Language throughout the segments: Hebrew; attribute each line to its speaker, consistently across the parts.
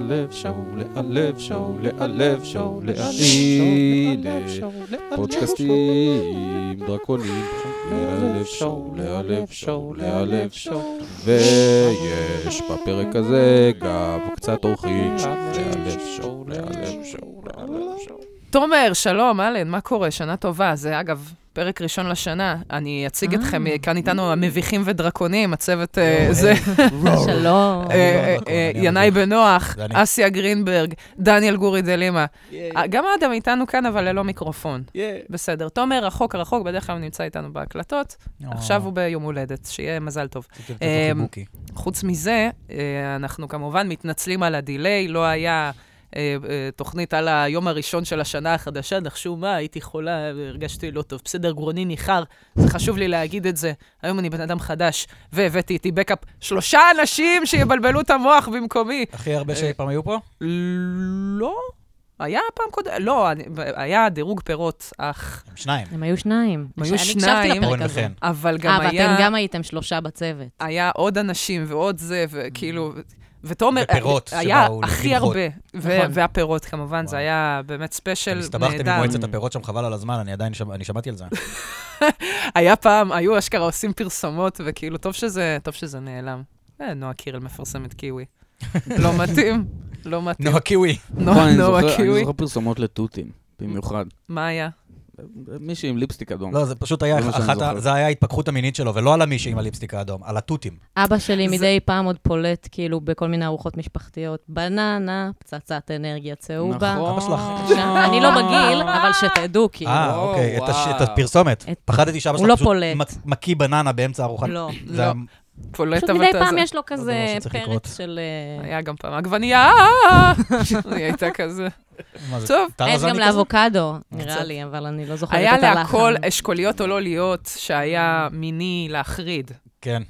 Speaker 1: לאלף שואו, לאלף שואו, לאלף שואו, לאלף שואו, פודקאסטים, דרקונים, לאלף שואו, לאלף שואו, לאלף שואו, ויש בפרק הזה גם קצת אורחים, לאלף שואו, לאלף שואו, לאלף שואו.
Speaker 2: תומר, שלום, אלן, מה קורה? שנה טובה. זה אגב פרק ראשון לשנה. אני אציג אתכם, אה, כאן איתנו המביכים ודרקונים, הצוות אה, זה,
Speaker 3: שלום.
Speaker 2: אה, אה, ינאי בן נוח,
Speaker 4: זה אני.
Speaker 2: אסיה גרינברג, דניאל גורי דלימה. אה, גם אדם איתנו כאן, אבל ללא מיקרופון. בסדר. תומר, רחוק רחוק, בדרך כלל הוא נמצא איתנו בהקלטות.
Speaker 4: אה.
Speaker 2: עכשיו הוא ביום הולדת, שיהיה מזל טוב. אה, חוץ מזה, אה, אנחנו כמובן מתנצלים על הדיליי, לא היה אה, אה, תוכנית על היום הראשון של השנה החדשה, נחשו מה, הייתי חולה, הרגשתי לא טוב, בסדר, גרוני ניחר, זה חשוב לי להגיד את זה. היום אני בן אדם חדש, והבאתי איתי בקאפ שלושה אנשים שיבלבלו את המוח במקומי.
Speaker 4: הכי הרבה שאי פעם היו פה?
Speaker 2: לא, היה פעם קודם, לא, אני- היה דירוג פירות, אך,
Speaker 4: הם שניים.
Speaker 3: הם היו שניים.
Speaker 2: הם היו
Speaker 3: אני
Speaker 2: שניים.
Speaker 3: הקשבתי לפרק
Speaker 4: אורן
Speaker 3: הזה.
Speaker 4: וחן.
Speaker 2: אבל
Speaker 3: אה,
Speaker 2: גם היה...
Speaker 3: ואתם גם הייתם שלושה בצוות.
Speaker 2: היה עוד אנשים ועוד זה, וכאילו... ותומר,
Speaker 4: Mm. ופירות
Speaker 2: היה
Speaker 4: שבאו
Speaker 2: הכי
Speaker 4: למחות.
Speaker 2: הרבה, ו-
Speaker 3: נכון.
Speaker 2: והפירות כמובן, זה
Speaker 4: וואו.
Speaker 2: היה באמת ספיישל
Speaker 4: אתם הסתבכתם עם
Speaker 2: נהדר.
Speaker 4: מועצת הפירות שם, חבל על הזמן, אני עדיין שמ- אני שמעתי על זה.
Speaker 2: היה פעם, היו אשכרה עושים פרסומות, וכאילו, טוב שזה, טוב שזה נעלם. אה, נועה קירל מפרסמת קיווי. לא מתאים, לא מתאים.
Speaker 4: נו, הקיווי.
Speaker 2: נועה
Speaker 5: אני
Speaker 2: נועה
Speaker 5: זוכר- אני
Speaker 2: קיווי.
Speaker 5: זוכר פרסומות לתותים, במיוחד.
Speaker 2: מה היה?
Speaker 5: מישהי עם ליפסטיק אדום.
Speaker 4: לא, זה פשוט היה
Speaker 5: זה מה שאני
Speaker 4: אחת, ה-
Speaker 5: זוכר.
Speaker 4: זה היה ההתפכחות המינית שלו, ולא על המישהי עם הליפסטיק האדום, על התותים.
Speaker 3: אבא שלי
Speaker 2: זה-
Speaker 3: מדי פעם עוד פולט, כאילו, בכל מיני ארוחות משפחתיות. בננה, פצצת אנרגיה צהובה.
Speaker 5: נכון.
Speaker 4: אבא שלך.
Speaker 3: עכשיו, אני לא בגיל, אבל שתדעו, כאילו.
Speaker 4: אה,
Speaker 5: וואו,
Speaker 4: אוקיי, את הש-
Speaker 5: וואו.
Speaker 4: את הפרסומת.
Speaker 3: את-
Speaker 4: פחדתי שאבא
Speaker 3: הוא
Speaker 4: שלך
Speaker 3: לא
Speaker 4: פשוט
Speaker 3: פולט.
Speaker 4: מק- מקיא בננה באמצע ארוחת.
Speaker 3: לא.
Speaker 4: זה
Speaker 2: לא.
Speaker 4: ה-
Speaker 2: פולט
Speaker 3: פשוט מדי
Speaker 2: אבל
Speaker 3: פעם
Speaker 2: זה-
Speaker 3: יש לו
Speaker 4: לא
Speaker 3: כזה
Speaker 4: דבר שצריך לקרות.
Speaker 3: פרץ של... אה,
Speaker 2: היה גם פעם עגבנייה, אה, היא הייתה כזה.
Speaker 4: מה זה,
Speaker 2: טוב,
Speaker 4: טרה
Speaker 3: יש
Speaker 4: זני
Speaker 3: גם
Speaker 4: כזה?
Speaker 3: לאבוקדו,
Speaker 2: קצת.
Speaker 3: נראה לי, אבל אני לא זוכרת
Speaker 2: היה
Speaker 3: את הלחן.
Speaker 2: להכל אשכוליות או לא להיות, שהיה מיני להחריד.
Speaker 4: כן,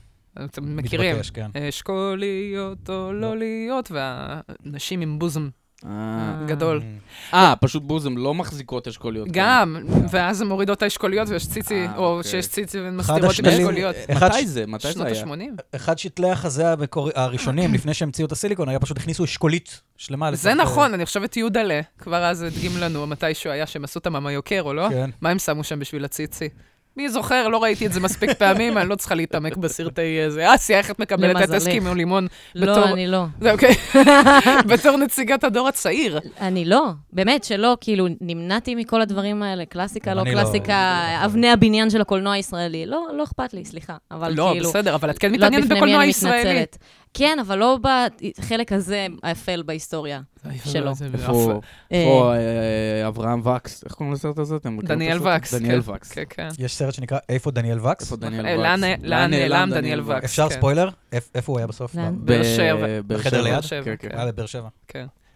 Speaker 2: אתם מכירים?
Speaker 4: מתבקש, כן.
Speaker 2: אשכוליות או לא להיות, והנשים עם בוזם
Speaker 5: אה,
Speaker 2: גדול.
Speaker 5: אה, פשוט בוזם לא מחזיקות אשכוליות.
Speaker 2: גם, ואז הן מורידות את האשכוליות ויש ציצי,
Speaker 5: אה,
Speaker 2: או
Speaker 5: אוקיי.
Speaker 2: שיש ציצי והן
Speaker 4: אחד
Speaker 2: מסתירות עם
Speaker 4: השתלים-
Speaker 2: אשכוליות.
Speaker 4: אחד
Speaker 5: מתי זה? מתי זה
Speaker 2: שנות
Speaker 5: היה?
Speaker 2: ה-80.
Speaker 4: אחד שתלי החזה המקור- הראשונים, לפני שהמציאו את הסיליקון, היה פשוט הכניסו אשכולית שלמה.
Speaker 2: זה
Speaker 4: לתוך- אה,
Speaker 2: נכון, אני חושבת יהודלה, כבר אז הדגים לנו מתישהו היה שהם עשו את הממיוקר או לא?
Speaker 4: כן.
Speaker 2: מה הם שמו שם בשביל הציצי? מי זוכר, לא ראיתי את זה מספיק פעמים, אני לא צריכה להתעמק בסרטי אה, זה. אסיה, איך את מקבלת את
Speaker 3: למזלך.
Speaker 2: הסכים עם לימון? בתור-
Speaker 3: לא, אני לא.
Speaker 2: זה אוקיי. בתור נציגת הדור הצעיר.
Speaker 3: אני לא. באמת שלא, כאילו, נמנעתי מכל הדברים האלה. קלאסיקה,
Speaker 4: גם
Speaker 3: לא
Speaker 4: אני לא.
Speaker 3: קלאסיקה, אבני הבניין של הקולנוע הישראלי. לא, לא אכפת לי, סליחה. אבל
Speaker 2: לא,
Speaker 3: כאילו...
Speaker 2: בסדר, אבל את כן
Speaker 3: לא
Speaker 2: מתעניינת
Speaker 3: בפני מי
Speaker 2: בקולנוע
Speaker 3: אני
Speaker 2: ישראלי.
Speaker 3: מתנצלת. כן, אבל לא בחלק הזה האפל בהיסטוריה. שלא.
Speaker 2: אוקיי,
Speaker 5: איפה
Speaker 3: אה,
Speaker 5: איפה, אה, אברהם וקס? איך קוראים לסרט הזה? אתם מכירים את
Speaker 2: דניאל
Speaker 5: הסרט?
Speaker 2: וקס.
Speaker 5: דניאל
Speaker 2: כן,
Speaker 5: וקס.
Speaker 2: כן, כן.
Speaker 4: יש סרט שנקרא איפה דניאל וקס?
Speaker 5: איפה דניאל
Speaker 2: אה,
Speaker 5: וקס?
Speaker 2: לאן- לאן נעלם דניאל וקס?
Speaker 4: אפשר
Speaker 2: כן.
Speaker 4: ספוילר? איפ- איפה הוא היה בסוף?
Speaker 3: לאן?
Speaker 5: ב-
Speaker 2: באר שבע.
Speaker 5: באר
Speaker 4: בחדר
Speaker 5: שבע.
Speaker 4: ליד?
Speaker 5: כן, כן.
Speaker 2: כן.
Speaker 4: הוא היה בבאר שבע.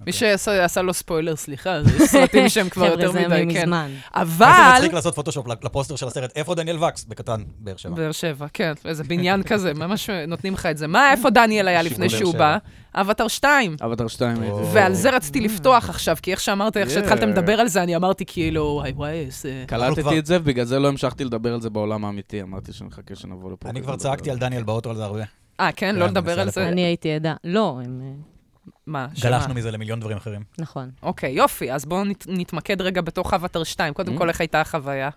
Speaker 2: מי שעשה עשה לו ספוילר, סליחה, זה סרטים אוקיי. שהם כבר יותר
Speaker 3: חבר'ה, זה
Speaker 2: מדי, כן.
Speaker 3: מזמן.
Speaker 4: איזה
Speaker 2: אבל...
Speaker 4: מצחיק לעשות פוטושופ לפוסטר של הסרט, איפה דניאל וקס? בקטן, באר שבע.
Speaker 2: באר שבע, כן, איזה בניין כזה, ממש נותנים לך את זה. מה, איפה דניאל היה
Speaker 4: שיקול
Speaker 2: לפני
Speaker 4: באר
Speaker 2: שהוא
Speaker 4: שבע.
Speaker 2: בא? אבטר 2.
Speaker 5: כן. אבטר 2.
Speaker 4: או.
Speaker 2: ועל זה רציתי לפתוח עכשיו, כי איך שאמרת, איך שהתחלת
Speaker 5: Yeah.
Speaker 2: לדבר על זה, אני אמרתי כאילו, וואי וואי, איזה...
Speaker 4: אנחנו כבר-
Speaker 5: קלטתי את זה, ובגלל זה לא המשכתי לדבר על זה בעולם האמיתי. אמרתי שנחכה שנבוא לפה.
Speaker 4: אני
Speaker 5: כדי
Speaker 4: כבר
Speaker 5: לדבר
Speaker 4: צעקתי על דניאל באוטו על זה הרבה.
Speaker 2: אה, כן? לא
Speaker 4: כן,
Speaker 2: לדבר על
Speaker 4: בסדר.
Speaker 2: זה?
Speaker 3: אני הייתי עדה. לא, הם... אה,
Speaker 2: מה? שמה?
Speaker 4: גלחנו מזה למיליון דברים אחרים.
Speaker 3: נכון.
Speaker 2: אוקיי, יופי, אז בואו נת- נתמקד רגע בתוך אבטר 2. קודם
Speaker 5: Mm.
Speaker 2: כל, איך הייתה החוויה?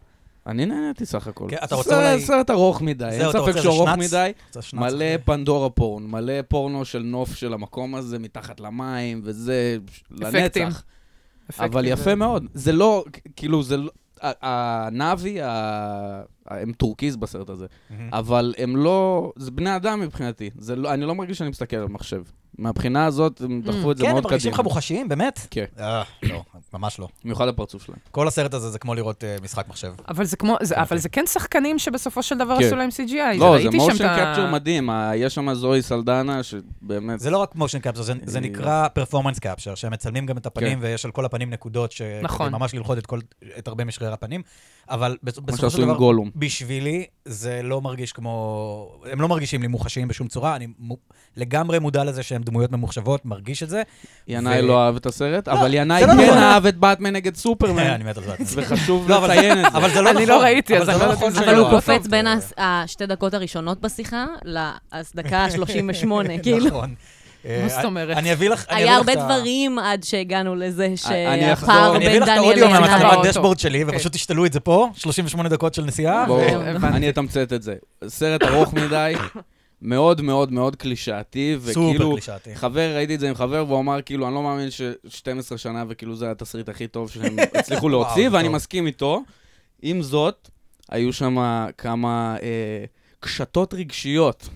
Speaker 5: אני נהניתי סך הכל.
Speaker 4: כן, אתה רוצה
Speaker 5: זה
Speaker 4: אולי-
Speaker 5: סרט ארוך מדי, אין
Speaker 4: זהו, אתה רוצה
Speaker 5: ספק
Speaker 4: איזה
Speaker 5: שהוא ארוך
Speaker 4: שנץ? אוקיי.
Speaker 5: מדי.
Speaker 4: זה שנץ.
Speaker 5: מלא פנדורה פורן, מלא פורנו של נוף של המקום הזה, מתחת למים, וזה ש-
Speaker 2: אפקטים.
Speaker 5: לנצח. אבל
Speaker 2: אפקטים.
Speaker 4: כן.
Speaker 5: יפה מאוד. זה לא, כ- כאילו, זה לא... ה- הנאבי, ה- הם טורקיז בסרט הזה,
Speaker 4: מהמם.
Speaker 5: אבל הם לא... זה בני אדם מבחינתי. זה לא- אני לא מרגיש שאני מסתכל על מחשב. מהבחינה הזאת, הם דחפו את זה
Speaker 4: כן,
Speaker 5: מאוד
Speaker 4: הם מרגישים לך
Speaker 5: קדימה.
Speaker 4: מוחשיים, באמת?
Speaker 5: כן.
Speaker 4: אה, לא, ממש לא.
Speaker 5: במיוחד הפרצוף שלהם.
Speaker 4: כל הסרט הזה זה כמו לראות אה, משחק מחשב.
Speaker 2: אבל זה כמו, זה, אבל זה כן שחקנים שבסופו של דבר
Speaker 5: אוקיי. כן.
Speaker 2: עשו להם CGI.
Speaker 5: לא, זה
Speaker 2: אה, ראיתי שם
Speaker 5: מושן
Speaker 2: את ה-
Speaker 5: קפצ'ר מדהים. ה- יש שם זוהי סלדנה, שבאמת...
Speaker 4: זה לא רק מושן קפצ'ר, זה- זה
Speaker 5: אה. כן.
Speaker 4: נקרא פרפורמנס קפצ'ר, שהם מצלמים גם את הפנים, ויש על כל הפנים נקודות, ש-
Speaker 2: נכון.
Speaker 4: כדי ממש ללחוד את כל- את הרבה משחרר הפנים, אבל בס-
Speaker 5: כמו
Speaker 4: בסופו של
Speaker 5: שעשו עם
Speaker 4: דבר,
Speaker 5: גולום.
Speaker 4: בשבילי זה לא מרגיש כמו... הם לא מרגישים לי מוחשיים בשום צורה, אני מ... לגמרי מודע לזה שהם דמויות ממוחשבות, מרגיש את זה.
Speaker 5: ינאי
Speaker 4: ו-
Speaker 5: לא אהב את הסרט, אבל ינאי
Speaker 4: זה לא
Speaker 5: כן
Speaker 4: נכון.
Speaker 5: אהב את באטמן נגד סופרמן,
Speaker 4: אני מת על זה.
Speaker 5: וחשוב
Speaker 4: לא, אבל זה-
Speaker 5: לציין את זה.
Speaker 4: אבל זה לא נכון.
Speaker 2: אני לא ראיתי,
Speaker 4: אבל
Speaker 2: אז
Speaker 4: זה
Speaker 2: אני
Speaker 4: לא
Speaker 2: לא
Speaker 4: נכון
Speaker 2: יודעת אם
Speaker 3: אבל
Speaker 2: לא,
Speaker 3: הוא
Speaker 2: עזוב,
Speaker 3: קופץ בין הס- השתי דקות הראשונות בשיחה להצדקה ה-38, כאילו.
Speaker 4: נכון. אה,
Speaker 2: מה זאת אומרת?
Speaker 4: אני אביא לך... אני
Speaker 3: היה
Speaker 4: אביא
Speaker 3: הרבה
Speaker 4: לך את ה-
Speaker 3: דברים עד שהגענו לזה
Speaker 5: אני אחזור,
Speaker 3: שהפער
Speaker 4: אני אביא
Speaker 3: בין
Speaker 4: לך את
Speaker 3: דניאל
Speaker 4: האודיו מהמצלמת
Speaker 2: אוקיי.
Speaker 4: דשבורד שלי, ופשוט תשתלו את זה פה, 38 דקות של נסיעה.
Speaker 5: בואו,
Speaker 2: זהו, הבנתי.
Speaker 5: אני אתמצת את זה. סרט ארוך מדי, מאוד מאוד מאוד קלישאתי,
Speaker 4: סופר
Speaker 5: וכאילו...
Speaker 4: קלישאתי.
Speaker 5: חבר, ראיתי את זה עם חבר, והוא אמר, כאילו, אני לא מאמין ש-12 שנה, וכאילו זה התסריט הכי טוב שהם הצליחו להוציא,
Speaker 4: וואו,
Speaker 5: ואני
Speaker 4: טוב.
Speaker 5: מסכים איתו. עם זאת, היו שם כמה אה, קשתות רגשיות,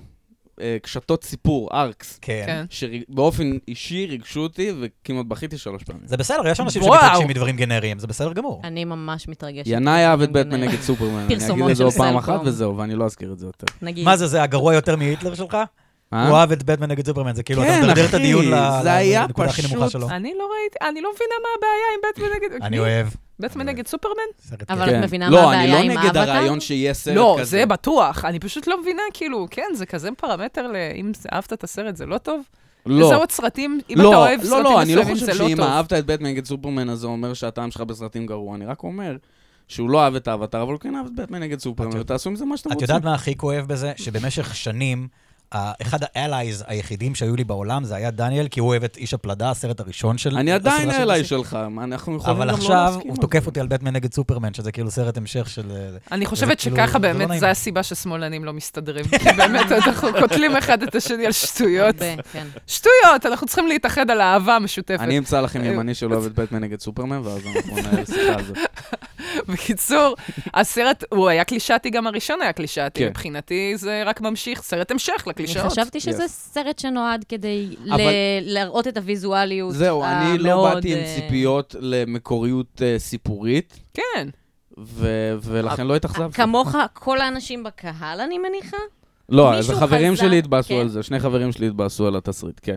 Speaker 5: אה, קשתות סיפור, ארקס,
Speaker 4: כן.
Speaker 2: כן.
Speaker 5: שבאופן אישי ריגשו אותי, וכמעט בכיתי שלוש פעמים.
Speaker 4: זה בסדר, יש אנשים
Speaker 2: וואו.
Speaker 4: שמתרגשים מדברים גנריים, זה בסדר גמור.
Speaker 3: אני ממש מתרגשת.
Speaker 5: ינאי אהב את בטמן
Speaker 3: גנריים.
Speaker 5: נגד סופרמן, אני אגיד
Speaker 3: פרסומות
Speaker 5: את זה עוד
Speaker 3: של
Speaker 5: פעם
Speaker 3: סלקום.
Speaker 5: אחת וזהו, ואני לא אזכיר את זה יותר.
Speaker 3: נגיד.
Speaker 4: מה זה, זה הגרוע יותר מהיטלר שלך?
Speaker 5: אה?
Speaker 4: הוא אהב את בטמן נגד סופרמן, זה כאילו, אתה
Speaker 5: כן,
Speaker 4: מדרדר את
Speaker 5: אחי,
Speaker 4: הדיון ל-
Speaker 5: זה היה
Speaker 4: לנקודה הכי נמוכה
Speaker 5: פשוט-
Speaker 4: שלו.
Speaker 2: אני לא ראיתי, אני לא מבינה מה הבעיה עם בטמן נגד...
Speaker 4: אני אוהב.
Speaker 2: בטמן נגד סופרמן?
Speaker 4: סרט
Speaker 3: אבל
Speaker 4: כיף.
Speaker 5: כן.
Speaker 3: את מבינה
Speaker 5: לא,
Speaker 3: מה הבעיה
Speaker 5: אני
Speaker 3: עם
Speaker 5: לא נגד
Speaker 3: האבטאר?
Speaker 5: הרעיון שיהיה סרט
Speaker 2: לא,
Speaker 5: כזה.
Speaker 2: זה בטוח. אני פשוט לא מבינה, כאילו, כן, זה כזה פרמטר ל... אם זה- אהבת את הסרט זה לא טוב?
Speaker 5: לא.
Speaker 2: זה עוד סרטים, אם
Speaker 5: לא,
Speaker 2: אתה אוהב
Speaker 5: לא,
Speaker 2: סרטים
Speaker 5: לא, אני לא
Speaker 2: מסוימים זה
Speaker 5: חושב
Speaker 2: לא טוב.
Speaker 5: שאם אהבת את בטמן נגד סופרמן, אז זה אומר שהטעם שלך בסרטים גרוע. אני רק אומר שהוא לא אהב את האבטר, אבל הוא כן אהב את בטמן נגד
Speaker 4: את
Speaker 5: סופרמן,
Speaker 4: יודעת-
Speaker 5: ותעשו עם זה מה שאתם
Speaker 4: את
Speaker 5: רוצים.
Speaker 4: יודעת מה הכי כואב בזה? שבמשך שנים, ה- אחד האלייז היחידים שהיו לי בעולם זה היה דניאל, כי הוא אוהב את איש הפלדה, הסרט הראשון של...
Speaker 5: אני עדיין
Speaker 4: הסדרה של
Speaker 5: אליי
Speaker 4: דיסני.
Speaker 5: שלך, מה, אנחנו יכולים גם
Speaker 4: אבל
Speaker 5: לא
Speaker 4: עכשיו
Speaker 5: להסכים.
Speaker 4: הוא
Speaker 5: על
Speaker 4: תוקף
Speaker 5: זה.
Speaker 4: אותי על בטמן נגד סופרמן, שזה כאילו סרט המשך של... אה,
Speaker 2: אני
Speaker 4: זה
Speaker 2: חושבת
Speaker 4: כאילו-
Speaker 2: שככה
Speaker 4: זה לא
Speaker 2: באמת,
Speaker 4: נעים.
Speaker 2: זו הסיבה ששמאלנים לא מסתדרים. כי באמת, אנחנו קוטלים אחד את השני על שטויות.
Speaker 3: הרבה, כן.
Speaker 2: שטויות, אנחנו צריכים להתאחד על האהבה המשותפת.
Speaker 5: אני אמצא לכם
Speaker 2: אה,
Speaker 5: ימני שלא אוהב את בטמן נגד סופרמן, ואז אנחנו ננהל שיחה על זה.
Speaker 2: בקיצור, הסרט, הוא היה קלישאתי, גם הראשון היה קלישאתי.
Speaker 5: כן.
Speaker 2: מבחינתי זה רק ממשיך, סרט המשך
Speaker 3: אני
Speaker 2: לקלישאות.
Speaker 3: חשבתי שזה
Speaker 5: Yes.
Speaker 3: סרט שנועד כדי ל-
Speaker 5: אבל-
Speaker 3: להראות את הוויזואליות
Speaker 5: זהו, אני לא
Speaker 3: המאוד,
Speaker 5: באתי עם
Speaker 3: אה,
Speaker 5: ציפיות למקוריות אה, סיפורית,
Speaker 2: כן.
Speaker 5: ו-
Speaker 2: אה,
Speaker 5: ולכן לא התאכזבתי.
Speaker 3: כמוך, כל האנשים בקהל, אני מניחה?
Speaker 5: לא, אז
Speaker 3: מישהו
Speaker 5: החברים
Speaker 3: חזר-
Speaker 5: שלי התבאסו
Speaker 3: כן.
Speaker 5: על זה, שני חברים שלי התבאסו על התסריט, כן.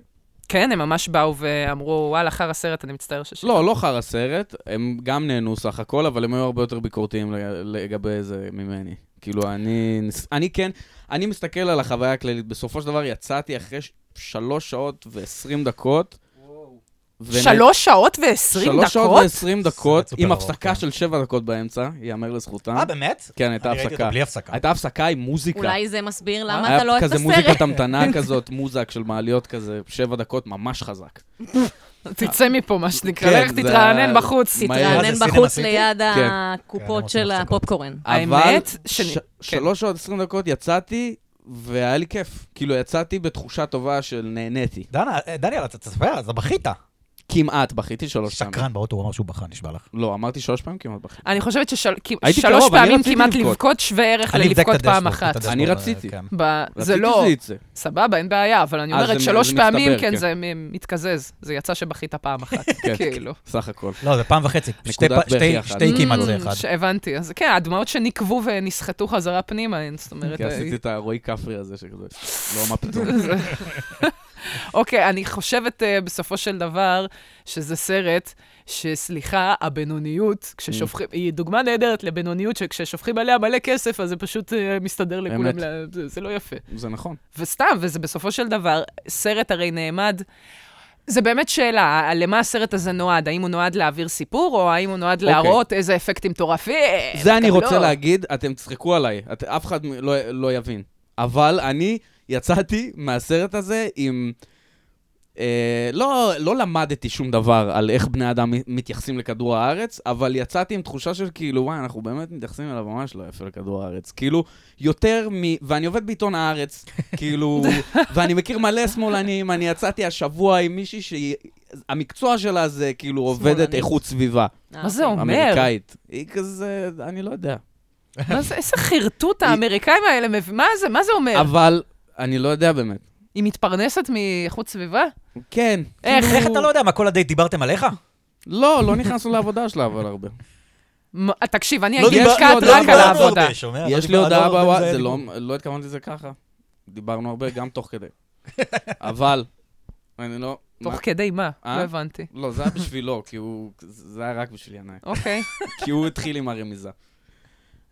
Speaker 2: כן, הם ממש באו ואמרו, וואלה, אחר הסרט, אני מצטער שש...
Speaker 5: לא, לא חרא סרט, הם גם נהנו סך הכל, אבל הם היו הרבה יותר ביקורתיים לג- לגבי זה ממני. כאילו, אני, נס- אני כן, אני מסתכל על החוויה הכללית. בסופו של דבר יצאתי אחרי ש- שלוש שעות ועשרים דקות. ונ-
Speaker 2: שלוש שעות ועשרים דקות?
Speaker 5: שלוש שעות ועשרים דקות,
Speaker 4: סרט סופר
Speaker 5: עם
Speaker 4: ארוך,
Speaker 5: הפסקה
Speaker 4: כן.
Speaker 5: של שבע דקות באמצע, ייאמר לזכותם.
Speaker 4: אה, באמת?
Speaker 5: כן, הייתה
Speaker 4: אני ראיתי אותו
Speaker 5: הפסקה.
Speaker 4: בלי הפסקה.
Speaker 5: הייתה הפסקה עם מוזיקה.
Speaker 3: אולי זה מסביר
Speaker 4: אה?
Speaker 5: היה
Speaker 3: למה אתה לא אוהב את
Speaker 5: כזה מוזיקת
Speaker 3: הסרט.
Speaker 5: המתנה כזאת, מוזק של מעליות כזה, שבע דקות ממש חזק.
Speaker 2: תצא מפה, מה שנקרא,
Speaker 5: כן,
Speaker 2: לך
Speaker 5: זה
Speaker 2: תתרענן
Speaker 5: ה-
Speaker 2: בחוץ.
Speaker 5: מה-
Speaker 4: מה
Speaker 3: רענן
Speaker 4: זה, סינמה
Speaker 3: בחוץ
Speaker 4: סיטי?
Speaker 3: ליד
Speaker 5: כן.
Speaker 3: הקופות
Speaker 4: כן,
Speaker 3: של
Speaker 4: אני רוצה הפסקות.
Speaker 3: הפופקורן.
Speaker 5: אבל
Speaker 2: האמת שאני- כן.
Speaker 5: ש- שלוש שעות עשרים דקות יצאתי, והיה לי כיף. כאילו, יצאתי בתחושה טובה של נהניתי.
Speaker 4: דנה, אה, דניאל, אתה תספר, אתה בכית.
Speaker 5: לא כמעט בכיתי שלוש פעמים.
Speaker 4: שקרן באוטו, הוא אמר שהוא בכה, נשבע לך.
Speaker 5: לא, אמרתי שלוש פעמים כמעט בכיתי.
Speaker 2: אני חושבת
Speaker 5: הייתי
Speaker 2: ששלוש
Speaker 5: קרוב, אני
Speaker 2: פעמים
Speaker 5: רציתי
Speaker 2: כמעט
Speaker 5: לבכות.
Speaker 2: לבכות שווה ערך
Speaker 4: אני אבדק את
Speaker 2: ללבכות פעם
Speaker 4: הדשבורד, את
Speaker 2: אחת.
Speaker 4: הדשבורד,
Speaker 5: אני
Speaker 4: אה,
Speaker 5: רציתי.
Speaker 4: כן.
Speaker 2: ב- זה
Speaker 5: רציתי
Speaker 2: לא,
Speaker 5: שזה יצא.
Speaker 2: סבבה, אין בעיה, אבל אני
Speaker 5: אה,
Speaker 2: אומרת
Speaker 5: זה-
Speaker 2: שלוש
Speaker 5: זה
Speaker 2: פעמים,
Speaker 5: מצטבר,
Speaker 2: כן,
Speaker 5: כן.
Speaker 2: זה מ- מתקזז. זה יצא שבכית פעם אחת,
Speaker 5: כן.
Speaker 2: כאילו.
Speaker 5: סך הכל.
Speaker 4: לא, זה פעם וחצי. שתי
Speaker 5: נקודת
Speaker 4: פ- שתי-
Speaker 5: בכי אחת.
Speaker 4: שתי כמעט זה
Speaker 2: Mm,
Speaker 4: אחד.
Speaker 2: ש- הבנתי, אז כן, הדמעות שנקבו ונסחטו חזרה פנימה, אין, זאת אומרת...
Speaker 5: כי
Speaker 2: אה,
Speaker 5: כן, עשיתי את הרועי כפרי הזה שכזה, לא, מה פתאום.
Speaker 2: אוקיי, אני חושבת אה, בסופו של דבר שזה סרט שסליחה, הבינוניות, כששופכים,
Speaker 5: Mm.
Speaker 2: היא דוגמה נהדרת לבינוניות, שכששופכים עליה מלא כסף, אז זה פשוט אה, מסתדר לכולם,
Speaker 5: אמת.
Speaker 2: לה- זה זה לא יפה.
Speaker 5: זה נכון.
Speaker 2: וסתם, וזה בסופו של דבר, סרט הרי נעמד. זה באמת שאלה, ה- למה הסרט הזה נועד? האם הוא נועד להעביר סיפור, או האם הוא נועד
Speaker 5: אוקיי.
Speaker 2: להראות איזה אפקטים מטורפים? לא.
Speaker 5: זה אני רוצה
Speaker 2: קבלו.
Speaker 5: להגיד, אתם תצחקו עליי, את- אף אחד מ- לא- לא יבין. אבל אני יצאתי מהסרט הזה עם... אה, לא, לא למדתי שום דבר על איך בני אדם מ- מתייחסים לכדור הארץ, אבל יצאתי עם תחושה של כאילו, וואי, אנחנו באמת מתייחסים אליו ממש לא יפה לכדור הארץ. כאילו, יותר מ... ואני עובד בעיתון הארץ, כאילו, ואני מכיר מלא שמאלנים, אני יצאתי השבוע עם מישהי שהיא... המקצוע שלה זה כאילו עובדת
Speaker 3: שמאלנית.
Speaker 5: איכות סביבה,
Speaker 3: אה,
Speaker 2: מה זה אומר?
Speaker 5: אמריקאית. היא כזה, אני לא יודע.
Speaker 2: מה זה, איזה חרטוט האמריקאים האלה מביא, מה זה, מה זה אומר?
Speaker 5: אבל אני לא יודע באמת.
Speaker 2: היא מתפרנסת מאיכות סביבה?
Speaker 5: כן.
Speaker 2: איך?
Speaker 5: כאילו-
Speaker 4: איך אתה לא יודע מה כל הדייט דיברתם עליך?
Speaker 5: לא, לא נכנסנו לעבודה שלה, אבל הרבה.
Speaker 2: מה- אה, תקשיב, אני
Speaker 4: לא
Speaker 2: הייתי
Speaker 4: דיברנו-
Speaker 2: מושקעת
Speaker 4: לא
Speaker 2: רק על
Speaker 4: דיברנו
Speaker 2: העבודה.
Speaker 4: הרבה, שומע? לא
Speaker 5: יש לי
Speaker 4: דיברנו
Speaker 5: הודעה
Speaker 4: הרבה,
Speaker 5: בוואט,
Speaker 4: היה
Speaker 5: זה לא,
Speaker 4: דיבור.
Speaker 5: לא התכוונתי לזה ככה. דיברנו הרבה, גם תוך כדי. אבל, אני לא...
Speaker 2: תוך
Speaker 5: מה-
Speaker 2: כדי מה? לא
Speaker 5: אה?
Speaker 2: הבנתי.
Speaker 5: לא, זה היה בשבילו, כי הוא... זה היה רק בשביל ינאי.
Speaker 2: אוקיי.
Speaker 5: כי הוא התחיל עם הרמיזה.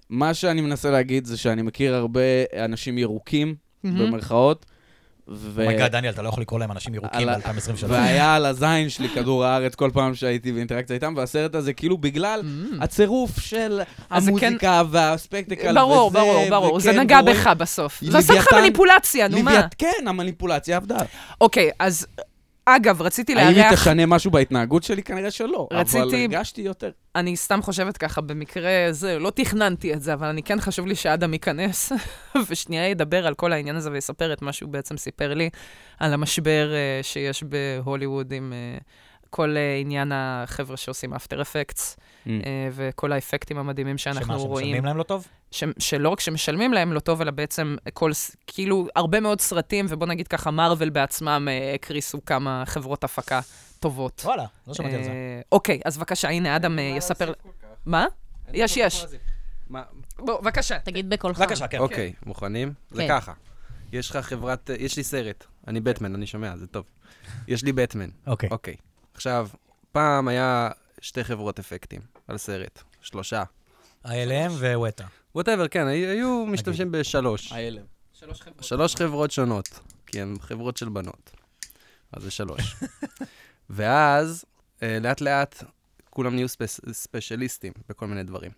Speaker 5: מה שאני מנסה להגיד זה שאני מכיר הרבה אנשים ירוקים,
Speaker 2: מהמם.
Speaker 5: במרכאות, ו-
Speaker 4: אומייגאד, דניאל, אתה לא יכול לקרוא להם אנשים
Speaker 5: על
Speaker 4: ירוקים
Speaker 5: ה-
Speaker 4: ב-2023.
Speaker 5: והיה על הזין שלי כדור הארץ כל פעם שהייתי באינטראקציה איתם, והסרט הזה כאילו בגלל
Speaker 2: Mm.
Speaker 5: הצירוף של
Speaker 2: אז זה כן-
Speaker 5: המוזיקה והספקטקל וזה,
Speaker 2: ברור, ברור, ברור, זה
Speaker 5: וכן,
Speaker 2: נגע
Speaker 5: ורואים-
Speaker 2: בך בסוף.
Speaker 5: היא
Speaker 2: זה עושה לך
Speaker 5: לוויתן-
Speaker 2: מניפולציה, נו מה.
Speaker 5: לוויית- כן, המניפולציה עבדה.
Speaker 2: אוקיי, אז אגב, רציתי
Speaker 5: האם היא
Speaker 2: לארח,
Speaker 5: תשנה משהו בהתנהגות שלי? כנראה שלא. אבל
Speaker 2: רציתי-
Speaker 5: הרגשתי יותר.
Speaker 2: אני סתם חושבת ככה, במקרה זה, לא תכננתי את זה, אבל אני כן חשוב לי שאדם ייכנס, ושנייה ידבר על כל העניין הזה ויספר את מה שהוא בעצם סיפר לי, על המשבר אה, שיש בהוליווד עם אה, כל אה, עניין החבר'ה שעושים אפטר אפקטס, וכל האפקטים המדהימים
Speaker 4: Mm.
Speaker 5: כן,
Speaker 4: שמה,
Speaker 2: שאנחנו רואים.
Speaker 4: שמשלמים להם לא טוב?
Speaker 2: ש, שלא רק שמשלמים להם לא טוב, אלא בעצם כל, ס- כאילו, הרבה מאוד סרטים, ובוא נגיד ככה, מארוול בעצמם אה, הקריסו כמה חברות הפקה טובות.
Speaker 4: וואלה, לא שמעתי על זה.
Speaker 2: אה, אוקיי, אז בבקשה, הנה, אדם אה, יספר... מה? יש, יש. בוא, בבקשה.
Speaker 3: תגיד בקולך.
Speaker 4: בבקשה, כן.
Speaker 6: אוקיי, מוכנים? זה
Speaker 3: כן.
Speaker 6: ככה. יש לך חברת, אה, יש לי סרט, אני בטמן, אני שומע, זה טוב. יש לי בטמן,
Speaker 4: אוקיי.
Speaker 6: אוקיי. עכשיו, פעם היה שתי חברות אפקטים על סרט, שלושה.
Speaker 4: ה-LM ווטה.
Speaker 6: ווטאבר, כן, היו- היו משתמשים בשלוש.
Speaker 5: ההלם.
Speaker 6: שלוש חברות שונות, כי הן חברות של בנות. אז זה שלוש. ואז, אה, לאט לאט, כולם נהיו ספס, ספיישליסטים בכל מיני דברים.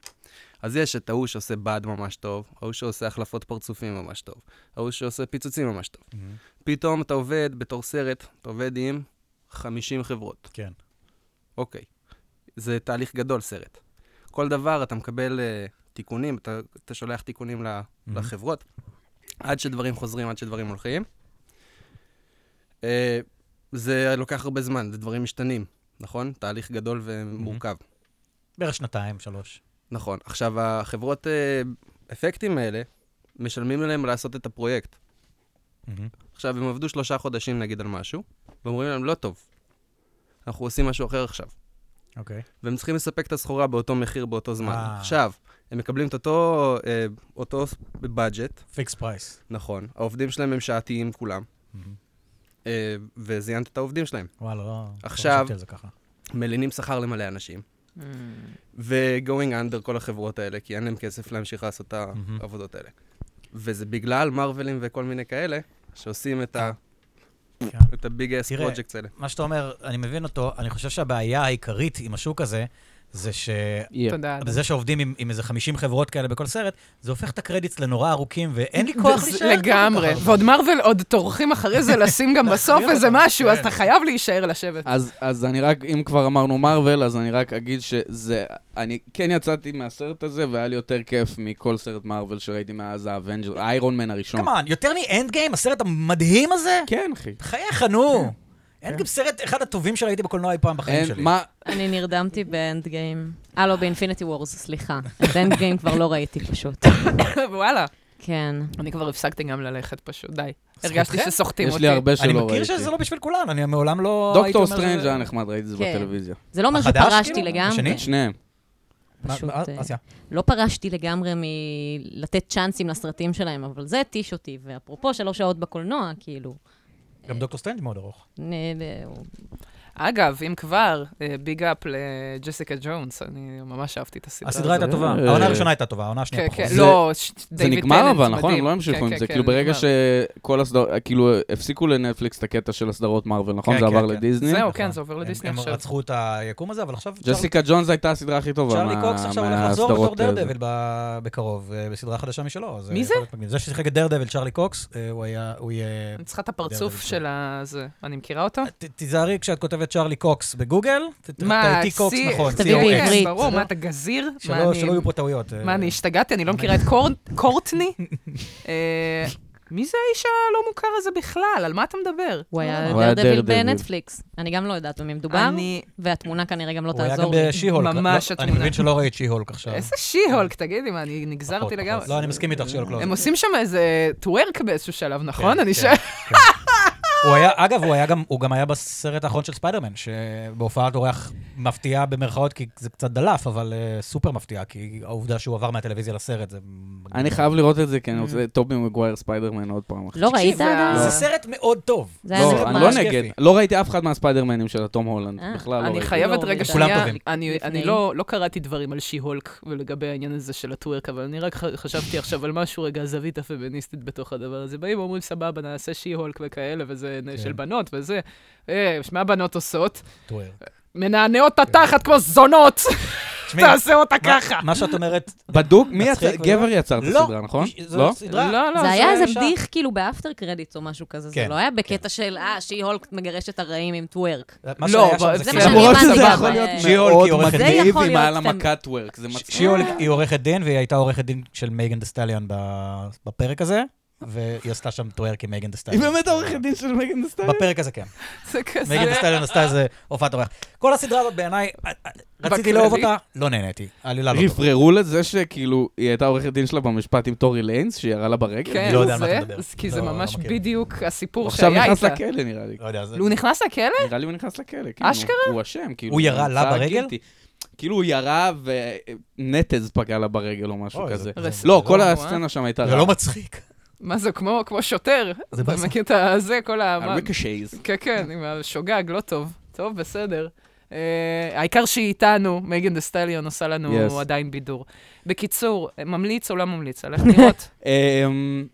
Speaker 6: אז יש את ההוא שעושה בד ממש טוב, ההוא שעושה החלפות פרצופים ממש טוב, ההוא שעושה פיצוצים ממש טוב. פתאום אתה עובד בתור סרט, אתה עובד עם 50 חברות.
Speaker 4: כן.
Speaker 6: אוקיי. זה תהליך גדול, סרט. כל דבר אתה מקבל אה, תיקונים, אתה, אתה שולח תיקונים ל, לחברות, עד שדברים חוזרים, עד שדברים הולכים. אה, זה לוקח הרבה זמן, זה דברים משתנים, נכון? תהליך גדול ומורכב.
Speaker 4: בערך שנתיים, שלוש.
Speaker 6: נכון. עכשיו, החברות אה, אפקטים האלה, משלמים להם לעשות את הפרויקט.
Speaker 4: מהמם.
Speaker 6: עכשיו, הם עבדו שלושה חודשים נגיד על משהו, ואומרים להם, לא טוב, אנחנו עושים משהו אחר עכשיו.
Speaker 4: אוקיי.
Speaker 6: והם צריכים לספק את הסחורה באותו מחיר באותו זמן.
Speaker 4: אה.
Speaker 6: עכשיו, הם מקבלים את אותו, אה, אותו בדג'ט,
Speaker 4: פיקס פרייס.
Speaker 6: נכון, העובדים שלהם הם שעתיים כולם, אה, וזיינת את העובדים שלהם.
Speaker 4: וואלה, לא... לא
Speaker 6: עכשיו-
Speaker 4: חשבתי על זה ככה.
Speaker 6: מלינים שכר למלא אנשים, ו-going under כל החברות האלה, כי אין להם כסף להמשיך לעשות את
Speaker 4: מהמם.
Speaker 6: העבודות האלה. וזה בגלל מרווילים וכל מיני כאלה, שעושים את ה...
Speaker 4: כן.
Speaker 6: את הביג אס
Speaker 4: תראה,
Speaker 6: פרויקטס האלה.
Speaker 4: מה שאתה אומר, אני מבין אותו, אני חושב שהבעיה העיקרית עם השוק הזה, זה ש...
Speaker 5: יהיה.
Speaker 2: תודה.
Speaker 4: זה שעובדים עם, עם איזה 50 חברות כאלה בכל סרט, זה הופך את הקרדיטס לנורא ארוכים, ואין לי כוח
Speaker 2: וזה-
Speaker 4: להישאר. כל כך
Speaker 2: לגמרי.
Speaker 4: הרבה.
Speaker 2: ועוד מרוויל עוד טורחים אחרי זה לשים גם בסוף איזה משהו, אז
Speaker 4: כן.
Speaker 2: אתה חייב להישאר לשבת.
Speaker 5: אז, אז אני רק, אם כבר אמרנו מארוול, אז אני רק אגיד שזה, אני כן יצאתי מהסרט הזה, והיה לי יותר כיף מכל סרט מארוול שראיתי מאז האבנג'ר, איירון מן הראשון.
Speaker 4: כמובן, יותר מאנד גיים, הסרט המדהים הזה?
Speaker 5: כן, אחי.
Speaker 4: בחייך, נו. אנד גיים סרט אחד הטובים שראיתי בקולנוע אי פעם בחיים
Speaker 5: כן. אין,
Speaker 4: שלי.
Speaker 5: מה,
Speaker 3: אני נרדמתי באנד גיים. אה, לא, באינפיניטי וורס, סליחה. את אנד גיים כבר לא ראיתי פשוט.
Speaker 4: אה.
Speaker 2: וואלה.
Speaker 3: כן.
Speaker 2: אני כבר הפסקתי גם ללכת פשוט, די. הרגשתי שסוחטים
Speaker 5: יש
Speaker 2: אותי.
Speaker 5: לי הרבה שלא
Speaker 4: אני
Speaker 5: ראיתי.
Speaker 4: מכיר שזה לא בשביל כולן, אני מעולם לא... הייתי
Speaker 5: דוקטור
Speaker 4: אומר
Speaker 5: סטרנג'
Speaker 4: שזה-
Speaker 5: היה נחמד, ראיתי את זה
Speaker 3: כן.
Speaker 5: בטלוויזיה.
Speaker 3: זה לא אומר
Speaker 4: החדש,
Speaker 3: שפרשתי
Speaker 4: כאילו?
Speaker 3: לגמרי.
Speaker 4: השני?
Speaker 5: את שניהם.
Speaker 4: מה-
Speaker 3: פשוט...
Speaker 4: מה-
Speaker 3: אה,
Speaker 4: אסיה.
Speaker 3: לא פרשתי לגמרי מלתת צ'אנסים לסרטים שלהם, אבל זה התיש אותי. ואפרופו שלוש שעות בקולנוע, כאילו,
Speaker 4: גם דוקטור סטרנג' מאוד ארוך.
Speaker 3: נ- נ- הוא-
Speaker 2: אגב, אם כבר, ביג אפ לג'סיקה ג'ונס, אני ממש אהבתי את הסדרה הזאת.
Speaker 4: הסדרה הייתה טובה.
Speaker 5: אה,
Speaker 4: העונה הראשונה הייתה טובה, העונה
Speaker 2: כן,
Speaker 4: השנייה פחות.
Speaker 2: כן,
Speaker 5: זה-
Speaker 2: לא, ש-
Speaker 5: זה
Speaker 2: דיוויד
Speaker 5: נגמר
Speaker 2: טננט
Speaker 5: אבל, נכון? הם
Speaker 2: מדהים.
Speaker 5: לא המשיכו
Speaker 2: כן,
Speaker 5: עם זה.
Speaker 2: כן,
Speaker 5: כאילו,
Speaker 2: כן,
Speaker 5: ברגע
Speaker 2: נגמר.
Speaker 5: שכל הסדרות, כאילו, הפסיקו לנטפליקס את הקטע של הסדרות מארוול, נכון?
Speaker 4: כן,
Speaker 5: זה
Speaker 4: כן,
Speaker 5: עבר
Speaker 4: כן.
Speaker 5: לדיסני.
Speaker 2: זהו, כן, זה עובר לדיסני
Speaker 4: הם הם
Speaker 2: עכשיו.
Speaker 4: רצחו את היקום הזה, אבל עכשיו...
Speaker 5: ג'סיקה ג'ונס הייתה הסדרה הכי טובה.
Speaker 4: צ'רלי
Speaker 5: מה-
Speaker 4: קוקס עכשיו הולך לחזור בתור
Speaker 5: מהסדרות,
Speaker 4: דר
Speaker 5: אה, זה.
Speaker 4: דביל בקרוב, אה, בסדרה חדשה משלו.
Speaker 2: מי
Speaker 4: יכול להיות מגניב. זה ששיחק את דר דביל, צ'רלי קוקס, אה, הוא היה... הוא יהיה...
Speaker 2: אני צריכה את
Speaker 4: דרדל
Speaker 2: הפרצוף של ה... זה. אני מכירה אותו?
Speaker 4: ת- תיזהרי כשאת כותבת צ'רלי קוקס בגוגל, ת- ת-
Speaker 2: מה,
Speaker 4: תקראי קוקס
Speaker 2: סי-
Speaker 4: נכון,
Speaker 2: כן,
Speaker 3: תביאי
Speaker 4: C-O-X.
Speaker 3: בעברית.
Speaker 2: ברור,
Speaker 3: לא.
Speaker 2: מה, אתה גזיר? מה,
Speaker 4: שלא
Speaker 2: אני-
Speaker 4: שלא יהיו פה טעויות. אה,
Speaker 2: מה, אני השתגעתי? אני לא מכירה את קור- קורטני? אה, מי זה האיש הלא מוכר הזה בכלל? על מה אתה מדבר?
Speaker 3: הוא היה
Speaker 5: הוא היה
Speaker 3: דרדביל
Speaker 5: דרדביל.
Speaker 3: בנטפליקס. אני גם לא יודעת במי מדובר,
Speaker 2: אני...
Speaker 3: והתמונה כנראה גם לא
Speaker 4: הוא היה גם
Speaker 3: תעזור לי.
Speaker 4: בשי-הולק.
Speaker 2: ממש
Speaker 4: לא-
Speaker 2: התמונה.
Speaker 4: אני מבין שלא ראית שי-הולק עכשיו.
Speaker 2: איזה שיהולק, תגידי, מה, אני
Speaker 4: פחות,
Speaker 2: נגזרתי
Speaker 4: פחות.
Speaker 2: לגמרי.
Speaker 4: לא, אני מסכים איתך, שי-הולק לא.
Speaker 2: הם
Speaker 4: זה.
Speaker 2: עושים שם איזה טוורק באיזשהו שלב,
Speaker 4: כן,
Speaker 2: נכון? אני
Speaker 4: כן,
Speaker 2: שואלת...
Speaker 4: כן. הוא היה, אגב, הוא, היה גם, הוא גם היה בסרט האחרון של ספיידרמן, שבהופעת אורח מפתיעה במרכאות, כי זה קצת דלף, אבל אה, סופר מפתיעה, כי העובדה שהוא עבר מהטלוויזיה לסרט זה...
Speaker 5: אני חייב לראות את זה, כי אני רוצה... טובי מגווייר ספיידרמן עוד פעם. אחי.
Speaker 3: לא ראית
Speaker 4: תקשיב, זה
Speaker 3: עדיין?
Speaker 4: סרט מאוד טוב.
Speaker 3: זה היה
Speaker 5: לא,
Speaker 3: סרט
Speaker 5: אני לא
Speaker 3: ממש
Speaker 5: נגד.
Speaker 4: כיפי.
Speaker 5: לא ראיתי אף אחד מהספיידרמנים של התום הולנד.
Speaker 3: אה,
Speaker 5: בכלל לא ראיתי.
Speaker 2: אני חייבת
Speaker 3: לא,
Speaker 2: רגע
Speaker 3: כולם
Speaker 2: שנייה,
Speaker 4: טובים.
Speaker 2: אני- אני
Speaker 3: לפני.
Speaker 2: לא לא קראתי דברים על שי-הולק ולגבי העניין הזה של הטוורק, אבל אני רק ח- חשבתי עכשיו על משהו, רגע, הזווית הפמיניסטית בתוך הדבר הזה. באים ואומרים, סבבה, נעשה שי-הולק וכאלה, וזה
Speaker 4: כן.
Speaker 2: של בנות וזה. אה, מה בנות עושות?
Speaker 4: טוער.
Speaker 2: מנענעות את התחת כמו זונות,
Speaker 4: תשמעי,
Speaker 2: תעשה אותה
Speaker 4: מה-
Speaker 2: ככה.
Speaker 4: מה שאת אומרת...
Speaker 5: בדוק, מי
Speaker 4: מצחיק
Speaker 5: יצר?
Speaker 4: וזה?
Speaker 5: גבר יצר את
Speaker 4: לא,
Speaker 5: הסדרה, נכון?
Speaker 4: איש- זו
Speaker 5: לא?
Speaker 4: סדרה.
Speaker 2: לא,
Speaker 3: זה היה איזה
Speaker 4: אישה.
Speaker 3: בדיח כאילו באפטר קרדיט או משהו כזה, זה
Speaker 4: כן,
Speaker 3: לא היה בקטע של, אה, שי הולק מגרש את הרעים עם טוורק.
Speaker 4: מה
Speaker 2: לא,
Speaker 4: שהיה
Speaker 2: אבל
Speaker 4: שם
Speaker 2: זה
Speaker 4: זה
Speaker 3: מה
Speaker 4: כאילו-
Speaker 3: שאני
Speaker 5: למרות שזה
Speaker 3: הבנתי,
Speaker 5: יכול
Speaker 3: אבל-
Speaker 5: להיות
Speaker 4: שהיא הולק היא
Speaker 5: מאוד
Speaker 4: עורכת
Speaker 3: דין. זה
Speaker 5: מגניב
Speaker 3: יכול
Speaker 5: עם
Speaker 3: להיות
Speaker 5: העל
Speaker 3: סתם.
Speaker 5: המכת וורק. זה מצחיק.
Speaker 4: שהיא הול- היא עורכת דין, והיא הייתה עורכת דין של מייגן דה סטליון ב- בפרק הזה, והיא עשתה שם טוורק עם מייגן דה
Speaker 5: היא
Speaker 4: סטליון.
Speaker 5: באמת עורכת דין של מגן דה סטליין?
Speaker 4: בפרק הזה, כן.
Speaker 2: זה כזה.
Speaker 4: מייגן דה סטליון עשתה איזה הופעת אורח. כל הסדרה הזאת בעיניי, אה, רציתי
Speaker 2: בכללי?
Speaker 4: לאהוב אותה, לא נהניתי. העלילה לא טובה.
Speaker 5: רפררו לזה שכאילו, היא הייתה עורכת דין שלה במשפט עם טורי ליינס, שירה לה ברגל?
Speaker 2: כן,
Speaker 4: לא יודע על מה
Speaker 2: זה-
Speaker 4: אתה מדבר.
Speaker 2: אז כי זה
Speaker 4: לא, לא
Speaker 2: ממש
Speaker 4: מכיר.
Speaker 2: בדיוק הסיפור
Speaker 5: עכשיו
Speaker 2: שהיה
Speaker 5: נכנס
Speaker 2: איתה.
Speaker 5: לכלא נראה לי.
Speaker 4: לא יודע, זה...
Speaker 2: הוא נכנס לכלא?
Speaker 5: נראה לי הוא נכנס לכלא. כאילו,
Speaker 2: אשכרה?
Speaker 5: הוא אשם, כאילו.
Speaker 4: הוא ירה לה
Speaker 5: נמצא
Speaker 4: ברגל?
Speaker 5: guilty. כאילו הוא ירה ונטז פגע לה ברגל או משהו
Speaker 4: אוי,
Speaker 5: כזה.
Speaker 4: זה- זה-
Speaker 5: לא,
Speaker 4: זה
Speaker 5: כל
Speaker 2: לא נורא.
Speaker 5: הסצנה שם הייתה
Speaker 4: זה
Speaker 5: רעה.
Speaker 4: לא מצחיק.
Speaker 2: מה זה, כמו כמו שוטר? אתה
Speaker 4: זה באסה.
Speaker 5: כאילו-
Speaker 2: מכיר את הזה, כל ה... מה-
Speaker 5: הריקושייז.
Speaker 2: כן, כן, עם השוגג, לא טוב. טוב, בסדר. Uh, העיקר שהיא איתנו, מייגן דה סטליון עושה לנו
Speaker 5: Yes.
Speaker 2: yes. עדיין בידור. בקיצור, ממליץ או לא ממליץ? הלך לראות?
Speaker 5: אמ,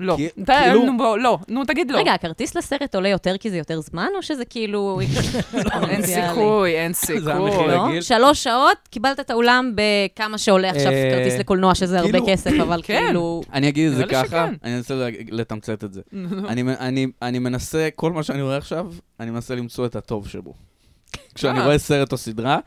Speaker 2: לא.
Speaker 5: כי-
Speaker 2: די,
Speaker 5: כאילו-
Speaker 2: נו, בוא, לא. נו, תגיד לא.
Speaker 3: רגע, הכרטיס לסרט עולה יותר כי זה יותר זמן, או שזה כאילו...
Speaker 2: אין
Speaker 3: אקספוננציאלי?
Speaker 2: סיכוי, אין
Speaker 5: זה המחיר.
Speaker 2: סיכוי.
Speaker 3: לא?
Speaker 5: רגיל.
Speaker 3: שלוש שעות, קיבלת את האולם בכמה שעולה עכשיו
Speaker 5: אה,
Speaker 3: כרטיס לקולנוע, שזה הרבה
Speaker 5: כאילו-
Speaker 3: כסף, אבל
Speaker 2: כן.
Speaker 3: כאילו...
Speaker 5: אני אגיד את זה
Speaker 2: נראה לי
Speaker 5: ככה,
Speaker 2: שכן.
Speaker 5: אני אנסה להג- לתמצת את זה. אני מ- אני- אני מנסה, כל מה שאני רואה עכשיו, אני מנסה למצוא את הטוב שבו. כשאני
Speaker 2: אה.
Speaker 5: רואה סרט או סדרה,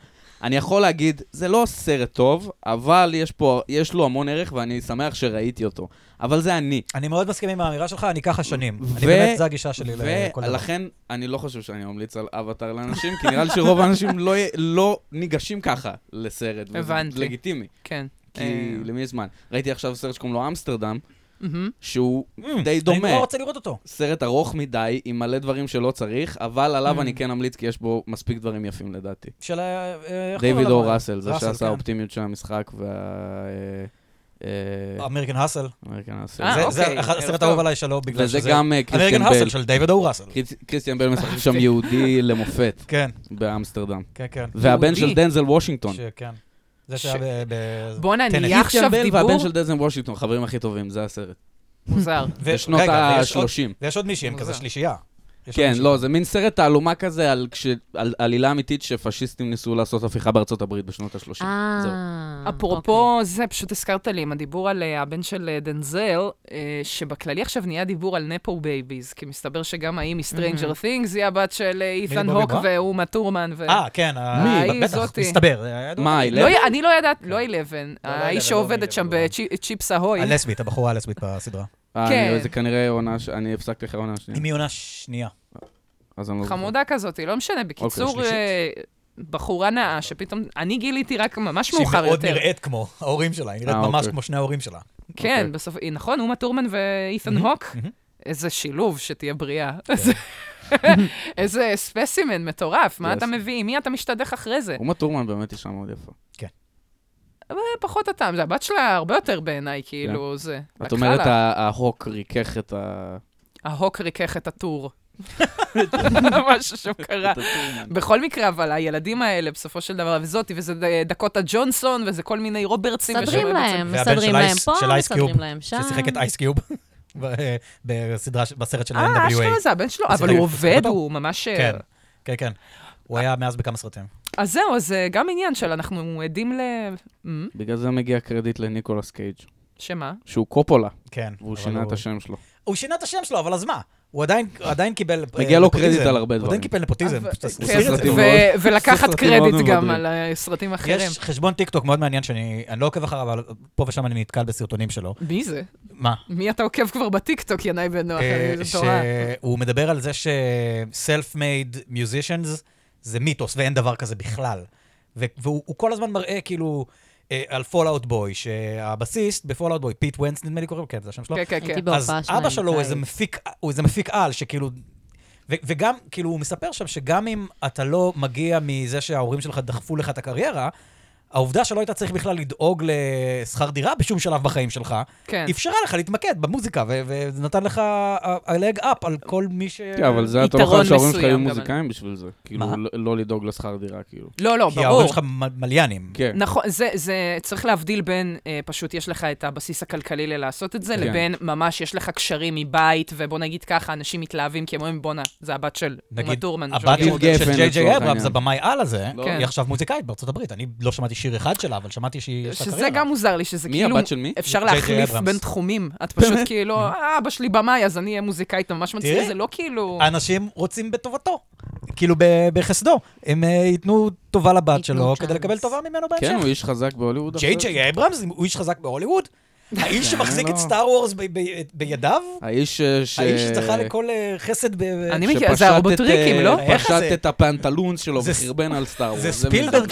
Speaker 5: אני יכול להגיד, זה לא סרט טוב, אבל יש פה, יש לו המון ערך ואני שמח שראיתי אותו. אבל זה אני.
Speaker 4: אני מאוד מסכים עם האמירה שלך, אני ככה שנים.
Speaker 5: ו-
Speaker 4: אני באמת, זו הגישה שלי לכל דבר.
Speaker 5: ולכן, אני לא חושב שאני ממליץ על אבטאר לאנשים, כי נראה לי שרוב האנשים לא י- לא ניגשים ככה לסרט. וזה
Speaker 2: הבנתי.
Speaker 5: לגיטימי,
Speaker 2: כן.
Speaker 5: כי למי יש זמן? ראיתי עכשיו סרט שקוראים לו אמסטרדם,
Speaker 2: מהמם.
Speaker 5: שהוא
Speaker 4: Mm,
Speaker 5: די דומה.
Speaker 4: אני לא רוצה לראות אותו.
Speaker 5: סרט ארוך מדי, עם מלא דברים שלא צריך, אבל עליו
Speaker 2: Mm.
Speaker 5: אני כן אמליץ, כי יש בו מספיק דברים יפים לדעתי.
Speaker 4: של ה... אה, איך
Speaker 5: דיוויד
Speaker 4: קוראים
Speaker 5: או
Speaker 4: לו?
Speaker 5: ראסל, זה
Speaker 4: ראסל,
Speaker 5: שעשה
Speaker 4: כן.
Speaker 5: האופטימיות של המשחק וה... אה, אה,
Speaker 4: אמריקן האסל.
Speaker 5: אמריקן האסל.
Speaker 2: אה,
Speaker 4: זה-
Speaker 2: אוקיי,
Speaker 4: זה אחד- הסרט
Speaker 2: ערב
Speaker 4: האהוב
Speaker 2: טוב.
Speaker 4: עליי שלו, בגלל
Speaker 5: וזה
Speaker 4: שזה...
Speaker 5: גם אה,
Speaker 4: אמריקן
Speaker 5: קריסטיאן בל.
Speaker 4: האסל של אה, כן. דיוויד או ראסל.
Speaker 5: קריס- קריסטיאן בל משחק שם יהודי למופת
Speaker 4: כן,
Speaker 5: באמסטרדם.
Speaker 4: כן, כן.
Speaker 5: והבן של
Speaker 2: יהודי?
Speaker 5: דנזל וושינגטון.
Speaker 4: שכן. זה
Speaker 2: ש-
Speaker 4: שהיה ב... ב-
Speaker 2: בואנה,
Speaker 4: טנט.
Speaker 2: נהיה עכשיו
Speaker 5: קריסטיאן בל
Speaker 2: דיבור
Speaker 5: והבן של דנזל וושינגטון, חברים הכי טובים, זה הסרט.
Speaker 2: מוזר.
Speaker 4: ו-
Speaker 5: בשנות
Speaker 4: רגע, ויש עוד-
Speaker 5: ה-30.
Speaker 4: ויש עוד מישהי, הם
Speaker 2: מוזר.
Speaker 4: כזה שלישייה. יש עוד
Speaker 5: כן,
Speaker 4: מישהי.
Speaker 5: לא, זה מין סרט תעלומה כזה על כש- על עלילה אמיתית שפשיסטים ניסו לעשות הפיכה בארצות הברית בשנות ה-30. זהו.
Speaker 3: אה...
Speaker 2: אפרופו זה, פשוט הזכרת לי עם הדיבור על אה, הבן של אה, דנזל, אה, שבכללי עכשיו נהיה דיבור על נפו בייביז, כי מסתבר שגם ההיא מסטרנג'ר תינגס, היא הבת של אה, אית'ן
Speaker 4: בובי
Speaker 2: הוק
Speaker 4: בראון?
Speaker 2: ואומה טורמן. ו-
Speaker 4: אה, כן. ה-
Speaker 2: מי?
Speaker 4: בטח,
Speaker 2: זאתי.
Speaker 4: מסתבר. אה, זה היה-
Speaker 5: מה,
Speaker 2: לא,
Speaker 5: אילב?
Speaker 2: אני לא ידעת, לא אילבן,
Speaker 4: לא, לא
Speaker 2: האיש
Speaker 4: אילבן, לא
Speaker 2: שעובדת
Speaker 4: אילבן,
Speaker 2: שם
Speaker 4: לא.
Speaker 2: בצ'יפס ההוי.
Speaker 4: הלסבית, הבחורה הלסבית בסדרה.
Speaker 5: אה,
Speaker 2: כן.
Speaker 5: אני- זה כנראה עונה, ש- אני הפסקתי אחרי העונה השנייה.
Speaker 4: היא מעונה שנייה.
Speaker 5: אז אני לא זוכר.
Speaker 2: חמודה כזאת, לא משנה. בקיצור,
Speaker 5: שלישית.
Speaker 2: אה, בחורה נאה שפתאום, אני גיליתי רק ממש
Speaker 4: שהיא
Speaker 2: מאוחר
Speaker 4: מאוד
Speaker 2: יותר.
Speaker 4: נראית כמו ההורים שלה, היא נראית
Speaker 5: אה,
Speaker 4: ממש
Speaker 5: אוקיי.
Speaker 4: כמו שני ההורים שלה.
Speaker 2: כן,
Speaker 5: אוקיי.
Speaker 2: בסוף, היא- נכון, אומה טורמן ואית'ן הוק? איזה שילוב, שתהיה בריאה. איזה ספסימן מטורף, מה
Speaker 5: Yes.
Speaker 2: אתה מביא? מי אתה משתדך אחרי זה?
Speaker 5: אומה טורמן באמת אישה מאוד יפה.
Speaker 2: אבל אה, פחות הטעם, זה הבת שלה הרבה יותר בעיניי, כאילו, זה.
Speaker 5: את
Speaker 2: לקחה
Speaker 5: אומרת,
Speaker 2: לה.
Speaker 5: ה- ההוק ריכך את ה...
Speaker 2: ההוק ריכך את הטור. משהו שם קרה.
Speaker 5: את הטורמן.
Speaker 2: בכל מקרה, אבל הילדים האלה, בסופו של דבר, וזאתי, וזה ד- דקוטה ג'ונסון, וזה כל מיני רוברטסים.
Speaker 3: מסדרים
Speaker 2: ושלא בעצם-
Speaker 3: להם,
Speaker 4: והבן
Speaker 3: מסדרים
Speaker 4: של
Speaker 3: להם
Speaker 4: אייס-
Speaker 3: פה,
Speaker 4: של אייס
Speaker 3: מסדרים
Speaker 4: קיוב,
Speaker 3: להם שם.
Speaker 4: ששיחק את אייסקיוב בסדרה, ש- בסרט של
Speaker 2: אה,
Speaker 4: NWA.
Speaker 2: אשכרה זה הבן שלו,
Speaker 4: זה
Speaker 2: אבל הוא
Speaker 4: זה
Speaker 2: עובד,
Speaker 4: אותו.
Speaker 2: הוא ממש... אה,
Speaker 4: כן, כן, כן. הוא היה מאז בכמה סרטים.
Speaker 2: אז זהו, אז אה, גם עניין של אנחנו עדים ל... אמ,
Speaker 5: בגלל זה מגיע קרדיט לניקולס קייג',
Speaker 2: שמה?
Speaker 5: שהוא קופולה,
Speaker 4: כן.
Speaker 5: והוא
Speaker 4: אבל
Speaker 5: שינה את
Speaker 4: הוא-
Speaker 5: השם שלו.
Speaker 2: אה,
Speaker 4: הוא שינה את השם שלו, אבל אז מה? הוא עדיין עדיין קיבל... אה,
Speaker 5: מגיע לו
Speaker 4: נפוטיזם.
Speaker 5: קרדיט על הרבה
Speaker 4: הוא עדיין
Speaker 5: דברים.
Speaker 4: קיבל נפוטיזם, פשוט
Speaker 2: כן,
Speaker 4: תסביר את זה.
Speaker 5: סרטים
Speaker 2: ו-
Speaker 5: מאוד-
Speaker 2: ולקחת
Speaker 5: סרטים מאוד
Speaker 2: קרדיט גם
Speaker 5: ממדרים.
Speaker 2: על אה, סרטים אחרים.
Speaker 4: יש חשבון טיקטוק מאוד מעניין שאני אני לא עוקב אחריו, אבל פה ושם אני נתקל בסרטונים שלו.
Speaker 2: מי זה?
Speaker 4: מה?
Speaker 2: מי אתה עוקב כבר בטיקטוק, ינאי בן נוח?
Speaker 4: אה,
Speaker 2: אני- זה תורה.
Speaker 4: שהוא מדבר על זה ש-self-made musicians זה מיתוס ואין דבר כזה בכלל. ו- והוא הוא כל הזמן מראה כאילו אה, על פולאאוט בוי, שהבסיסט בפולאאוט בוי, פיט ונס, נדמה לי קוראים, כן, זה השם שלו.
Speaker 2: כן, כן, כן.
Speaker 3: הייתי בהופעה
Speaker 4: אז
Speaker 3: שלהם.
Speaker 4: אבא שלו הוא איזה
Speaker 3: בקיץ.
Speaker 4: מפיק, הוא איזה מפיק על, שכאילו... ו- וגם, כאילו, הוא מספר שם שגם אם אתה לא מגיע מזה שההורים שלך דחפו לך את הקריירה, העובדה שלא היית צריך בכלל לדאוג לשכר דירה בשום שלב בחיים שלך,
Speaker 2: כן.
Speaker 4: אפשרה לך להתמקד במוזיקה, ו- ונתן לך ה-leg up על כל מי ש...
Speaker 5: כן, אבל זה היה
Speaker 2: יתרון
Speaker 5: טוב שההורים שלך
Speaker 2: מסוים
Speaker 5: היו
Speaker 2: גם.
Speaker 5: מוזיקאים בשביל זה. כאילו, לא- לא לדאוג לשכר דירה, כאילו.
Speaker 2: לא, לא,
Speaker 4: כי ההורים
Speaker 2: ברור.
Speaker 4: שלך מ- מליינים.
Speaker 5: כן.
Speaker 2: נכון, זה, זה, צריך להבדיל בין, אה, פשוט יש לך את הבסיס הכלכלי ללעשות את זה,
Speaker 5: כן.
Speaker 2: לבין ממש יש לך קשרים מבית, ובוא נגיד ככה, אנשים מתלהבים, כי הם אומרים, בואנה, זה הבת של אומה
Speaker 4: נגיד,
Speaker 2: טורמן.
Speaker 4: הבת
Speaker 2: ז'ורגיה
Speaker 5: של
Speaker 2: רודריגז."
Speaker 5: גפן,
Speaker 4: של ג'יי
Speaker 5: לצורך
Speaker 4: ג'יי אברהם,
Speaker 5: העניין.
Speaker 4: זה במאי על הזה,
Speaker 5: לא.
Speaker 4: היא עכשיו מוזיקאית בארצות הברית. אני לא שמעתי שיר אחד שלה, אבל שמעתי שהיא... יש לה
Speaker 2: שזה
Speaker 4: קריירה.
Speaker 2: גם מוזר לי, שזה
Speaker 5: מי
Speaker 2: כאילו...
Speaker 5: הבת של מי?
Speaker 2: אפשר
Speaker 4: ג'יי ג'יי
Speaker 2: להחליף
Speaker 4: אברמס.
Speaker 2: בין תחומים. את פשוט כאילו, "אה, אבא שלי במאי, אז אני אהיה מוזיקאית, אתה ממש מצליח,
Speaker 4: תראי.
Speaker 2: זה לא כאילו...
Speaker 4: אנשים רוצים בטובתו, כאילו ב- בחסדו. הם אה, ייתנו טובה לבת
Speaker 3: ייתנו
Speaker 4: שלו
Speaker 3: צ'אנס.
Speaker 4: כדי לקבל טובה ממנו
Speaker 5: כן, הוא
Speaker 4: בהמשך.
Speaker 5: איש חזק בהוליווד.
Speaker 4: ג'יי
Speaker 5: עכשיו.
Speaker 4: ג'יי אברהמס הוא איש חזק בהוליווד. האיש שמחזיק
Speaker 5: לא.
Speaker 4: את סטאר וורס ב- ב- בידיו?
Speaker 5: האיש אה, ש...
Speaker 4: האיש שזכה לכל אה, חסד ב... ב-
Speaker 2: אני
Speaker 4: ש-
Speaker 2: מכיר, זה הרובוטריקים, לא?
Speaker 4: איך
Speaker 5: אה, פשט
Speaker 4: זה?
Speaker 5: את הפנטלונס שלו
Speaker 4: זה-
Speaker 5: וחרבן על סטאר וורס.
Speaker 4: זה
Speaker 5: בדיוק
Speaker 4: ספילברג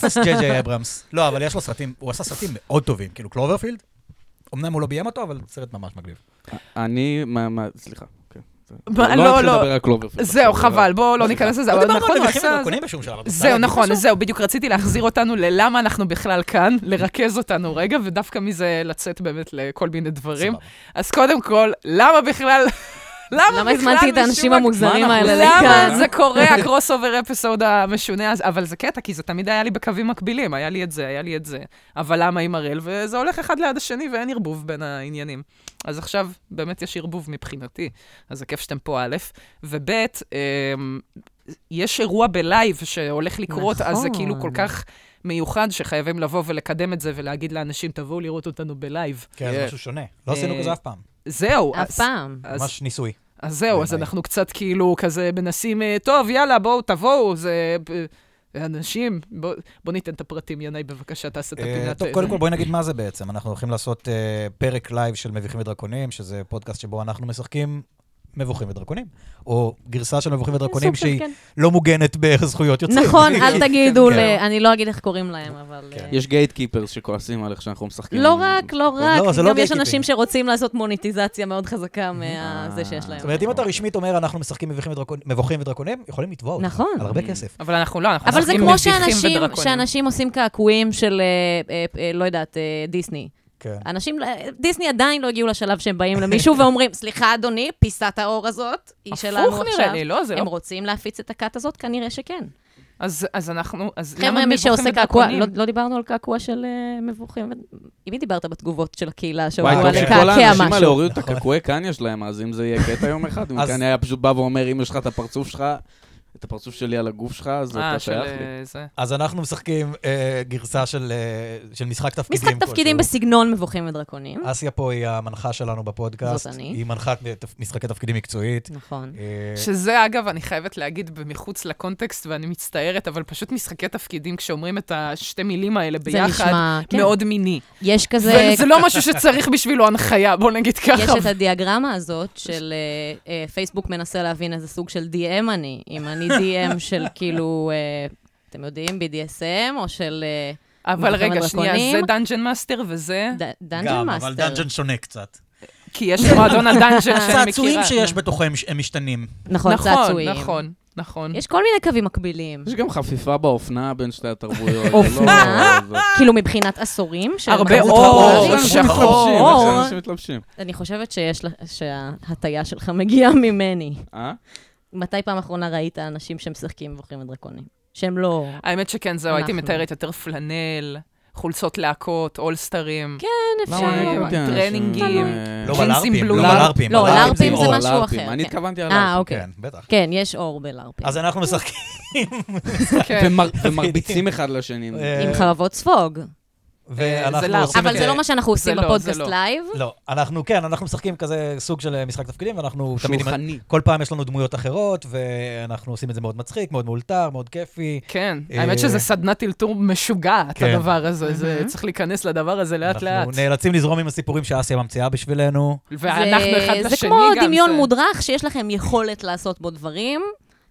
Speaker 5: זה.
Speaker 4: 2.0, ג'יי ג'יי אברהמס. לא, אבל יש לו סרטים, הוא עשה סרטים מאוד טובים, כאילו קלוברפילד. אמנם הוא לא ביים אותו, אבל סרט ממש מגניב.
Speaker 5: אני... מה- מה- סליחה. אוקיי, זה-
Speaker 2: מה,
Speaker 5: לא,
Speaker 2: לא,
Speaker 5: נתחיל
Speaker 2: לא.
Speaker 5: לדבר על קלוברפילד.
Speaker 2: זהו,
Speaker 5: עכשיו,
Speaker 2: חבל, בואו לא ניכנס לזה,
Speaker 4: לא
Speaker 2: אבל
Speaker 4: דיברנו
Speaker 2: נכון,
Speaker 4: על
Speaker 2: הוא
Speaker 4: מלחמת
Speaker 2: עשה...
Speaker 4: דרקונים בשום שלב. אבל בסדר,
Speaker 2: זהו,
Speaker 4: אני
Speaker 2: נכון,
Speaker 4: חושב.
Speaker 2: זהו, בדיוק רציתי להחזיר אותנו ללמה אנחנו בכלל כאן, לרכז אותנו רגע, ודווקא מזה לצאת באמת לכל מיני דברים.
Speaker 4: סבבה.
Speaker 2: אז קודם כל, למה בכלל... למה בכלל
Speaker 3: למה הזמנתי את
Speaker 2: מישהו
Speaker 3: האנשים
Speaker 2: רק-
Speaker 3: המוזרים
Speaker 5: מה
Speaker 3: האלה
Speaker 5: אנחנו-
Speaker 3: לכאן?
Speaker 2: למה זה קורה, הקרוס אובר אפיסוד המשונה הזה? אבל זה קטע, כי זה תמיד היה לי בקווים מקבילים, היה לי את זה, היה לי את זה. אבל למה עם הראל? וזה הולך אחד ליד השני ואין ערבוב בין העניינים. אז עכשיו באמת יש ערבוב מבחינתי, אז זה כיף שאתם פה, א', וב', אמ, יש אירוע בלייב שהולך לקרות, אז זה כאילו כל
Speaker 3: נכון.
Speaker 2: כך מיוחד, שחייבים לבוא ולקדם את זה ולהגיד לאנשים, תבואו לראות אותנו בלייב.
Speaker 4: כן,
Speaker 5: Yeah.
Speaker 4: זה משהו שונה. לא עשינו
Speaker 2: אה,
Speaker 4: כזה אף פעם.
Speaker 2: זהו.
Speaker 3: אף
Speaker 2: אז-
Speaker 3: פעם.
Speaker 2: אז-
Speaker 4: ממש ניסוי.
Speaker 2: אז זהו, אז
Speaker 4: בעיניי.
Speaker 2: אנחנו קצת כאילו כזה מנסים, אה, טוב, יאללה, בואו, תבואו, זה... אה, אנשים, בוא, בוא ניתן את הפרטים, ינאי, בבקשה, תעשה את
Speaker 4: אה,
Speaker 2: הפינת...
Speaker 4: טוב, קודם כל בואי נגיד מה זה בעצם. אנחנו הולכים לעשות אה, פרק לייב של מביכים ודרקונים, שזה פודקאסט שבו אנחנו משחקים מבוכים ודרקונים, או גרסה של מבוכים ודרקונים
Speaker 3: סוג של
Speaker 4: שהיא
Speaker 3: כן.
Speaker 4: לא מוגנת בזכויות יוצרים.
Speaker 3: נכון, אל תגידו,
Speaker 4: לא כן.
Speaker 3: ל- אני לא אגיד איך קוראים להם, אבל... אה,
Speaker 5: יש גייט קיפרס שכועסים עליך שאנחנו משחקים.
Speaker 3: לא רק, לא רק,
Speaker 4: לא, זה לא
Speaker 3: גם יש
Speaker 4: gatekeeping. אה,
Speaker 3: אנשים שרוצים לעשות מוניטיזציה מאוד חזקה מזה שיש
Speaker 5: זאת
Speaker 3: להם.
Speaker 4: זאת אומרת, אם אתה רשמית אומר, אנחנו משחקים מבוכים ודרקונים- מבוכים ודרקונים, יכולים לתבוע אותך.
Speaker 3: נכון.
Speaker 4: על הרבה כסף.
Speaker 2: אבל אנחנו לא, אנחנו
Speaker 3: אבל זה
Speaker 2: משחקים
Speaker 3: כמו
Speaker 2: מביכים
Speaker 3: שאנשים,
Speaker 2: ודרקונים.
Speaker 3: שאנשים עושים קעקועים של, אה, אה, אה, לא יודעת, אה, דיסני.
Speaker 4: כן.
Speaker 3: אנשים, דיסני עדיין לא הגיעו לשלב שהם באים למישהו ואומרים, סליחה, אדוני, פיסת האור הזאת היא שלנו עכשיו.
Speaker 2: הפוך נראה לי, לא, זה
Speaker 3: הם
Speaker 2: לא...
Speaker 3: רוצים להפיץ את הכת הזאת? כנראה שכן.
Speaker 2: אז, אז אנחנו... אז למה
Speaker 3: חבר'ה, מי
Speaker 2: מבוכים
Speaker 3: שעושה קעקוע,
Speaker 2: ודרקונים?
Speaker 3: לא, לא דיברנו על קעקוע של אה, מבוכים. עם מי דיברת בתגובות של הקהילה השבוע
Speaker 5: וואי,
Speaker 3: על
Speaker 5: טוב שכל
Speaker 3: לקעקע
Speaker 5: האנשים האלה
Speaker 3: משהו?
Speaker 5: הורידו את
Speaker 4: נכון.
Speaker 5: הקעקועי קניה שלהם, אז אם זה יהיה קטע יום אחד, אם
Speaker 4: אז-
Speaker 5: קניה היה פשוט בא ואומר, אם יש לך את הפרצוף שלך, את הפרצוף שלי על הגוף שלך, אז אתה
Speaker 2: אה, של
Speaker 5: שייך לי.
Speaker 2: אה, זה.
Speaker 4: אז אנחנו משחקים אה, גרסה של אה, של משחק תפקידים.
Speaker 5: כן,
Speaker 3: משחק תפקידים
Speaker 4: כלשהו. Hmm?
Speaker 3: בסגנון מבוכים ודרקונים.
Speaker 4: אסיה פה היא המנחה שלנו בפודקאסט.
Speaker 3: זאת אני.
Speaker 4: היא מנחת בתפ- משחקי תפקידים מקצועית.
Speaker 3: נכון.
Speaker 5: כן.
Speaker 4: אה,
Speaker 2: שזה, אגב, אני חייבת להגיד מחוץ לקונטקסט, ואני מצטערת, אבל פשוט משחקי תפקידים, כשאומרים את השתי מילים האלה
Speaker 3: זה
Speaker 2: ביחד,
Speaker 3: נשמע, כן.
Speaker 2: מאוד מיני.
Speaker 3: יש כזה...
Speaker 2: וזה לא משהו שצריך בשבילו הנחיה, בוא נגיד ככה.
Speaker 3: יש את הדיאגרמה הזאת של אה, אה, פייסבוק מנסה להבין איזה סוג של DM אני, אם אני DM של כאילו, אה, אתם יודעים, BDSM, או של אה,
Speaker 2: אבל
Speaker 3: מלחמת
Speaker 2: רגע, שנייה,
Speaker 3: דרקונים.
Speaker 2: זה דאנג'ן מאסטר וזה...
Speaker 3: ד- דאנג'ן
Speaker 4: גם,
Speaker 3: מאסטר.
Speaker 4: אבל דאנג'ן שונה קצת.
Speaker 2: כי יש מועדון הדאנג'ן שאני מכירה.
Speaker 3: כן.
Speaker 4: צעצועים שיש בתוכם הם משתנים.
Speaker 3: נכון, צעצועים.
Speaker 2: נכון, נכון, נכון.
Speaker 3: יש כל מיני קווים מקבילים.
Speaker 5: יש גם חפיפה באופנה בין שתי התרבויות. זה לא-
Speaker 3: אופנה?
Speaker 5: זה-
Speaker 3: כאילו מבחינת עשורים. של
Speaker 2: אה. הרבה
Speaker 3: מחזות
Speaker 2: אור,
Speaker 5: איך
Speaker 3: פופולריים.
Speaker 5: אנשים
Speaker 2: שחור.
Speaker 5: מתלבשים, איך
Speaker 3: אור.
Speaker 5: אנשים מתלבשים.
Speaker 3: אני חושבת שיש לה- שההטייה שלך מגיעה ממני.
Speaker 5: אה?
Speaker 3: מתי פעם אחרונה ראית אנשים שמשחקים בבוחרים ודרקונים? שהם לא...
Speaker 2: האמת שכן, זהו, הייתי
Speaker 3: אנחנו.
Speaker 2: מתארת יותר פלנל, חולצות להקות, אולסטרים. כן,
Speaker 5: למה
Speaker 3: לא,
Speaker 5: אני
Speaker 2: אפשר?
Speaker 5: הכרתי אנשים,
Speaker 2: טרנינגים.
Speaker 5: אה,
Speaker 4: לא
Speaker 2: ג'ינסים
Speaker 4: בלארפים, לא
Speaker 2: בלו.
Speaker 4: בלארפים.
Speaker 3: לא,
Speaker 5: לארפים
Speaker 3: לארפים זה
Speaker 5: אור,
Speaker 3: משהו
Speaker 5: לארפים.
Speaker 3: אחר,
Speaker 5: אני
Speaker 3: כן.
Speaker 5: התכוונתי על
Speaker 3: אה,
Speaker 5: לארפים.
Speaker 3: אוקיי.
Speaker 4: כן, בטח.
Speaker 3: כן, יש אור בלארפים.
Speaker 4: אז אנחנו משחקים.
Speaker 3: אוקיי.
Speaker 2: כן.
Speaker 5: ומר- ומרביצים אחד לשני.
Speaker 4: אה,
Speaker 3: עם חרבות ספוג.
Speaker 4: ואנחנו
Speaker 2: לארפ.
Speaker 4: עושים
Speaker 3: אבל
Speaker 4: את-
Speaker 3: אה, זה לא מה שאנחנו עושים
Speaker 2: לא, זה
Speaker 3: בפודקאסט
Speaker 2: לא.
Speaker 3: לייב.
Speaker 4: לא, אנחנו, כן, אנחנו משחקים כזה סוג של אה, משחק תפקידים, ואנחנו תמיד... עם-
Speaker 5: שולחני.
Speaker 4: כל פעם יש לנו דמויות אחרות, ואנחנו עושים את זה מאוד מצחיק, מאוד מאולתר, מאוד כיפי.
Speaker 2: כן,
Speaker 4: אה,
Speaker 2: האמת שזה סדנת אלתור משוגעת,
Speaker 4: כן.
Speaker 2: הדבר הזה. זה
Speaker 3: Mhm.
Speaker 2: צריך להיכנס לדבר הזה לאט-לאט.
Speaker 4: אנחנו נאלצים לזרום עם הסיפורים שאסיה ממציאה בשבילנו.
Speaker 2: ואנחנו אחד
Speaker 3: זה-
Speaker 2: לשני גם.
Speaker 3: זה כמו דמיון
Speaker 2: זה-
Speaker 3: מודרך שיש לכם יכולת לעשות בו דברים,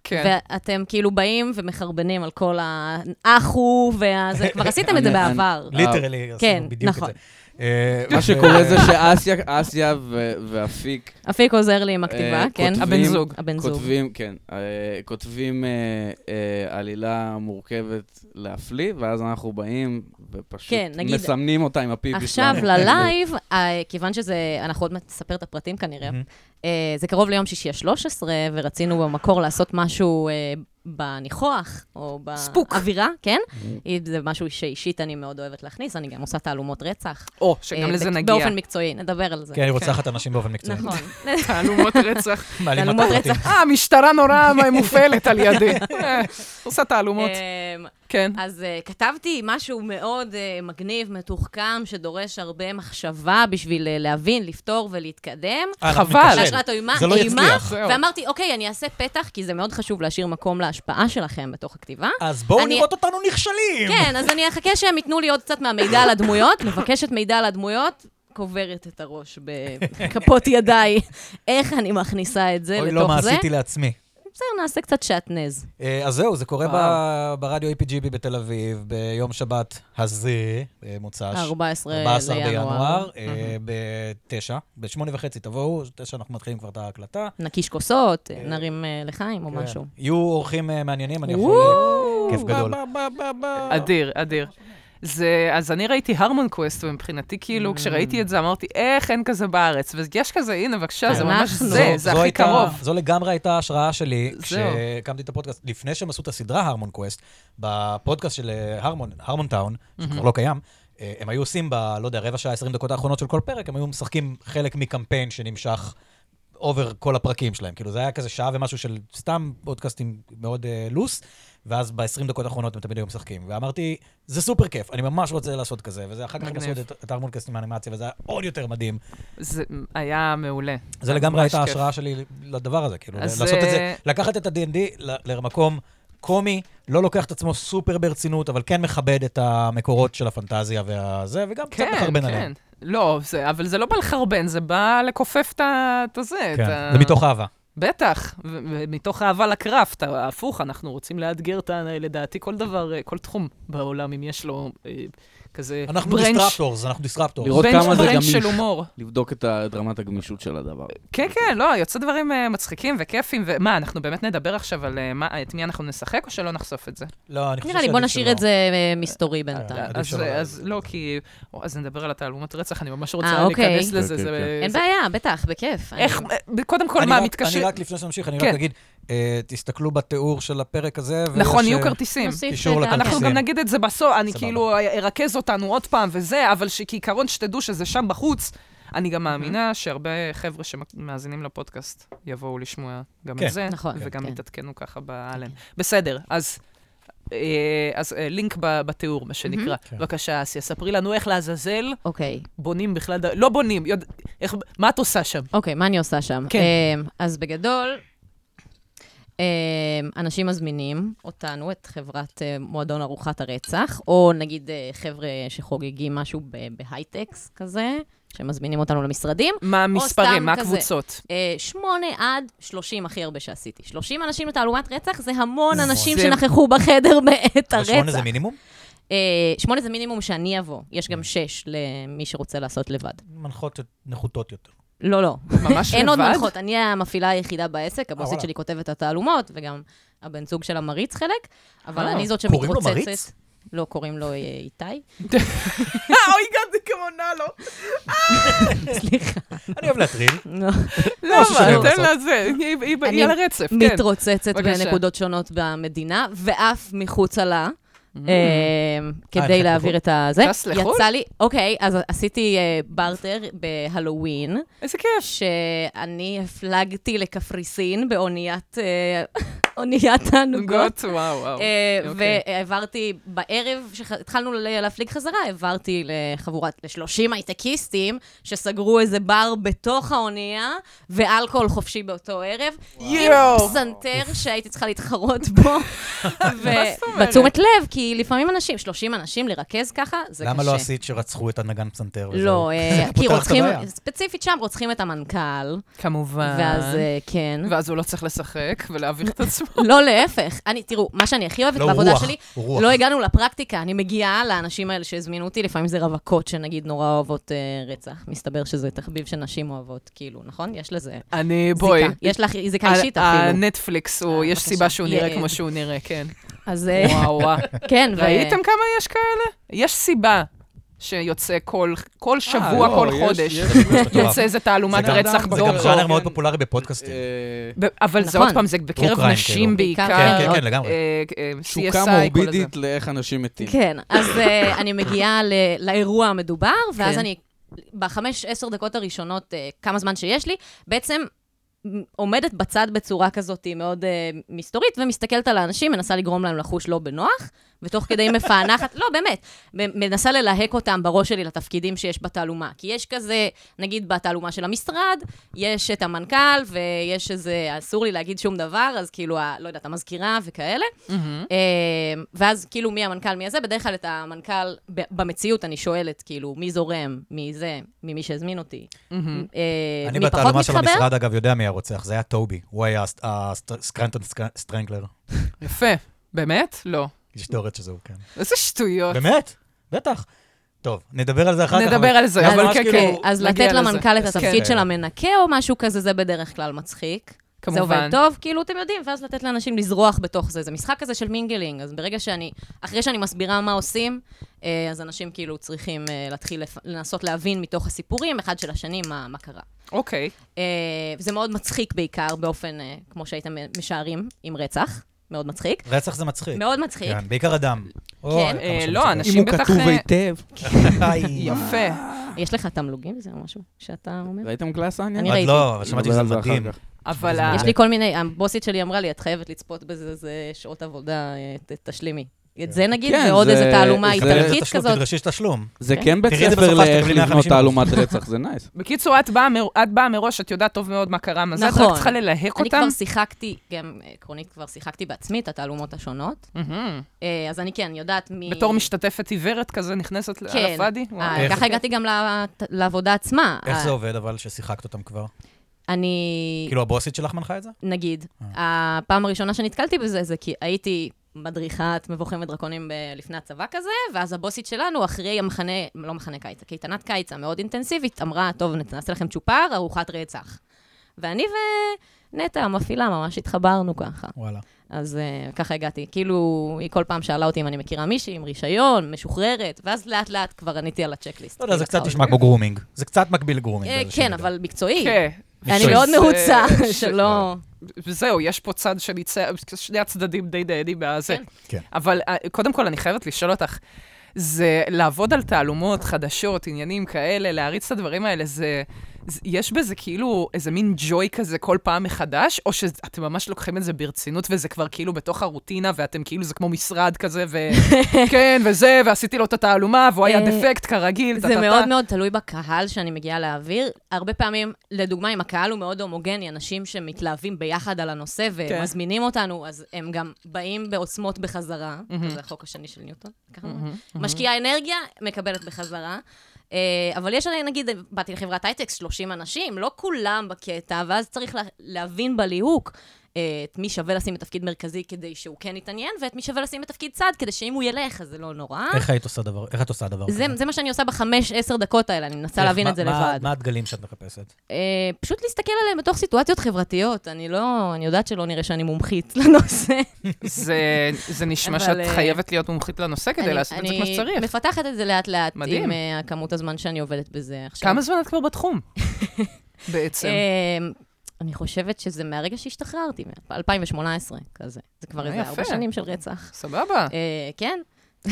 Speaker 2: כן.
Speaker 3: ואתם כאילו באים ומחרבנים על כל האחו, וזה, כבר עשיתם את זה
Speaker 5: אני- אני-
Speaker 3: בעבר.
Speaker 4: ליטרלי,
Speaker 3: כן,
Speaker 4: עשינו בדיוק את
Speaker 3: נכון.
Speaker 4: זה. אה,
Speaker 5: מה
Speaker 4: ו-
Speaker 5: שקורה זה שאסיה אסיה ו- ואפיק
Speaker 3: אפיק עוזר לי עם הכתיבה,
Speaker 5: אה,
Speaker 3: כן.
Speaker 5: כותבים-
Speaker 2: הבן זוג.
Speaker 3: הבן זוג.
Speaker 5: כותבים, כן, אה, כותבים אה, אה, עלילה מורכבת להפליא, ואז אנחנו באים ופשוט
Speaker 3: כן, נגיד-
Speaker 5: מסמנים אותה עם הפיפי
Speaker 3: עכשיו
Speaker 5: שלנו.
Speaker 3: ללייב, אה, כיוון שזה, אנחנו עוד מעט נספר את הפרטים כנראה,
Speaker 4: מהמם.
Speaker 3: אה, זה קרוב ליום שישי ה-13, ורצינו במקור לעשות משהו אה, בניחוח, או
Speaker 2: ספוק.
Speaker 3: באווירה, כן? אם זה משהו שאישית אני מאוד אוהבת להכניס, אני גם עושה תעלומות רצח.
Speaker 2: או,
Speaker 3: אה,
Speaker 2: שגם לזה
Speaker 3: בק-
Speaker 2: נגיע.
Speaker 3: באופן מקצועי, נדבר על זה.
Speaker 4: כן, היא רוצחת אנשים באופן מקצועי.
Speaker 3: נכון.
Speaker 2: תעלומות רצח.
Speaker 4: מעלים
Speaker 3: תעלומות
Speaker 4: מטרתי.
Speaker 3: רצח.
Speaker 2: אה, המשטרה נורא מופעלת על ידי. אה, עושה תעלומות.
Speaker 3: אמ,
Speaker 2: כן.
Speaker 3: אז uh, כתבתי משהו מאוד uh, מגניב, מתוחכם, שדורש הרבה מחשבה בשביל uh, להבין, לפתור ולהתקדם.
Speaker 4: אה, אנחנו
Speaker 2: חבל.
Speaker 4: ניכשל.
Speaker 3: להשראת אימה,
Speaker 4: זה לא
Speaker 3: אימה,
Speaker 4: יצליח.
Speaker 2: זהו.
Speaker 3: ואמרתי, אוקיי, אני אעשה פתח, כי זה מאוד חשוב להשאיר מקום להשפעה שלכם בתוך הכתיבה.
Speaker 4: אז בואו
Speaker 3: אני-
Speaker 4: לראות אותנו נכשלים.
Speaker 3: כן, אז אני אחכה שהם ייתנו לי עוד קצת מהמידע על הדמויות, מבקשת מידע על הדמויות, קוברת את הראש בכפות ידיי. איך אני מכניסה את זה
Speaker 4: אוי, לא, מה
Speaker 3: לתוך זה?
Speaker 4: עשיתי לעצמי.
Speaker 3: בסדר, נעשה קצת שעטנז.
Speaker 4: אה, אז זהו, זה קורה ב- ברדיו APGB בתל אביב, ביום שבת הזה, אה, מוצ"ש.
Speaker 3: 14
Speaker 4: 14
Speaker 3: בינואר.
Speaker 4: בינואר, אה, בתשע, בשמונה וחצי תבואו, תשע אנחנו מתחילים כבר את ההקלטה.
Speaker 3: נקיש כוסות, נרים אה, לחיים או
Speaker 4: כן.
Speaker 3: משהו.
Speaker 4: יהיו אורחים אה, מעניינים, אני יכול...
Speaker 2: וואו.
Speaker 5: כן,
Speaker 4: כיף גדול.
Speaker 3: אה.
Speaker 2: אדיר, אדיר. זה, אז אני ראיתי הרמון קווסט, ומבחינתי,
Speaker 3: Mm.
Speaker 2: כאילו, כשראיתי את זה, אמרתי, איך אין כזה בארץ? ויש כזה, הנה, בבקשה, זה ממש לא.
Speaker 3: אנחנו.
Speaker 2: זה,
Speaker 4: זו-
Speaker 2: זה
Speaker 4: זו
Speaker 2: הכי
Speaker 4: הייתה-
Speaker 2: קרוב.
Speaker 4: זו לגמרי הייתה ההשראה שלי
Speaker 2: זהו.
Speaker 4: כשהקמתי את הפודקאסט. לפני שהם עשו את הסדרה הרמון קווסט, בפודקאסט של אה, הרמון, הרמון טאון, שכבר לא קיים, אה, הם היו עושים ב, לא יודע, רבע שעה, 20 דקות האחרונות של כל פרק, הם היו משחקים חלק מקמפיין שנמשך אובר כל הפרקים שלהם. כאילו, זה היה כזה שעה ומשהו של סתם פודקאסטים מאוד אה, לוס, ואז ב-20 דקות האחרונות הם תמיד היו משחקים. ואמרתי, זה סופר כיף, אני ממש רוצה לעשות כזה. וזה אחר כך הם עשו
Speaker 2: מגניב.
Speaker 4: את- את הרמון קווסט עם האנימציה, וזה היה עוד יותר מדהים.
Speaker 2: זה היה מעולה.
Speaker 4: זה לגמרי
Speaker 2: ממש
Speaker 4: הייתה
Speaker 2: כיף.
Speaker 4: ההשראה שלי לדבר הזה, כאילו,
Speaker 2: אז,
Speaker 4: לעשות את
Speaker 2: אה,
Speaker 4: זה, לקחת את ה-D&D ל- למקום קומי, לא לוקח את עצמו סופר ברצינות, אבל כן מכבד את המקורות של הפנטזיה והזה, וגם קצת
Speaker 2: כן,
Speaker 4: מחרבן
Speaker 2: כן.
Speaker 4: עליהם.
Speaker 2: לא, זה- אבל זה לא בא לחרבן, זה בא לכופף את ה- את הזה. את ה-
Speaker 4: כן, זה מתוך אהבה.
Speaker 2: בטח, ו- ומתוך אהבה לקראפט, ה- הפוך, אנחנו רוצים לאתגר את ה... לדעתי כל דבר, אה, כל תחום בעולם, אם יש לו אה, כזה...
Speaker 4: אנחנו
Speaker 2: ברנץ'-
Speaker 4: דיסטרפטורס, אנחנו דיסטרפטורס.
Speaker 5: לראות
Speaker 2: ברנץ'-
Speaker 5: כמה זה
Speaker 2: ברנץ' של
Speaker 5: גמיש.
Speaker 2: הומור.
Speaker 5: לבדוק את ה- את רמת הגמישות של הדבר.
Speaker 2: כן, כן, לא, יוצא דברים אה, מצחיקים וכיפים, ומה, אנחנו באמת נדבר עכשיו על אה, מה- את מי אנחנו נשחק, או שלא נחשוף את זה?
Speaker 4: לא, אני חושב
Speaker 3: נראה לי, בוא
Speaker 4: שעדיף שלא.
Speaker 3: נשאיר את זה אה, מסתורי
Speaker 4: אה,
Speaker 3: בינתיים.
Speaker 4: עדיף
Speaker 2: אז
Speaker 4: שלא
Speaker 2: אה,
Speaker 4: לדבר
Speaker 2: אז לא, כי... או, אז נדבר על התעלומות רצח, אני ממש
Speaker 3: אה,
Speaker 2: רוצה
Speaker 3: אוקיי.
Speaker 2: להיכנס לזה.
Speaker 5: כן,
Speaker 2: זה-
Speaker 5: כן,
Speaker 3: אין
Speaker 4: אה,
Speaker 2: זה-
Speaker 3: בעיה, בטח, בכיף.
Speaker 2: איך,
Speaker 3: אני-
Speaker 2: אה, קודם כל,
Speaker 4: אני
Speaker 2: מה
Speaker 4: רק-
Speaker 2: מתקשר...
Speaker 4: אני רק, לפני שנמשיך, אני רק
Speaker 2: כן.
Speaker 4: אגיד, אה, תסתכלו בתיאור של הפרק הזה. ויש,
Speaker 2: נכון, יהיו
Speaker 4: אה,
Speaker 2: כרטיסים.
Speaker 3: נוסיף
Speaker 4: קישור
Speaker 3: את ה-
Speaker 4: לכרטיסים.
Speaker 2: אנחנו גם נגיד את זה בסוף, אני
Speaker 4: סבבה.
Speaker 2: כאילו ארכז אותנו עוד פעם וזה, אבל ש- כעיקרון שתדעו שזה שם בחוץ. אני גם מאמינה שהרבה חבר'ה שמאזינים לפודקאסט יבואו לשמוע גם
Speaker 4: כן.
Speaker 2: את זה,
Speaker 3: נכון,
Speaker 2: וגם
Speaker 3: כן.
Speaker 2: יתעדכנו ככה באלן. בסדר, אז... אה, אז אה, לינק ב- בתיאור, מה שנקרא. בבקשה, אסיה, ספרי לנו איך לעזאזל
Speaker 3: אוקיי.
Speaker 2: בונים בכלל, ד- לא בונים, יודע- איך- מה את עושה שם?
Speaker 3: אוקיי, מה אני עושה שם?
Speaker 2: כן.
Speaker 3: אמ, אז בגדול, אמ, אנשים מזמינים אותנו, את חברת אה, מועדון ארוחת הרצח, או נגיד אה, חבר'ה שחוגגים משהו ב- בהייטקס כזה, שמזמינים אותנו למשרדים.
Speaker 2: מה המספרים,
Speaker 3: סתם
Speaker 2: מה
Speaker 3: כזה.
Speaker 2: הקבוצות?
Speaker 3: אה, שמונה עד שלושים הכי הרבה שעשיתי. שלושים אנשים לתעלומת רצח זה המון אנשים
Speaker 2: זה-
Speaker 3: שנכחו בחדר בעת
Speaker 4: אבל שמונה
Speaker 3: הרצח.
Speaker 4: זה מינימום?
Speaker 3: אה, שמונה זה מינימום שאני אבוא. יש
Speaker 4: Mm.
Speaker 3: גם שש למי שרוצה לעשות לבד.
Speaker 4: מנחות נחותות יותר.
Speaker 3: לא, לא.
Speaker 2: ממש
Speaker 3: אין עוד
Speaker 2: לבד?
Speaker 3: מנחות, אני המפעילה היחידה בעסק, הבוסית
Speaker 4: וואלה.
Speaker 3: שלי כותבת את התעלומות, וגם הבן זוג שלה מריץ חלק, אבל
Speaker 2: אה,
Speaker 3: אני זאת
Speaker 4: קוראים
Speaker 3: שמתרוצצת.
Speaker 4: לו מריץ?
Speaker 3: לא, קוראים לו אה, איתי.
Speaker 2: אה, אוי, לא. גאד, זה כמו נאלו.
Speaker 3: סליחה.
Speaker 4: אני אוהב להטריל.
Speaker 3: לא.
Speaker 2: לא,
Speaker 4: משהו שאני
Speaker 2: אבל
Speaker 4: אוהב
Speaker 2: תן
Speaker 4: לעשות.
Speaker 2: לה זה, היא- היא
Speaker 3: אני
Speaker 2: היא על הרצף, כן.
Speaker 3: מתרוצצת
Speaker 2: בבקשה.
Speaker 3: בנקודות שונות במדינה, ואף מחוצה לה. אה,
Speaker 4: אה,
Speaker 3: כדי
Speaker 4: הם
Speaker 3: להעביר את הזה.
Speaker 2: טס לחו"ל?
Speaker 3: יצא לי, אוקיי, אז עשיתי אה, בארטר בהלואוין,
Speaker 2: איזה כיף.
Speaker 3: שאני הפלגתי לקפריסין באוניית אה, אוניית הענוגות.
Speaker 2: נוגות, וואו, וואו.
Speaker 3: אה,
Speaker 2: אוקיי.
Speaker 3: והעברתי בערב, כשהתחלנו להפליג חזרה, העברתי לחבורת, ל-30 הייטקיסטים, שסגרו איזה בר בתוך האונייה, ואלכוהול חופשי באותו ערב.
Speaker 2: יואו.
Speaker 3: פסנתר שהייתי צריכה להתחרות בו. ובתשומת לב, כי לפעמים אנשים, 30 אנשים לרכז ככה, זה קשה.
Speaker 4: למה לא עשית שרצחו את הנגן פסנתר? וזה-
Speaker 3: לא, אה,
Speaker 4: זה פותר
Speaker 3: כי
Speaker 4: את
Speaker 3: רוצחים,
Speaker 4: הבעיה.
Speaker 3: ספציפית שם רוצחים את המנכ"ל,
Speaker 2: כמובן.
Speaker 3: ואז אה, כן.
Speaker 2: ואז הוא לא צריך לשחק ולהביך את עצמו.
Speaker 3: לא, להפך. אני, תראו, מה שאני הכי אוהבת
Speaker 4: לא,
Speaker 3: בעבודה
Speaker 4: רוח,
Speaker 3: שלי,
Speaker 4: רוח.
Speaker 3: לא הגענו לפרקטיקה, אני מגיעה לאנשים האלה שהזמינו אותי, לפעמים זה רווקות שנגיד נורא אוהבות אה, רצח. מסתבר שזה תחביב שנשים אוהבות, כאילו, נכון? יש לזה
Speaker 2: אני,
Speaker 3: זיקה.
Speaker 2: בואי. אה,
Speaker 3: יש לך זיקה
Speaker 2: ה-
Speaker 3: אישית אפילו.
Speaker 2: הנטפליקס, הוא-
Speaker 3: אה,
Speaker 2: יש
Speaker 3: בבקשה.
Speaker 2: סיבה שהוא נראה
Speaker 3: יא-
Speaker 2: כמו שהוא נראה, כן.
Speaker 3: אז אה,
Speaker 2: וואו, וואו.
Speaker 3: כן, ו-
Speaker 2: ראיתם כמה יש כאלה? יש סיבה שיוצא כל- כל שבוע,
Speaker 5: לא,
Speaker 2: כל
Speaker 5: יש-
Speaker 2: חודש,
Speaker 5: יש-
Speaker 2: יוצא איזה תעלומת
Speaker 4: זה גם-
Speaker 2: רצח לא.
Speaker 4: זה גם
Speaker 2: דוקו.
Speaker 4: ז'אנר מאוד פופולרי בפודקאסטים.
Speaker 5: אה,
Speaker 2: ב- אבל זה
Speaker 3: נכון.
Speaker 2: עוד פעם, זה בקרב
Speaker 4: קריים,
Speaker 2: נשים
Speaker 4: כאילו.
Speaker 2: בעיקר.
Speaker 3: כן,
Speaker 4: כן,
Speaker 2: אה,
Speaker 4: כן, לגמרי.
Speaker 2: אה, אה, CSI,
Speaker 5: תשוקה
Speaker 2: כל הזה.
Speaker 5: מורבידית לאיך אנשים מתים.
Speaker 3: כן, אז אה, אני מגיעה ל- לאירוע המדובר, ואז
Speaker 2: כן.
Speaker 3: אני, בחמש, עשר דקות הראשונות, אה, כמה זמן שיש לי, בעצם מ- עומדת בצד בצורה כזאת מאוד אה, מסתורית, ומסתכלת על האנשים, מנסה לגרום להם לחוש לא בנוח, ותוך כדי היא מפענחת, לא, באמת, מ- מנסה ללהק אותם בראש שלי לתפקידים שיש בתעלומה. כי יש כזה, נגיד בתעלומה של המשרד, יש את המנכ"ל, ויש איזה, אסור לי להגיד שום דבר, אז כאילו, ה- לא יודעת, המזכירה וכאלה.
Speaker 2: מהמם.
Speaker 3: אמ, ואז כאילו מי המנכ"ל, מי הזה, בדרך כלל את המנכ"ל, ב- במציאות אני שואלת, כאילו, מי זורם, מי זה, ממי שהזמין אותי.
Speaker 2: מהמם.
Speaker 3: אה,
Speaker 4: אני
Speaker 3: מי פחות
Speaker 4: בתעלומה של
Speaker 3: מתחבר?
Speaker 4: המשרד, אגב, יודע מי הרוצח, זה היה טובי. הוא היה הסט- הסטר- סקרנטון סק- סטרנגלר.
Speaker 2: יפה. באמת? לא.
Speaker 4: יש דורת שזה הוא, כן.
Speaker 2: איזה שטויות.
Speaker 4: באמת? בטח. טוב, נדבר על זה אחר כך.
Speaker 2: אוקיי. נדבר
Speaker 4: אבל-
Speaker 2: על זה,
Speaker 4: ממש
Speaker 2: אבל כן,
Speaker 4: כאילו-
Speaker 2: כן.
Speaker 3: אז
Speaker 2: נגיע
Speaker 3: לתת
Speaker 2: לזה.
Speaker 3: למנכ"ל את
Speaker 2: אז
Speaker 3: התפקיד
Speaker 4: כן.
Speaker 3: של המנקה או משהו כזה, זה בדרך כלל מצחיק. זה עובד
Speaker 2: כמובן.
Speaker 3: טוב, כאילו, אתם יודעים, ואז לתת לאנשים לזרוח בתוך זה. זה משחק כזה של מינגלינג, אז ברגע שאני, אחרי שאני מסבירה מה עושים, אה, אז אנשים כאילו צריכים אה, להתחיל לפ- לנסות להבין מתוך הסיפורים, אחד של השני, מה מה קרה.
Speaker 2: אוקיי.
Speaker 3: אה, זה מאוד מצחיק בעיקר, באופן, אה, כמו שהייתם אה, משערים, עם רצח. מאוד מצחיק.
Speaker 4: רצח זה מצחיק.
Speaker 3: מאוד מצחיק.
Speaker 4: כן, בעיקר אדם.
Speaker 3: אה,
Speaker 2: אה, לא, אנשים בטח... אה,
Speaker 5: היטב.
Speaker 2: יפה.
Speaker 3: יש לך תמלוגים? זה משהו שאתה אומר?
Speaker 5: ראיתם קלאס אניה?
Speaker 3: אני
Speaker 4: עוד
Speaker 3: ראיתי.
Speaker 4: לא, אבל שמעתי
Speaker 5: נדבר
Speaker 4: שזה
Speaker 5: על זה אחר
Speaker 4: מדהים.
Speaker 5: כך.
Speaker 2: אבל
Speaker 4: זה
Speaker 2: ה-
Speaker 3: יש לי כל מיני, הבוסית שלי אמרה לי, את חייבת לצפות בזה, זה שעות עבודה, אה, ת- תשלימי. את זה נגיד,
Speaker 5: כן,
Speaker 3: ועוד
Speaker 5: זה-
Speaker 3: איזה תעלומה
Speaker 5: זה-
Speaker 3: איטלקית
Speaker 4: תשלום,
Speaker 3: כזאת.
Speaker 4: תדרשי תשלום.
Speaker 2: אה.
Speaker 5: זה כן בית
Speaker 4: תראי את זה
Speaker 5: ספר
Speaker 4: בסופה,
Speaker 5: לאיך
Speaker 4: שתקבלי
Speaker 5: לבנות
Speaker 4: 150%.
Speaker 5: תעלומת רצח, זה נייס.
Speaker 2: בקיצור, את באה מר- את באה מראש, את יודעת טוב מאוד מה קרה, מה זה, את רק
Speaker 3: נכון.
Speaker 2: צריכה ללהק
Speaker 3: אני
Speaker 2: אותם.
Speaker 3: כבר שיחקתי, גם אה, עקרונית כבר שיחקתי בעצמי את התעלומות השונות.
Speaker 2: מהמם.
Speaker 3: אה, אז אני כן, יודעת מי...
Speaker 2: בתור משתתפת עיוורת כזה נכנסת ל-
Speaker 3: כן.
Speaker 2: על הוואדי?
Speaker 3: אה,
Speaker 2: וואו.
Speaker 3: ככה הגעתי גם לת- לעבודה עצמה.
Speaker 4: איך
Speaker 3: אה,
Speaker 4: זה עובד, אבל, ששיחקת אותם
Speaker 2: אה.
Speaker 4: כבר?
Speaker 3: אני...
Speaker 4: כאילו, הבוסית שלך מנחה את זה?
Speaker 3: נגיד.
Speaker 4: אה.
Speaker 3: הפעם הראשונה שנתקלתי בזה זה כי הייתי מדריכת מבוכים ודרקונים ב- לפני הצבא כזה, ואז הבוסית שלנו, אחרי המחנה, לא מחנה קיץ, הקייטנת קיץ המאוד אינטנסיבית, אמרה, טוב, נת- נעשה לכם צ'ופר, ארוחת רצח. ואני ונטע, המפעילה, ממש התחברנו ככה.
Speaker 4: וואלה.
Speaker 3: אז uh, ככה הגעתי. כאילו, היא כל פעם שאלה אותי אם אני מכירה מישהי עם רישיון, משוחררת, ואז לאט-לאט כבר עניתי על הצ'קליסט.
Speaker 4: לא יודע, זה
Speaker 2: אה,
Speaker 4: קצת
Speaker 3: כאילו, אתה
Speaker 4: נשמע כמו גרומינג. זה קצת מקביל גרומינג.
Speaker 3: אה,
Speaker 4: באיזושהי
Speaker 3: כן,
Speaker 4: מידה.
Speaker 3: אבל מקצועי.
Speaker 2: כן.
Speaker 3: אני
Speaker 4: מקצועי.
Speaker 3: מאוד
Speaker 2: זה-
Speaker 3: מרוצה
Speaker 2: זה-
Speaker 3: שלא...
Speaker 2: וזהו, יש פה צד של יצא, שני הצדדים די דיינים בזה.
Speaker 4: כן.
Speaker 2: אבל אה, קודם כל, אני חייבת לשאול אותך, זה לעבוד על תעלומות, חדשות, עניינים כאלה, להריץ את הדברים האלה, זה... זה- יש בזה כאילו איזה מין ג'וי כזה כל פעם מחדש, או שאתם ממש לוקחים את זה ברצינות וזה כבר כאילו בתוך הרוטינה, ואתם כאילו, זה כמו משרד כזה, וכן, וזה, ועשיתי לו את התעלומה, והוא היה
Speaker 3: אה,
Speaker 2: דפקט כרגיל,
Speaker 3: זה
Speaker 2: טה-טה-טה.
Speaker 3: מאוד מאוד תלוי בקהל שאני מגיעה להעביר. הרבה פעמים, לדוגמה, אם הקהל הוא מאוד הומוגני, אנשים שמתלהבים ביחד על הנושא
Speaker 2: כן.
Speaker 3: ומזמינים אותנו, אז הם גם באים בעוצמות בחזרה. זה החוק השני של ניוטון. ככה הוא אומר. משקיעה אנרגיה, מקבלת בחזרה. אה, אבל יש, נגיד, באתי לחברת הייטקס, 30 אנשים, לא כולם בקטע, ואז צריך לה- להבין בליהוק. אה, את מי שווה לשים בתפקיד מרכזי כדי שהוא כן יתעניין, ואת מי שווה לשים בתפקיד צד כדי שאם הוא ילך, אז זה לא נורא.
Speaker 4: איך היית עושה דבר, איך את עושה דבר
Speaker 3: זה,
Speaker 2: אוקיי.
Speaker 4: כזה?
Speaker 3: זה מה שאני עושה בחמש, עשר דקות האלה, אני מנסה
Speaker 4: איך,
Speaker 3: להבין
Speaker 4: מה-
Speaker 3: את זה
Speaker 4: מה-
Speaker 3: לבד.
Speaker 4: מה הדגלים שאת מחפשת?
Speaker 3: אה, פשוט להסתכל עליהם בתוך סיטואציות חברתיות. אני לא, אני יודעת שלא נראה שאני מומחית לנושא.
Speaker 2: זה, זה נשמע
Speaker 3: אבל,
Speaker 2: שאת
Speaker 3: אה,
Speaker 2: חייבת להיות מומחית לנושא כדי
Speaker 3: אני-
Speaker 2: לעשות את זה כמו
Speaker 3: אני
Speaker 2: שצריך.
Speaker 3: מפתחת את זה לאט-לאט
Speaker 2: מדהים.
Speaker 3: עם אה, כמות הזמן שאני עובדת בזה עכשיו.
Speaker 2: כמה זמן את כבר בתחום? בעצם.
Speaker 3: אה, אני חושבת שזה מהרגע שהשתחררתי, מ-2018 כזה. זה
Speaker 2: אה,
Speaker 3: כבר איזה ארבע
Speaker 2: יפה.
Speaker 3: שנים של רצח.
Speaker 2: סבבה.
Speaker 3: אה, כן,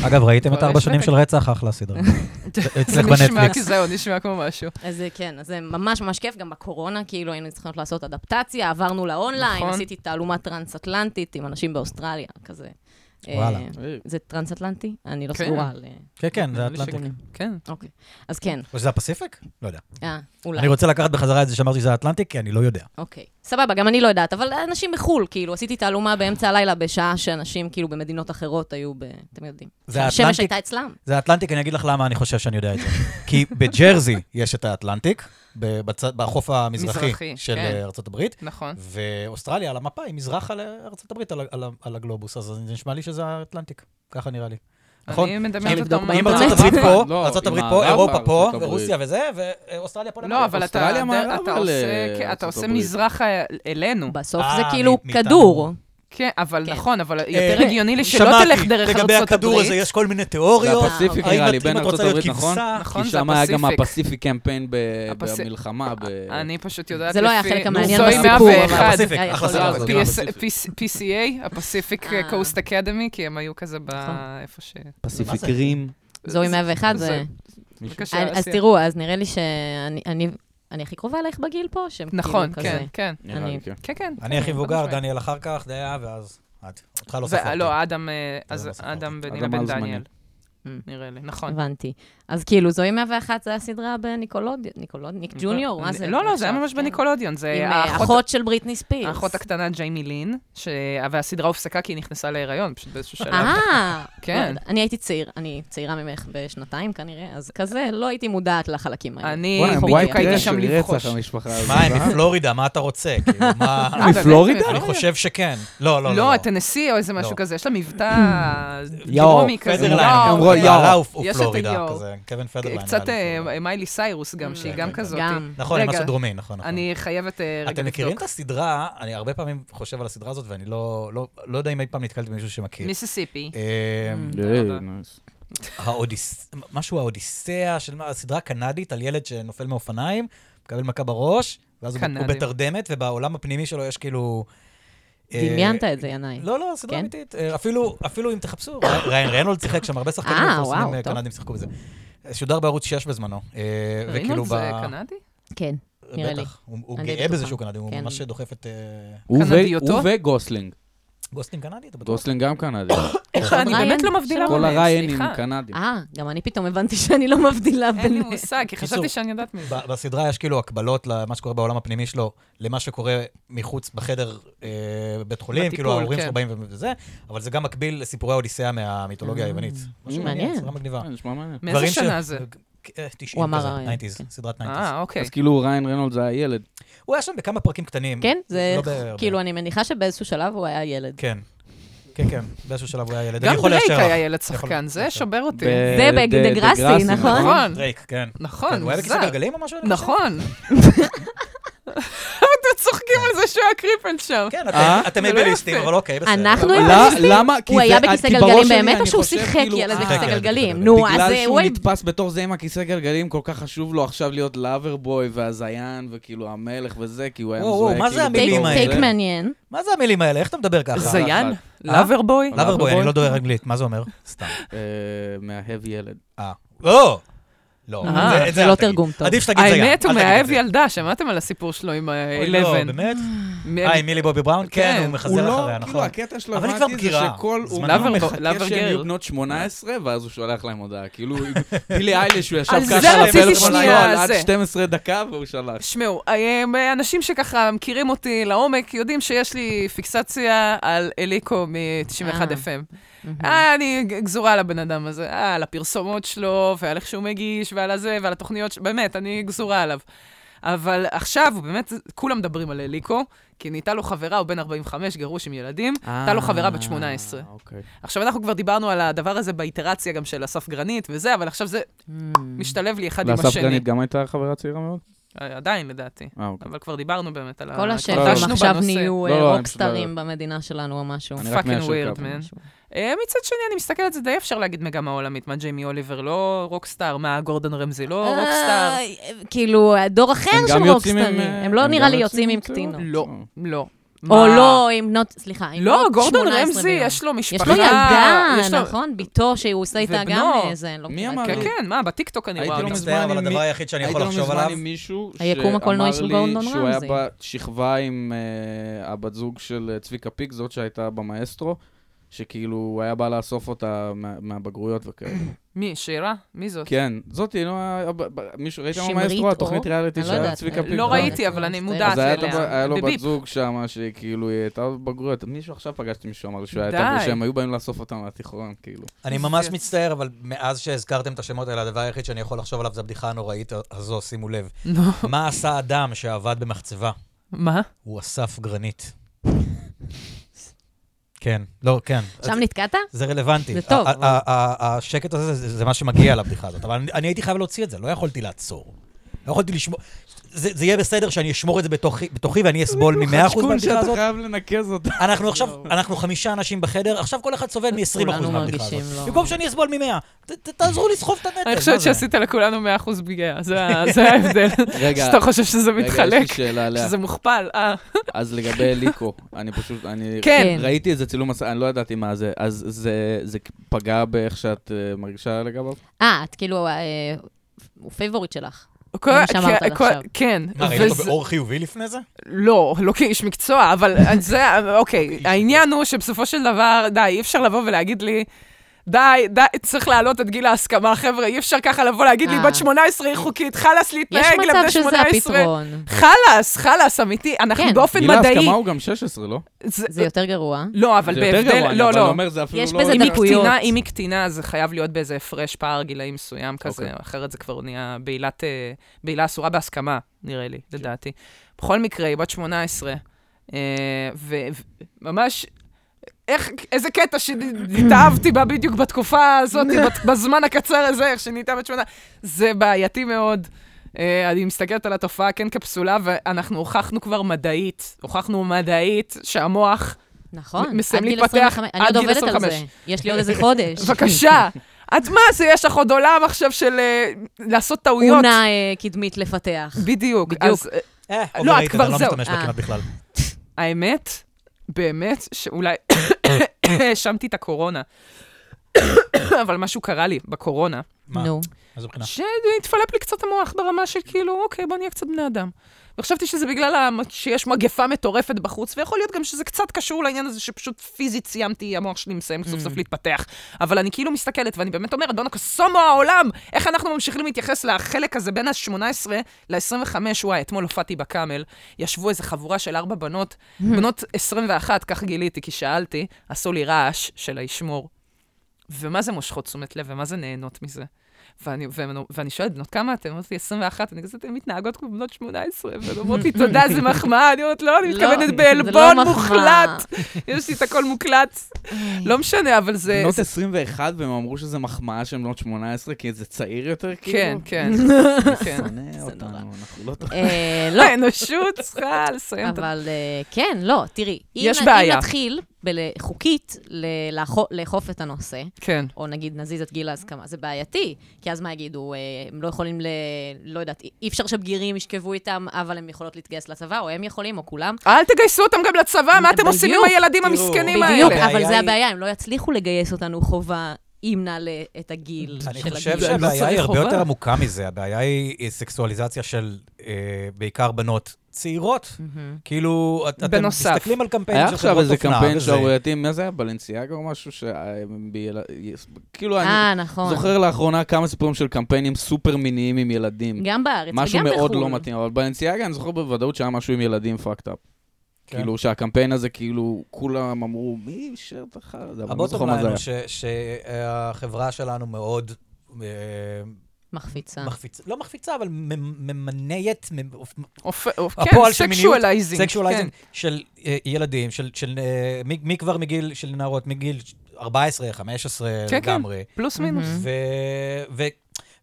Speaker 4: אגב, ראיתם את
Speaker 2: כבר
Speaker 4: ארבע
Speaker 2: יש
Speaker 4: שנים
Speaker 2: ותק.
Speaker 4: של רצח? אחלה סדרה.
Speaker 2: זה
Speaker 4: אצלך
Speaker 2: נשמע
Speaker 4: בנטפליקס.
Speaker 2: כי זהו, נשמע כמו משהו.
Speaker 3: אז זה כן, אז זה ממש ממש כיף. גם בקורונה, כאילו, היינו צריכות לעשות אדפטציה, עברנו לאונליין,
Speaker 2: נכון.
Speaker 3: עשיתי תעלומה טרנס-אטלנטית עם אנשים באוסטרליה, כזה.
Speaker 4: וואלה.
Speaker 3: אה, זה טרנס-אטלנטי? אני לא
Speaker 2: כן.
Speaker 3: סגורה על... אה,
Speaker 4: כן, כן, זה
Speaker 5: נראה לי
Speaker 4: האטלנטיק.
Speaker 3: ארגונים.
Speaker 2: כן.
Speaker 3: אוקיי. אז כן,
Speaker 4: או שזה הפסיפיק? לא יודע.
Speaker 3: אה, אולי.
Speaker 4: אני רוצה לקחת בחזרה את זה שאמרתי שזה האטלנטיק, כי אני לא יודע.
Speaker 3: אוקיי. סבבה, גם אני לא יודעת, אבל אנשים מחו"ל, כאילו, עשיתי תעלומה באמצע הלילה בשעה שאנשים, כאילו, במדינות אחרות היו ב... אתם יודעים.
Speaker 4: זה
Speaker 3: השמש
Speaker 4: האטלנטיק,
Speaker 3: הייתה אצלם.
Speaker 4: זה האטלנטיק, אני אגיד לך למה אני חושב שאני יודע את זה. כי בג'רזי יש את האטלנטיק, ב- בצד- בחוף המזרחי
Speaker 2: מזרחי,
Speaker 4: של
Speaker 2: כן.
Speaker 4: אה, ארצות הברית.
Speaker 2: נכון.
Speaker 4: ואוסטרליה על המפה היא מזרח על ארצות הברית, על, ה- על, ה- על הגלובוס, אז זה נשמע לי שזה האטלנטיק, ככה נראה לי. נכון?
Speaker 2: אני
Speaker 3: אפשר
Speaker 2: מדמיינת
Speaker 3: לבדוק
Speaker 2: אותם.
Speaker 4: אם
Speaker 3: באינטרנט.
Speaker 4: ארצות הברית פה,
Speaker 5: לא,
Speaker 4: ארצות
Speaker 5: עם
Speaker 4: הברית פה,
Speaker 5: מערב
Speaker 4: אירופה פה,
Speaker 5: ארצות הברית.
Speaker 4: ורוסיה וזה, ואוסטרליה פה
Speaker 2: לא, אבל אתה
Speaker 5: אוסטרליה
Speaker 2: אתה-
Speaker 5: מערב
Speaker 2: אתה
Speaker 5: על,
Speaker 2: עושה-
Speaker 5: אה,
Speaker 2: כן, אתה
Speaker 5: ארצות
Speaker 2: עושה
Speaker 5: הברית.
Speaker 2: מזרח אה, אלינו.
Speaker 3: בסוף
Speaker 4: אה,
Speaker 3: זה
Speaker 4: מ-
Speaker 3: כאילו
Speaker 4: מאיתנו.
Speaker 3: כדור.
Speaker 2: כן, אבל
Speaker 3: כן.
Speaker 2: נכון, אבל
Speaker 4: אה,
Speaker 2: יותר הגיוני לי שלא תלך דרך ארצות הברית.
Speaker 4: לגבי הכדור הזה יש כל מיני תיאוריות.
Speaker 5: והפסיפיק
Speaker 4: האם
Speaker 5: נראה לי,
Speaker 4: את-
Speaker 5: בין
Speaker 4: אם את
Speaker 5: ארצות
Speaker 4: רוצה להיות
Speaker 5: הברית, נכון?
Speaker 4: כבשה,
Speaker 2: נכון,
Speaker 5: כי
Speaker 2: זה
Speaker 5: שם היה גם
Speaker 2: הפסיפיק.
Speaker 5: הפסיפיק קמפיין ב-
Speaker 2: הפסיפיק.
Speaker 5: במלחמה. ב-
Speaker 2: אני פשוט יודעת
Speaker 3: זה לא היה חלק המעניין
Speaker 2: זוהי לא,
Speaker 3: בסיפור,
Speaker 2: 101.
Speaker 3: אבל...
Speaker 4: הפסיפיק,
Speaker 3: היה יכול
Speaker 4: אחלה
Speaker 3: להיות.
Speaker 4: סרט.
Speaker 2: PSA,
Speaker 5: הפסיפיק.
Speaker 2: PCA, הפסיפיק
Speaker 3: אה.
Speaker 2: קוסט אקדמי, כי הם היו כזה ב...
Speaker 3: נכון.
Speaker 2: איפה ש...
Speaker 5: פסיפיק רים.
Speaker 3: זוהי 101,
Speaker 2: זה-
Speaker 3: זה...
Speaker 5: מישהו-
Speaker 2: בבקשה,
Speaker 3: אז
Speaker 2: אסיה.
Speaker 3: תראו, אז נראה לי שאני... אני- אני הכי קרובה אלייך בגיל פה, שהם כאילו כזה.
Speaker 2: נכון, כן, כן.
Speaker 5: נראה לי,
Speaker 3: אני-
Speaker 5: כן.
Speaker 2: כן, כן.
Speaker 4: אני הכי
Speaker 2: חד
Speaker 4: מבוגר,
Speaker 2: משמעית.
Speaker 4: דניאל אחר כך, דיה, ואז את. אותך לא
Speaker 2: ו-
Speaker 4: ספרתי.
Speaker 2: לא, אדם, אה, אז
Speaker 4: לא ספרתי.
Speaker 2: אדם
Speaker 5: אדם
Speaker 2: ונילה בן
Speaker 5: על
Speaker 2: דניאל.
Speaker 3: זמני.
Speaker 2: נראה לי, נכון.
Speaker 3: הבנתי. אז כאילו, זוהי 101 זה הסדרה בניקולודיון, ניקולודיון, ניק ג'וניור, מה זה?
Speaker 2: לא, לא, זה היה
Speaker 3: נחשב,
Speaker 2: ממש
Speaker 3: כן.
Speaker 2: בניקולודיון. זה
Speaker 3: עם אה,
Speaker 2: האחות-
Speaker 3: אחות של בריטני ספירס.
Speaker 2: האחות הקטנה ג'יימי לין, ש- והסדרה הופסקה כי היא נכנסה להיריון, פשוט באיזשהו שלב.
Speaker 3: אה,
Speaker 2: כן.
Speaker 3: לא, אני הייתי צעיר, אני צעירה ממך בשנתיים כנראה, אז כזה, לא הייתי מודעת לחלקים האלה.
Speaker 2: אני
Speaker 5: וואי,
Speaker 3: חוגגת.
Speaker 2: בדיוק
Speaker 5: וואי,
Speaker 2: הייתי
Speaker 5: טרש
Speaker 2: שם
Speaker 5: של
Speaker 2: לבחוש.
Speaker 5: רצח המשפחה הזאת.
Speaker 4: מה, הם
Speaker 5: אה?
Speaker 4: מפלורידה, מה אתה רוצה? כאילו, מה...
Speaker 2: אה, באמת?
Speaker 5: מפלורידה?
Speaker 4: אני חושב שכן. לא, לא, לא.
Speaker 2: לא, טנסי או איזה משהו
Speaker 4: לא.
Speaker 2: כזה, יש לה מבטא
Speaker 5: יואו,
Speaker 2: דרומי כזה.
Speaker 4: פדרליין,
Speaker 2: יואו,
Speaker 5: אמרו, יואו.
Speaker 2: כזה.
Speaker 4: בעלה הוא הוא
Speaker 2: יש את
Speaker 4: פלורידה,
Speaker 2: היואו.
Speaker 4: כזה, קווין פדרליין.
Speaker 2: קצת
Speaker 4: בעלה
Speaker 2: אה,
Speaker 4: פלורידה.
Speaker 2: מיילי סיירוס גם, שהיא
Speaker 4: כן,
Speaker 2: גם
Speaker 4: כן,
Speaker 2: כזאת.
Speaker 3: Mm. גם.
Speaker 4: נכון, הם
Speaker 2: רגע,
Speaker 4: משהו דרומי, נכון, נכון.
Speaker 2: אני חייבת אה, רגע
Speaker 4: אתם מכירים את
Speaker 2: לבדוק.
Speaker 4: הסדרה, אני הרבה פעמים חושב על הסדרה הזאת, ואני לא לא- לא יודע אם אי פעם נתקלתי במישהו שמכיר.
Speaker 2: מיסיסיפי.
Speaker 4: אה,
Speaker 5: אה, נייס.
Speaker 3: Mm.
Speaker 4: האודיס... משהו האודיסאה של מה- הסדרה הקנדית על ילד שנופל מאופניים, מקבל מכה בראש, ואז הוא- הוא
Speaker 2: קנדים.
Speaker 4: בתרדמת, ובעולם הפנימי שלו יש כאילו... אה,
Speaker 3: דמיינת את זה, ינאי.
Speaker 4: לא, לא, סדרה
Speaker 3: כן?
Speaker 4: אמיתית. אה, אפילו, אפילו אם תחפשו, ר- ריין רנולד שיחק שם, הרבה שחקנים
Speaker 3: אה,
Speaker 4: מפורסמים
Speaker 3: וואו,
Speaker 4: אה,
Speaker 3: טוב.
Speaker 4: קנדים שיחקו בזה. שודר בערוץ 6 בזמנו. אה, וכאילו
Speaker 2: ריינולד זה קנדי?
Speaker 3: כן. נראה לי.
Speaker 4: בטח, הוא- הוא
Speaker 3: אני
Speaker 4: גאה
Speaker 3: בטוחה.
Speaker 4: בזה שהוא קנדי, הוא
Speaker 3: כן.
Speaker 4: ממש דוחף את... אה,
Speaker 5: הוא ו-
Speaker 2: קנדיותו?
Speaker 5: הוא וגוסלינג.
Speaker 4: גוסטין קנדי, אתה בטוח?
Speaker 5: גוסלינג גם קנדי.
Speaker 2: איך אני
Speaker 3: ריין?
Speaker 2: באמת לא מבדילה
Speaker 5: כל כן.
Speaker 2: ביניהם,
Speaker 5: הריינים
Speaker 2: סליחה.
Speaker 4: כן.
Speaker 5: קנדים.
Speaker 3: אה, גם אני פתאום הבנתי שאני לא מבדילה
Speaker 2: אין לי
Speaker 3: ביניהם.
Speaker 2: מושג, כי
Speaker 4: קיצור.
Speaker 2: חשבתי שאני יודעת מי זה.
Speaker 4: ב- בסדרה יש כאילו הקבלות למה שקורה בעולם הפנימי שלו, למה שקורה מחוץ בחדר אה, בבית חולים,
Speaker 2: בטיפול,
Speaker 4: כאילו ההורים
Speaker 2: כן.
Speaker 4: שלו באים וזה, אבל זה גם מקביל לסיפורי האודיסאה מהמיתולוגיה
Speaker 3: אה,
Speaker 4: היוונית. משהו
Speaker 3: מעניין.
Speaker 4: מעניין, סדרה מגניבה.
Speaker 5: אה, נשמע מעניין.
Speaker 2: כן. מאיזה
Speaker 4: דברים
Speaker 2: שנה
Speaker 4: ש-
Speaker 2: זה?
Speaker 4: אה,
Speaker 3: הוא
Speaker 4: 90
Speaker 3: אמר
Speaker 4: כזה,
Speaker 3: הרעיון,
Speaker 4: 90's,
Speaker 3: כן.
Speaker 4: סדרת 90's.
Speaker 2: אה, אוקיי.
Speaker 5: אז כאילו ריין רנולד זה הילד.
Speaker 4: הוא היה שם בכמה פרקים קטנים.
Speaker 3: כן, זה
Speaker 4: לא בהרבה.
Speaker 3: כאילו, אני מניחה שבאיזשהו שלב הוא היה ילד.
Speaker 4: כן. כן, כן, באיזשהו שלב הוא היה ילד.
Speaker 2: גם
Speaker 4: אני יכול
Speaker 2: דרייק
Speaker 4: לאשר
Speaker 2: היה
Speaker 4: לך.
Speaker 2: ילד
Speaker 4: יכול
Speaker 2: שחקן, זה
Speaker 4: לאשר.
Speaker 2: שובר אותי.
Speaker 5: ב-
Speaker 3: זה בג-
Speaker 5: ד-
Speaker 3: דגרסי, נכון?
Speaker 2: נכון,
Speaker 4: דרייק, כן.
Speaker 2: נכון,
Speaker 4: כן, הוא היה בכיסא
Speaker 2: מוזר.
Speaker 4: גלגלים או משהו? אני חושב?
Speaker 2: נכון. אתם צוחקים על זה שהוא היה קריפל שם.
Speaker 4: כן,
Speaker 5: אה?
Speaker 4: אתם- אתם
Speaker 2: זה לא
Speaker 4: אייבליסטים,
Speaker 2: יפה.
Speaker 4: אבל אוקיי, בסדר.
Speaker 3: אנחנו
Speaker 5: לא,
Speaker 3: הבנתי.
Speaker 5: למה? כי
Speaker 3: הוא
Speaker 5: זה-
Speaker 3: היה
Speaker 5: כי
Speaker 3: בכיסא
Speaker 5: בראש
Speaker 3: גלגלים
Speaker 5: שלי
Speaker 3: באמת,
Speaker 5: אני
Speaker 3: או שהוא
Speaker 5: חושב
Speaker 3: שיחק
Speaker 5: כאילו,
Speaker 3: ילד
Speaker 5: אה,
Speaker 4: שיחק
Speaker 3: בכיסא
Speaker 4: ילד
Speaker 3: גלגלים?
Speaker 4: בכיסא
Speaker 3: נו, אז
Speaker 5: בגלל
Speaker 3: אה,
Speaker 5: שהוא
Speaker 3: הוא...
Speaker 5: נתפס בתור זה עם הכיסא גלגלים, כל כך חשוב לו עכשיו להיות לאבר בוי והזיין, וכאילו המלך וזה, כי הוא היה
Speaker 4: וואו,
Speaker 5: מזוהה
Speaker 4: וואו, מה
Speaker 5: כאילו
Speaker 4: זה
Speaker 5: בתור
Speaker 4: המילים האלה?
Speaker 3: טייק מעניין.
Speaker 4: מה זה המילים האלה? איך אתה מדבר ככה?
Speaker 2: זיין?
Speaker 5: אחת.
Speaker 2: לאבר בוי?
Speaker 5: לאבר
Speaker 4: לאבר בוי,
Speaker 5: בוי.
Speaker 4: אני לא דובר אנגלית, מה זה אומר? סתם.
Speaker 5: אה, מאהב ילד.
Speaker 4: אה. לא! לא,
Speaker 2: אה,
Speaker 4: את
Speaker 3: זה
Speaker 4: אל
Speaker 3: לא
Speaker 4: תגיד.
Speaker 3: תרגום טוב.
Speaker 4: עדיף שתגיד זיין.
Speaker 2: האמת, הוא
Speaker 4: אל תגיד את
Speaker 2: מאהב
Speaker 4: זה.
Speaker 2: ילדה, שמעתם על הסיפור שלו עם ה-11.
Speaker 4: אוי, לא, באמת? אה, עם מילי בובי בראון? כן,
Speaker 2: כן.
Speaker 4: הוא
Speaker 5: הוא
Speaker 4: מחזר
Speaker 5: לא,
Speaker 4: אחריה,
Speaker 5: כאילו
Speaker 4: נכון.
Speaker 5: הקטע שלו,
Speaker 4: אבל היא
Speaker 5: הבנתי,
Speaker 4: כבר
Speaker 5: זה
Speaker 4: בגירה. לא
Speaker 5: שכל, הוא
Speaker 4: זמן
Speaker 2: לאבר-
Speaker 5: מחכה
Speaker 2: לאבר
Speaker 5: שהן
Speaker 2: גרל.
Speaker 5: יהיו בנות 18, ואז הוא שולח להם הודעה. כאילו, בילי אייליש, הוא ישב
Speaker 2: על זה
Speaker 5: ככה על
Speaker 2: רציתי
Speaker 5: הפלאפון
Speaker 2: שנייה,
Speaker 5: היו על עד
Speaker 2: זה.
Speaker 5: 12 דקה, והוא שלח.
Speaker 2: שמעו, אה, אה, אנשים שככה מכירים אותי לעומק יודעים שיש לי פיקסציה על אליקו מ-91
Speaker 3: אה.
Speaker 2: FM. אה, אני ג- גזורה על הבן אדם הזה, אה, על הפרסומות שלו, ועל איך שהוא מגיש, ועל הזה, ועל התוכניות, ש- באמת, אני גזורה עליו. אבל עכשיו, הוא באמת, כולם מדברים על אליקו, כי נהייתה לו חברה, הוא בן 45, גרוש עם ילדים, הייתה לו חברה בת 18.
Speaker 5: אה, אוקיי.
Speaker 2: עכשיו, אנחנו כבר דיברנו על הדבר הזה באיטרציה גם של אסף גרנית וזה, אבל עכשיו זה
Speaker 3: Mm.
Speaker 2: משתלב לי אחד עם
Speaker 5: לאסף
Speaker 2: השני.
Speaker 5: גרנית גם הייתה חברה צעירה מאוד?
Speaker 2: אה, עדיין, לדעתי.
Speaker 5: אה, אוקיי.
Speaker 2: אבל כבר דיברנו באמת על ה...
Speaker 3: כל
Speaker 2: כבר
Speaker 5: לא,
Speaker 3: השפים
Speaker 2: דשנו
Speaker 3: עכשיו
Speaker 2: בנושא.
Speaker 3: נהיו אה,
Speaker 5: לא, לא, אני פשוט לא-
Speaker 3: רוקסטרים במדינה שלנו או משהו.
Speaker 5: אני רק
Speaker 2: fucking
Speaker 5: מאשר
Speaker 2: weird,
Speaker 5: כמה.
Speaker 2: man. אה, מצד שני, אני מסתכל על זה די אפשר להגיד מגמה עולמית. מה ג'יימי אוליבר לא רוקסטאר, מה גורדון רמזי לא רוקסטאר.
Speaker 3: אה, כאילו, דור אחר
Speaker 5: הם גם
Speaker 3: של
Speaker 5: יוצאים עם,
Speaker 3: רוקסטרים.
Speaker 5: אה,
Speaker 3: הם לא
Speaker 5: הם
Speaker 3: נראה
Speaker 5: גם
Speaker 3: לי
Speaker 5: יוצאים
Speaker 3: יוצאים עם
Speaker 5: עם
Speaker 3: קטינות.
Speaker 2: לא, לא.
Speaker 3: או
Speaker 2: מה?
Speaker 3: לא, עם נוט, סליחה, עם
Speaker 2: לא,
Speaker 3: נוט
Speaker 2: גורדון
Speaker 3: 18
Speaker 2: רמזי,
Speaker 3: ביום.
Speaker 2: יש לו
Speaker 3: יש
Speaker 2: משפחה.
Speaker 3: לו ילדה,
Speaker 2: יש לו-
Speaker 3: נכון? ביתו, שהוא עושה איתה
Speaker 2: ובנו.
Speaker 3: גם איזה, אני לא
Speaker 5: מי
Speaker 3: מכירה.
Speaker 5: אמר?
Speaker 2: כן, כן, מה, בטיקטוק אני
Speaker 5: הייתי
Speaker 2: רואה
Speaker 5: לא
Speaker 2: אותו.
Speaker 5: מזמן
Speaker 4: מצטער, אבל
Speaker 5: עם
Speaker 4: הדבר
Speaker 5: מי-
Speaker 4: היחיד שאני
Speaker 5: הייתי
Speaker 4: יכול
Speaker 5: לא
Speaker 4: לחשוב
Speaker 5: מזמן
Speaker 4: עליו...
Speaker 5: עם מישהו
Speaker 3: היקום הקולנועי של
Speaker 5: שאמר לי
Speaker 3: גורדון
Speaker 5: שהוא היה
Speaker 3: רמזי.
Speaker 5: בשכבה עם אה, הבת זוג של אה, צביקה פיק, זאת שהייתה במאסטרו, שכאילו הוא היה בא לאסוף אותה מה- מהבגרויות וכאלה.
Speaker 2: מי? שירה? מי זאת?
Speaker 5: כן, זאתי, נו, ה- ב- ב- מישהו, ראית מה
Speaker 3: שמרית
Speaker 5: מאסטרו,
Speaker 3: אור?
Speaker 5: התוכנית ריאליטי
Speaker 3: אני לא
Speaker 5: שהיה
Speaker 3: יודעת,
Speaker 5: צביקה
Speaker 3: אני
Speaker 5: פיק.
Speaker 2: לא
Speaker 5: נכון?
Speaker 2: ראיתי, אבל אני מודעת
Speaker 5: אז היה את הב-
Speaker 2: אליה.
Speaker 5: היה לו בת
Speaker 2: בביפ.
Speaker 5: זוג שם, שכאילו, היא הייתה בבגרויות. מישהו עכשיו פגשתי מישהו אמר לי שהוא היה איתה,
Speaker 2: די.
Speaker 5: ושהם היו באים לאסוף אותם לתיכון, כאילו.
Speaker 4: אני ממש מצטער, אבל מאז שהזכרתם את השמות האלה, הדבר היחיד שאני יכול לחשוב עליו זה הבדיחה הנוראית הזו, שימו לב.
Speaker 2: נו,
Speaker 4: מה עשה אדם שעבד במחצבה?
Speaker 2: מה?
Speaker 4: הוא אסף גרנית. כן, לא, כן.
Speaker 3: שם נתקעת?
Speaker 4: זה רלוונטי.
Speaker 3: זה טוב,
Speaker 4: ה- ה-
Speaker 3: אבל-
Speaker 4: ה- ה- השקט הזה זה זה מה שמגיע לבדיחה הזאת, אבל אני- אני הייתי חייב להוציא את זה, לא יכולתי לעצור. לא יכולתי לשמור... זה זה יהיה בסדר שאני אשמור את זה בתוכי- בתוכי ואני אסבול
Speaker 2: לא,
Speaker 4: מ-100%
Speaker 5: חשקול
Speaker 4: מהבדיחה
Speaker 5: שאתה
Speaker 4: הזאת.
Speaker 5: חייב לנקז אותה.
Speaker 4: אנחנו עכשיו, אנחנו חמישה אנשים בחדר, עכשיו כל אחד סובל מ-20%
Speaker 3: כולנו
Speaker 4: מהבדיחה
Speaker 3: מרגישים
Speaker 4: הזאת.
Speaker 3: לא-
Speaker 4: במקום שאני אסבול מ-100, תעזרו לסחוב את הנטל.
Speaker 2: אני
Speaker 4: מה
Speaker 2: חושבת
Speaker 4: זה?
Speaker 2: שעשית לכולנו 100% פגיעה, זה ה- זה ההבדל.
Speaker 5: רגע,
Speaker 2: שאתה חושב שזה
Speaker 5: רגע, יש לי
Speaker 2: מתחלק,
Speaker 5: שאלה עליה.
Speaker 2: שזה מוכפל, אה.
Speaker 5: אז לגבי ליקו, אני פשוט, אני...
Speaker 2: כן.
Speaker 5: ראיתי איזה צילום מסע, אני לא ידעתי מה זה, אז זה- זה פגע באיך שאת אה, מרגישה לגביו?
Speaker 3: אה, את כאילו, אה, הוא פייבוריט שלך.
Speaker 2: כל-
Speaker 3: מה שאמרת
Speaker 2: כן,
Speaker 3: עד
Speaker 2: כל-
Speaker 3: עכשיו.
Speaker 2: כן.
Speaker 4: מה, ראית אותו
Speaker 2: וזה-
Speaker 4: באור חיובי לפני זה?
Speaker 2: לא, לא כאיש מקצוע, אבל זה, אוקיי, העניין הוא שבסופו של דבר, די, אי אפשר לבוא ולהגיד לי... די, די, צריך להעלות את גיל ההסכמה, חבר'ה, אי אפשר ככה לבוא להגיד לי,
Speaker 3: אה.
Speaker 2: בת 18 היא חוקית, חלאס
Speaker 3: יש
Speaker 2: להתנהג
Speaker 3: מצב
Speaker 2: לבני
Speaker 3: שזה
Speaker 2: 18.
Speaker 3: הפתרון.
Speaker 2: חלאס, חלאס, אמיתי, אנחנו
Speaker 3: כן.
Speaker 2: באופן
Speaker 5: גילה
Speaker 2: מדעי...
Speaker 5: הסכמה הוא גם 16, לא?
Speaker 2: זה-
Speaker 3: זה יותר גרוע.
Speaker 2: לא, אבל
Speaker 5: זה יותר
Speaker 2: בהבדל,
Speaker 5: גרוע, אני
Speaker 2: לא,
Speaker 5: אבל
Speaker 2: לא.
Speaker 5: אומר, זה אפילו
Speaker 3: יש
Speaker 5: לא-
Speaker 3: בזה
Speaker 2: אם היא
Speaker 3: דקויות.
Speaker 2: קטינה, אם היא קטינה, זה חייב להיות באיזה הפרש פער גילאים מסוים כזה, אחרת זה כבר נהיה בעילת, אה, בעילה אסורה בהסכמה, נראה לי, לדעתי. בכל מקרה, היא בת אה, 18, וממש... איך, איזה קטע שהתאהבתי בה בדיוק בתקופה הזאת, בת- בזמן הקצר הזה, איך שנהייתה בת 18. זה בעייתי מאוד. אה, אני מסתכלת על התופעה כן קפסולה, ואנחנו הוכחנו כבר מדעית, הוכחנו מדעית שהמוח מ-
Speaker 3: נכון.
Speaker 2: מסיים
Speaker 3: עד גיל
Speaker 2: להתפתח
Speaker 3: 25. אני
Speaker 2: עד
Speaker 3: עוד
Speaker 2: גיל
Speaker 3: עובדת על
Speaker 2: 25.
Speaker 3: זה. יש לי עוד איזה חודש.
Speaker 2: בבקשה. את מה זה, יש לך עוד עולם עכשיו של אה, לעשות טעויות.
Speaker 3: אונה אה, קדמית לפתח.
Speaker 2: בדיוק.
Speaker 3: בדיוק.
Speaker 2: אז אה,
Speaker 4: אה,
Speaker 2: לא,
Speaker 4: אוקיי,
Speaker 2: את
Speaker 4: ראית,
Speaker 2: כבר
Speaker 4: אני לא
Speaker 2: זהו.
Speaker 4: משתמש בה
Speaker 3: אה.
Speaker 4: כמעט בכלל.
Speaker 2: האמת, באמת, שאולי האשמתי את הקורונה. אבל משהו קרה לי בקורונה,
Speaker 4: מה?
Speaker 3: נו.
Speaker 4: איזה בחינה?
Speaker 2: שהתפלפ לי קצת המוח ברמה של כאילו, אוקיי, בוא נהיה קצת בני אדם. וחשבתי שזה בגלל המ- שיש מגפה מטורפת בחוץ, ויכול להיות גם שזה קצת קשור לעניין הזה שפשוט פיזית סיימתי, המוח שלי מסיים סוף סוף להתפתח. אבל אני כאילו מסתכלת, ואני באמת אומרת, בואנה, קוסומו העולם, איך אנחנו ממשיכים להתייחס לחלק הזה בין ה-18 ל-25, וואי, אתמול הופעתי בקאמל, ישבו איזה חבורה של ארבע בנות, בנות 21, כך גיליתי, כי שאלתי, עשו לי רעש של האשמור. ומה זה מושכות תשומת לב, ומה זה נהנות מזה? ואני, ואני, ואני שואלת, בנות כמה אתן? אמרתי, 21, אני כזה, אתן מתנהגות כמו בנות 18, והן אומרות לי, תודה, זה מחמאה, אני אומרת, לא, אני
Speaker 3: לא,
Speaker 2: מתכוונת
Speaker 3: זה לא
Speaker 2: בעלבון
Speaker 3: מחמאה."
Speaker 2: מוחלט. יש לי את הכל מוקלט. לא משנה, אבל זה...
Speaker 5: בנות
Speaker 2: זה-
Speaker 5: 21, והם אמרו שזה מחמאה שהם בנות 18, כי זה צעיר יותר, כאילו?
Speaker 2: כן, כן, כן.
Speaker 5: שונא אותנו,
Speaker 3: נורא.
Speaker 5: אנחנו לא...
Speaker 3: אה, לא,
Speaker 2: האנושות צריכה לסיים את ה...
Speaker 3: אבל אה, כן, לא, תראי. אם-
Speaker 2: יש בעיה.
Speaker 3: אם נתחיל בל- חוקית ל- לאכו- לאכוף את הנושא,
Speaker 2: כן.
Speaker 3: או נגיד נזיז את גיל ההסכמה, זה בעייתי, כי אז מה יגידו, אה, הם לא יכולים ל... לא יודעת, אי- אי אפשר שבגירים ישכבו איתם, אבל הם יכולות להתגייס לצבא, או הם יכולים, או כולם.
Speaker 2: אל תגייסו אותם גם לצבא, מה אתם עושים עם
Speaker 3: בדיוק.
Speaker 2: הילדים
Speaker 4: תראו,
Speaker 2: המסכנים האלה?
Speaker 3: בדיוק,
Speaker 4: הבעיה
Speaker 3: אבל
Speaker 4: היא-
Speaker 3: זה הבעיה, הם לא יצליחו לגייס אותנו חובה אם נעלה את הגיל של
Speaker 4: אני
Speaker 3: הגיל.
Speaker 4: חושב
Speaker 5: לא
Speaker 4: שהבעיה
Speaker 2: צריך
Speaker 4: היא הרבה
Speaker 2: חובה.
Speaker 4: יותר עמוקה מזה, הבעיה היא היא סקסואליזציה של אה, בעיקר בנות צעירות. כאילו, את- אתם
Speaker 2: בנוסף.
Speaker 4: מסתכלים על
Speaker 5: היה
Speaker 4: קמפיינים של
Speaker 5: עכשיו
Speaker 4: חברות
Speaker 5: איזה
Speaker 4: אופנה
Speaker 5: קמפיין
Speaker 4: וזה.
Speaker 5: שערורייתי, מה זה היה? בלנסיאגה או משהו? ש- אה, ביל- כאילו, אני
Speaker 3: אה, נכון.
Speaker 5: זוכר לאחרונה כמה סיפורים של קמפיינים סופר מיניים עם ילדים.
Speaker 3: גם בארץ וגם בחו"ל.
Speaker 5: משהו מאוד לא מתאים, אבל בלנסיאגה אני זוכר בוודאות שהיה משהו עם ילדים fucked up.
Speaker 4: כן.
Speaker 5: כאילו שהקמפיין הזה, כאילו, כולם אמרו, מי אישר את החרא הזה? אבל אני לא זוכר
Speaker 4: כן. הבוטום
Speaker 5: מה זה
Speaker 4: ליין
Speaker 5: היה.
Speaker 4: הוא ש- שהחברה שלנו מאוד אה,
Speaker 3: מחפיצה.
Speaker 4: מחפיצה, לא מחפיצה, אבל ממ- ממניית, ממ-
Speaker 2: אופ- אופ- כן,
Speaker 4: הפועל של מיניות,
Speaker 2: סקשואלייזינג.
Speaker 4: סקשואלייזינג של אה, ילדים, של- של אה, מי מי כבר מגיל, של נערות, מגיל 14, 15
Speaker 2: כן, כן.
Speaker 4: לגמרי.
Speaker 2: פלוס מינוס.
Speaker 4: ו... ו...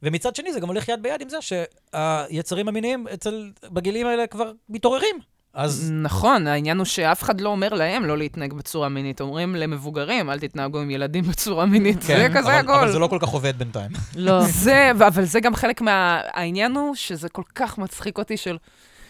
Speaker 4: ומצד שני, זה גם הולך יד ביד עם זה שהיצרים המיניים אצל, בגילים האלה כבר מתעוררים. אז
Speaker 2: נכון, העניין הוא שאף אחד לא אומר להם לא להתנהג בצורה מינית. אומרים למבוגרים, אל תתנהגו עם ילדים בצורה מינית. זה
Speaker 4: כן,
Speaker 2: כזה
Speaker 4: אבל,
Speaker 2: הכל.
Speaker 4: אבל זה לא כל כך עובד בינתיים.
Speaker 3: לא.
Speaker 2: זה, אבל זה גם חלק מה... העניין הוא שזה כל כך מצחיק אותי של...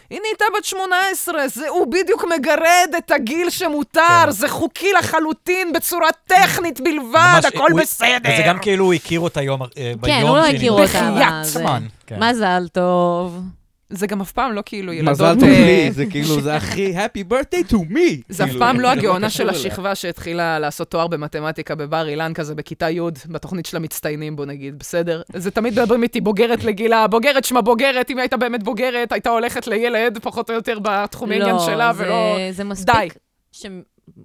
Speaker 2: היא נהייתה בת 18, זה, הוא בדיוק מגרד את הגיל שמותר,
Speaker 4: כן.
Speaker 2: זה חוקי לחלוטין בצורה טכנית בלבד,
Speaker 4: ממש, אה,
Speaker 2: הכל
Speaker 4: הוא-
Speaker 2: בסדר.
Speaker 4: וזה גם כאילו הוא הכיר אותה יום, אה, ביום כן.
Speaker 3: כן, הוא לא
Speaker 4: שהיא
Speaker 3: הכיר
Speaker 4: נראית.
Speaker 3: אותה.
Speaker 2: בחייאת
Speaker 3: אבל זה-
Speaker 4: עצמן. כן.
Speaker 3: מזל טוב.
Speaker 2: זה גם אף פעם לא כאילו ילדות...
Speaker 5: מזל טוב
Speaker 2: אה,
Speaker 5: לי, זה כאילו, זה הכי happy birthday to me.
Speaker 2: זה אף
Speaker 5: כאילו,
Speaker 2: פעם לא
Speaker 5: זה
Speaker 2: הגאונה
Speaker 5: קשור
Speaker 2: של
Speaker 5: אליה.
Speaker 2: השכבה שהתחילה לעשות תואר במתמטיקה בבר אילן כזה בכיתה י', בתוכנית של המצטיינים, בוא נגיד, בסדר? זה תמיד מדברים איתי בוגרת לגילה, בוגרת שמה בוגרת, אם היא הייתה באמת בוגרת, הייתה הולכת לילד, פחות או יותר בתחום העניין שלה,
Speaker 3: לא, זה,
Speaker 2: ולא...
Speaker 3: זה
Speaker 2: די.
Speaker 3: מספיק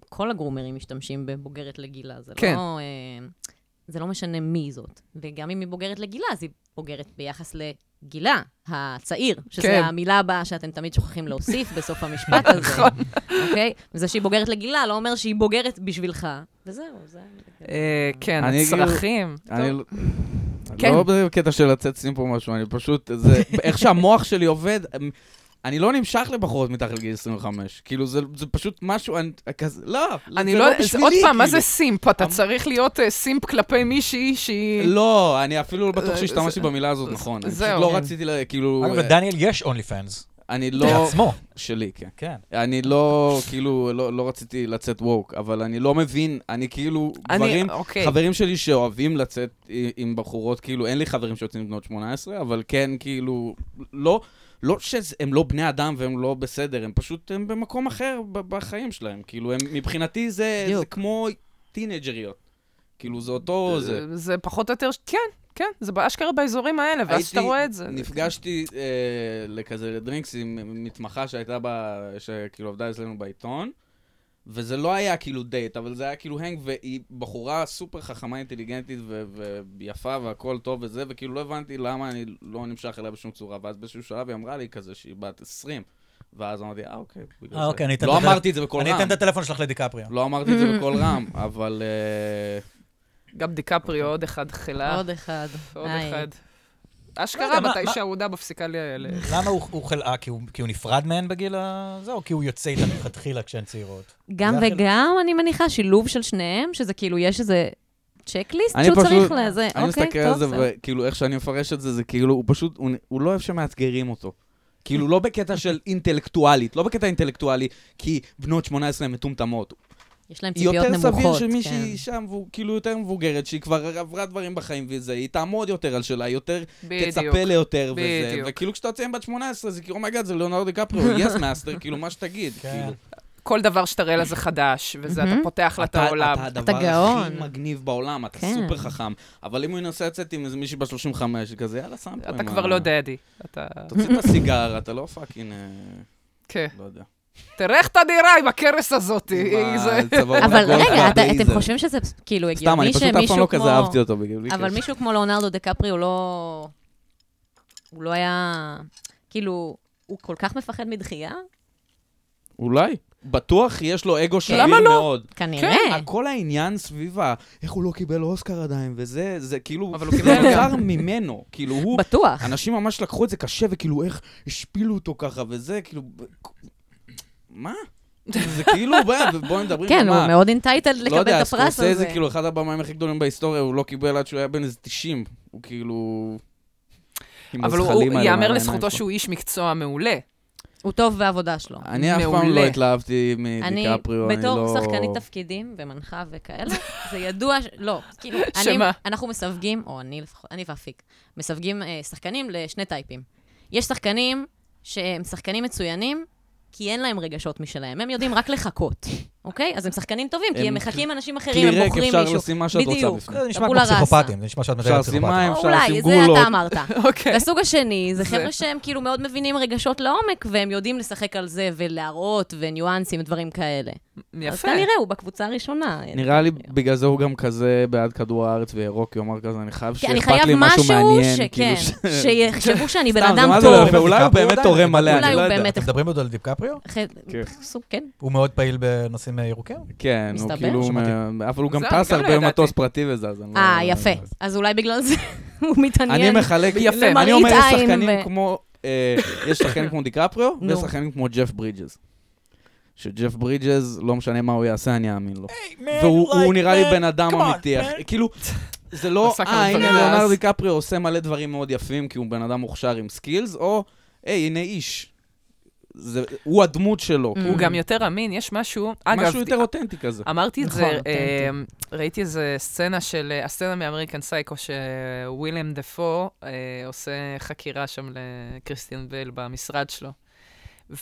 Speaker 3: שכל הגרומרים משתמשים בבוגרת לגילה, זה
Speaker 2: כן.
Speaker 3: לא... אה, זה לא משנה מי זאת. וגם אם היא בוגרת לגילה, אז היא בוגרת ביחס לגילה, הצעיר, שזה
Speaker 2: כן.
Speaker 3: המילה הבאה שאתם תמיד שוכחים להוסיף בסוף המשפט הזה,
Speaker 2: נכון.
Speaker 3: אוקיי? וזה שהיא בוגרת לגילה לא אומר שהיא בוגרת בשבילך, וזהו, זה...
Speaker 2: אה, כן,
Speaker 5: אני כאילו-
Speaker 2: הצרכים.
Speaker 5: אני
Speaker 2: טוב. כן.
Speaker 5: לא בקטע של לצאת שים פה משהו, אני פשוט, זה, איך שהמוח שלי עובד, אני לא נמשך לבחורות מתחת לגיל 25. כאילו, זה זה פשוט משהו, אני כזה, לא,
Speaker 2: אני
Speaker 5: זה
Speaker 2: לא...
Speaker 5: לא
Speaker 2: זה
Speaker 5: בשבילי,
Speaker 2: עוד פעם, מה
Speaker 5: כאילו.
Speaker 2: זה סימפ? אתה
Speaker 5: אמ-
Speaker 2: צריך להיות אה, סימפ כלפי מישהי שהיא...
Speaker 5: לא, אני אפילו לא
Speaker 2: זה-
Speaker 5: בטוח
Speaker 2: זה-
Speaker 5: שהשתמשתי במילה הזאת נכון. אני פשוט
Speaker 2: זהו.
Speaker 5: לא
Speaker 2: כן.
Speaker 5: רציתי, ל- כאילו,
Speaker 4: אגב,
Speaker 5: אה,
Speaker 4: לדניאל יש אונלי פאנס.
Speaker 5: אני לא...
Speaker 4: לעצמו.
Speaker 5: שלי, כן.
Speaker 4: כן.
Speaker 5: אני לא, כאילו, לא לא רציתי לצאת ווק, אבל אני לא מבין, אני כאילו,
Speaker 2: אני...
Speaker 5: גברים...
Speaker 2: אוקיי.
Speaker 5: חברים שלי שאוהבים לצאת עם- עם בחורות, כאילו, אין לי חברים שיוצאים בנות 18, אבל כן, כאילו, לא, לא שהם לא בני אדם והם לא בסדר, הם פשוט, הם במקום אחר ב- בחיים שלהם. כאילו, הם, מבחינתי זה, זה כמו טינג'ריות. כאילו, זה אותו זה.
Speaker 2: זה פחות או יותר... כן, כן, זה באשכרה באזורים האלה, ואז שאתה
Speaker 5: הייתי-
Speaker 2: רואה את זה.
Speaker 5: נפגשתי אה, לכזה לדרינקס עם מתמחה שהייתה ב... שכאילו עבדה אצלנו בעיתון, וזה לא היה כאילו דייט, אבל זה היה כאילו הנג, והיא בחורה סופר חכמה, אינטליגנטית ו- ויפה והכל טוב וזה, וכאילו לא הבנתי למה אני לא נמשך אליה בשום צורה, ואז באיזשהו שלב היא אמרה לי כזה שהיא בת 20, ואז אמרתי, אה אוקיי, בגלל
Speaker 4: אה,
Speaker 5: זה."
Speaker 4: אוקיי, אני אתן
Speaker 5: לא
Speaker 4: את הטלפ-
Speaker 5: אמרתי את זה בקול
Speaker 4: אני
Speaker 5: רם,
Speaker 4: אתן את הטלפון שלך לדיקפריו.
Speaker 5: לא אמרתי את זה בקול רם, אבל... אה,
Speaker 2: גם דיקפרי עוד אחד חילה.
Speaker 3: עוד אחד.
Speaker 2: עוד
Speaker 3: היי.
Speaker 2: אחד.
Speaker 4: לא
Speaker 2: אשכרה,
Speaker 4: יודע, מה-
Speaker 2: מתי
Speaker 4: מה-
Speaker 2: שהעודה מפסיקה ל... ל-
Speaker 4: למה הוא הוא חלאה? כי הוא- כי הוא נפרד מהן בגיל ה... זה, או כי הוא יוצא איתן מלכתחילה כשהן צעירות?
Speaker 3: גם
Speaker 4: זה החלק-
Speaker 3: וגם, אני מניחה, שילוב של שניהם, שזה כאילו, יש איזה צ'קליסט
Speaker 5: אני
Speaker 3: שהוא
Speaker 5: פשוט-
Speaker 3: צריך לזה.
Speaker 5: אני
Speaker 3: אוקיי,
Speaker 5: מסתכל על
Speaker 3: טוב,
Speaker 5: זה,
Speaker 3: בסדר.
Speaker 5: וכאילו, איך שאני מפרש את זה, זה כאילו, הוא פשוט, הוא, הוא לא אוהב שמאתגרים אותו. כאילו, לא בקטע של אינטלקטואלית, לא בקטע אינטלקטואלי, כי בנות 18 הן מטומטמות.
Speaker 3: יש להם ציפיות
Speaker 5: יותר
Speaker 3: נמוכות.
Speaker 5: סביר
Speaker 3: כן.
Speaker 5: שמישהי שם, והוא כאילו יותר מבוגרת, שהיא כבר עברה דברים בחיים וזה, היא תעמוד יותר על שלה, היא יותר
Speaker 2: בדיוק.
Speaker 5: תצפה ליותר וזה.
Speaker 2: בדיוק.
Speaker 5: וכאילו, כשאתה יוצא עם בת 18, זה כאילו, אומייגאד, זה ליאונרדו דיקפריו, יס מאסטר, כאילו, מה שתגיד.
Speaker 4: כן.
Speaker 5: כאילו.
Speaker 2: כל דבר שתראה לה זה חדש, וזה אתה
Speaker 3: מהמם.
Speaker 2: פותח לה את העולם.
Speaker 5: אתה הדבר
Speaker 3: אתה גאון.
Speaker 5: הכי מגניב בעולם, אתה
Speaker 3: כן.
Speaker 5: סופר חכם. אבל אם הוא ינסה לצאת עם איזה מישהי בת 35, כזה, יאללה, שם פה
Speaker 2: אתה
Speaker 5: עם
Speaker 2: כבר
Speaker 5: ה-
Speaker 2: לא דדי. אתה...
Speaker 5: תוציא את הסיגר, אתה לא פאקינג, אה,
Speaker 2: כן.
Speaker 5: לא יודע.
Speaker 2: תראה איך את הדירה עם הכרס הזאת. היא- זה-
Speaker 3: אבל רגע, אתה- אתם חושבים שזה כאילו
Speaker 5: סתם, אני
Speaker 3: הגיוני
Speaker 5: פשוט אף פעם
Speaker 3: שמישהו
Speaker 5: לא כזה
Speaker 3: כמו...
Speaker 5: אהבתי אותו בגלל בלי
Speaker 3: אבל מישהו כמו לאונרדו דקפרי הוא לא... הוא לא היה... כאילו, הוא כל כך מפחד מדחייה?
Speaker 5: אולי. בטוח יש לו אגו שביר
Speaker 2: למה לא?
Speaker 5: מאוד. כן.
Speaker 3: כנראה.
Speaker 5: כל העניין סביב ה... איך הוא לא קיבל אוסקר עדיין, וזה, זה כאילו...
Speaker 2: אבל הוא
Speaker 5: זה
Speaker 2: קיבל גם.
Speaker 5: נוצר ממנו. כאילו, הוא...
Speaker 3: בטוח.
Speaker 5: אנשים ממש לקחו את זה קשה, וכאילו, איך השפילו אותו ככה, וזה, כאילו... ב- מה? זה כאילו, בוא- בוא נדברים
Speaker 3: כן,
Speaker 5: על
Speaker 3: הוא
Speaker 5: מה.
Speaker 3: מאוד אינטייטד
Speaker 5: לא
Speaker 3: לקבל
Speaker 5: יודע,
Speaker 3: את הפרס
Speaker 5: סקורסזה,
Speaker 3: הזה.
Speaker 5: כאילו, אחד הבמאים הכי גדולים בהיסטוריה, הוא לא קיבל עד שהוא היה בן איזה 90. הוא כאילו... עם
Speaker 2: אבל הוא-
Speaker 5: הזחלים
Speaker 2: הוא-
Speaker 5: האלה מעל
Speaker 2: ייאמר
Speaker 5: העיניים
Speaker 2: לזכותו
Speaker 5: שלו.
Speaker 2: שהוא איש מקצוע מעולה.
Speaker 3: הוא טוב בעבודה שלו.
Speaker 5: אני אף פעם לא
Speaker 2: מעולה.
Speaker 5: התלהבתי
Speaker 3: אני,
Speaker 5: מדיקפריו, אני לא...
Speaker 3: בתור שחקנית תפקידים ומנחה וכאלה, זה ידוע, ש- לא, כאילו, אני-
Speaker 2: שמה?
Speaker 3: אנחנו מסווגים, או אני לפחות, אני ואפיק, מסווגים אה, שחקנים לשני טייפים. יש שחקנים שהם שחקנים מצוינים, כי אין להם רגשות משלהם, הם יודעים רק לחכות, אוקיי? אז הם שחקנים טובים, כי
Speaker 5: הם
Speaker 3: הם מחכים אנשים אחרים,
Speaker 5: כלי
Speaker 3: הם
Speaker 5: ריק,
Speaker 3: בוחרים
Speaker 5: אפשר
Speaker 3: מישהו.
Speaker 5: לשים מה שאת רוצה
Speaker 3: בדיוק.
Speaker 5: בפנים.
Speaker 4: זה נשמע כמו
Speaker 3: טבולה ראסה.
Speaker 4: פסיכופטים, זה נשמע שאת
Speaker 5: אפשר
Speaker 4: מתארת
Speaker 5: לשים
Speaker 4: פסיכופטים.
Speaker 5: מים,
Speaker 3: או
Speaker 5: אפשר
Speaker 3: אולי,
Speaker 5: לשים
Speaker 3: זה אתה
Speaker 5: גולות.
Speaker 3: אמרת.
Speaker 2: אוקיי.
Speaker 3: והסוג השני, זה
Speaker 2: זה.
Speaker 3: חבר'ה שהם כאילו מאוד מבינים רגשות לעומק, והם יודעים לשחק על זה ולהראות וניואנסים, דברים כאלה. אז
Speaker 2: יפה.
Speaker 3: כנראה הוא בקבוצה הראשונה.
Speaker 5: נראה לי בגלל זה הוא גם כזה בעד כדור הארץ וירוק, הוא אמר כזה, אני חייב
Speaker 3: כי כן, אני
Speaker 5: שאכפת לי
Speaker 3: חייב
Speaker 5: משהו
Speaker 3: משהו
Speaker 5: מעניין.
Speaker 3: שכן,
Speaker 5: כאילו, ש-
Speaker 3: שיחשבו שאני בן
Speaker 5: סתם, זה
Speaker 3: אדם
Speaker 5: מה זה לא
Speaker 3: טוב.
Speaker 5: יפה, אולי הוא
Speaker 4: דיקפריו
Speaker 5: באמת
Speaker 4: עדיין,
Speaker 5: תורם מלא,
Speaker 3: אולי
Speaker 5: אני לא
Speaker 3: הוא
Speaker 5: יודע.
Speaker 3: באמת-
Speaker 4: אתם מדברים עוד על דיקפריו?
Speaker 5: כן.
Speaker 3: אחרי- סוג, כן.
Speaker 4: הוא מאוד פעיל בנושאים אה, ירוקים?
Speaker 5: כן, הוא
Speaker 3: מסתבר?
Speaker 5: כאילו...
Speaker 4: שמעתי.
Speaker 5: מ- אבל הוא גם
Speaker 2: זהו, אני
Speaker 5: טס
Speaker 2: גם לא
Speaker 5: הרבה
Speaker 2: ידעתי.
Speaker 5: מטוס פרטי וזה, אז אני לא...
Speaker 3: אה, יפה. אז אולי בגלל זה הוא
Speaker 5: אני
Speaker 3: מתעניין.
Speaker 5: מחלק,
Speaker 2: יפה.
Speaker 5: אני
Speaker 3: למראית
Speaker 5: אומר, יש
Speaker 3: עין
Speaker 5: שחקנים
Speaker 3: ו-
Speaker 5: כמו, אה, יש שחקנים כמו דיקפריו,
Speaker 3: נו.
Speaker 5: ויש שחקנים כמו ג'ף ברידג'ס. שג'ף ברידג'ס, לא משנה מה הוא יעשה, אני אאמין לו. והוא הוא נראה לי בן אדם אמיתי, אחי. כאילו, זה לא,
Speaker 2: עשה כמה
Speaker 5: אה, הנה
Speaker 2: דברים מאז."
Speaker 5: ליאונרד דיקפריו עושה מלא דברים מאוד יפים, כי הוא בן אדם מוכשר עם סקילס, או, היי, הנה איש. זה- הוא הדמות שלו.
Speaker 2: הוא גם יותר אמין, יש משהו... Mm. אגב, אה,
Speaker 5: משהו יותר אותנטי כזה.
Speaker 2: אמרתי את
Speaker 3: נכון,
Speaker 4: כן,
Speaker 2: זה,
Speaker 3: אותנטי.
Speaker 2: אה, ראיתי איזה סצנה של, אה, הסצנה מאמריקן סייקו, שוויליאם דפו אה, עושה חקירה שם לקריסטיאן בייל במשרד שלו.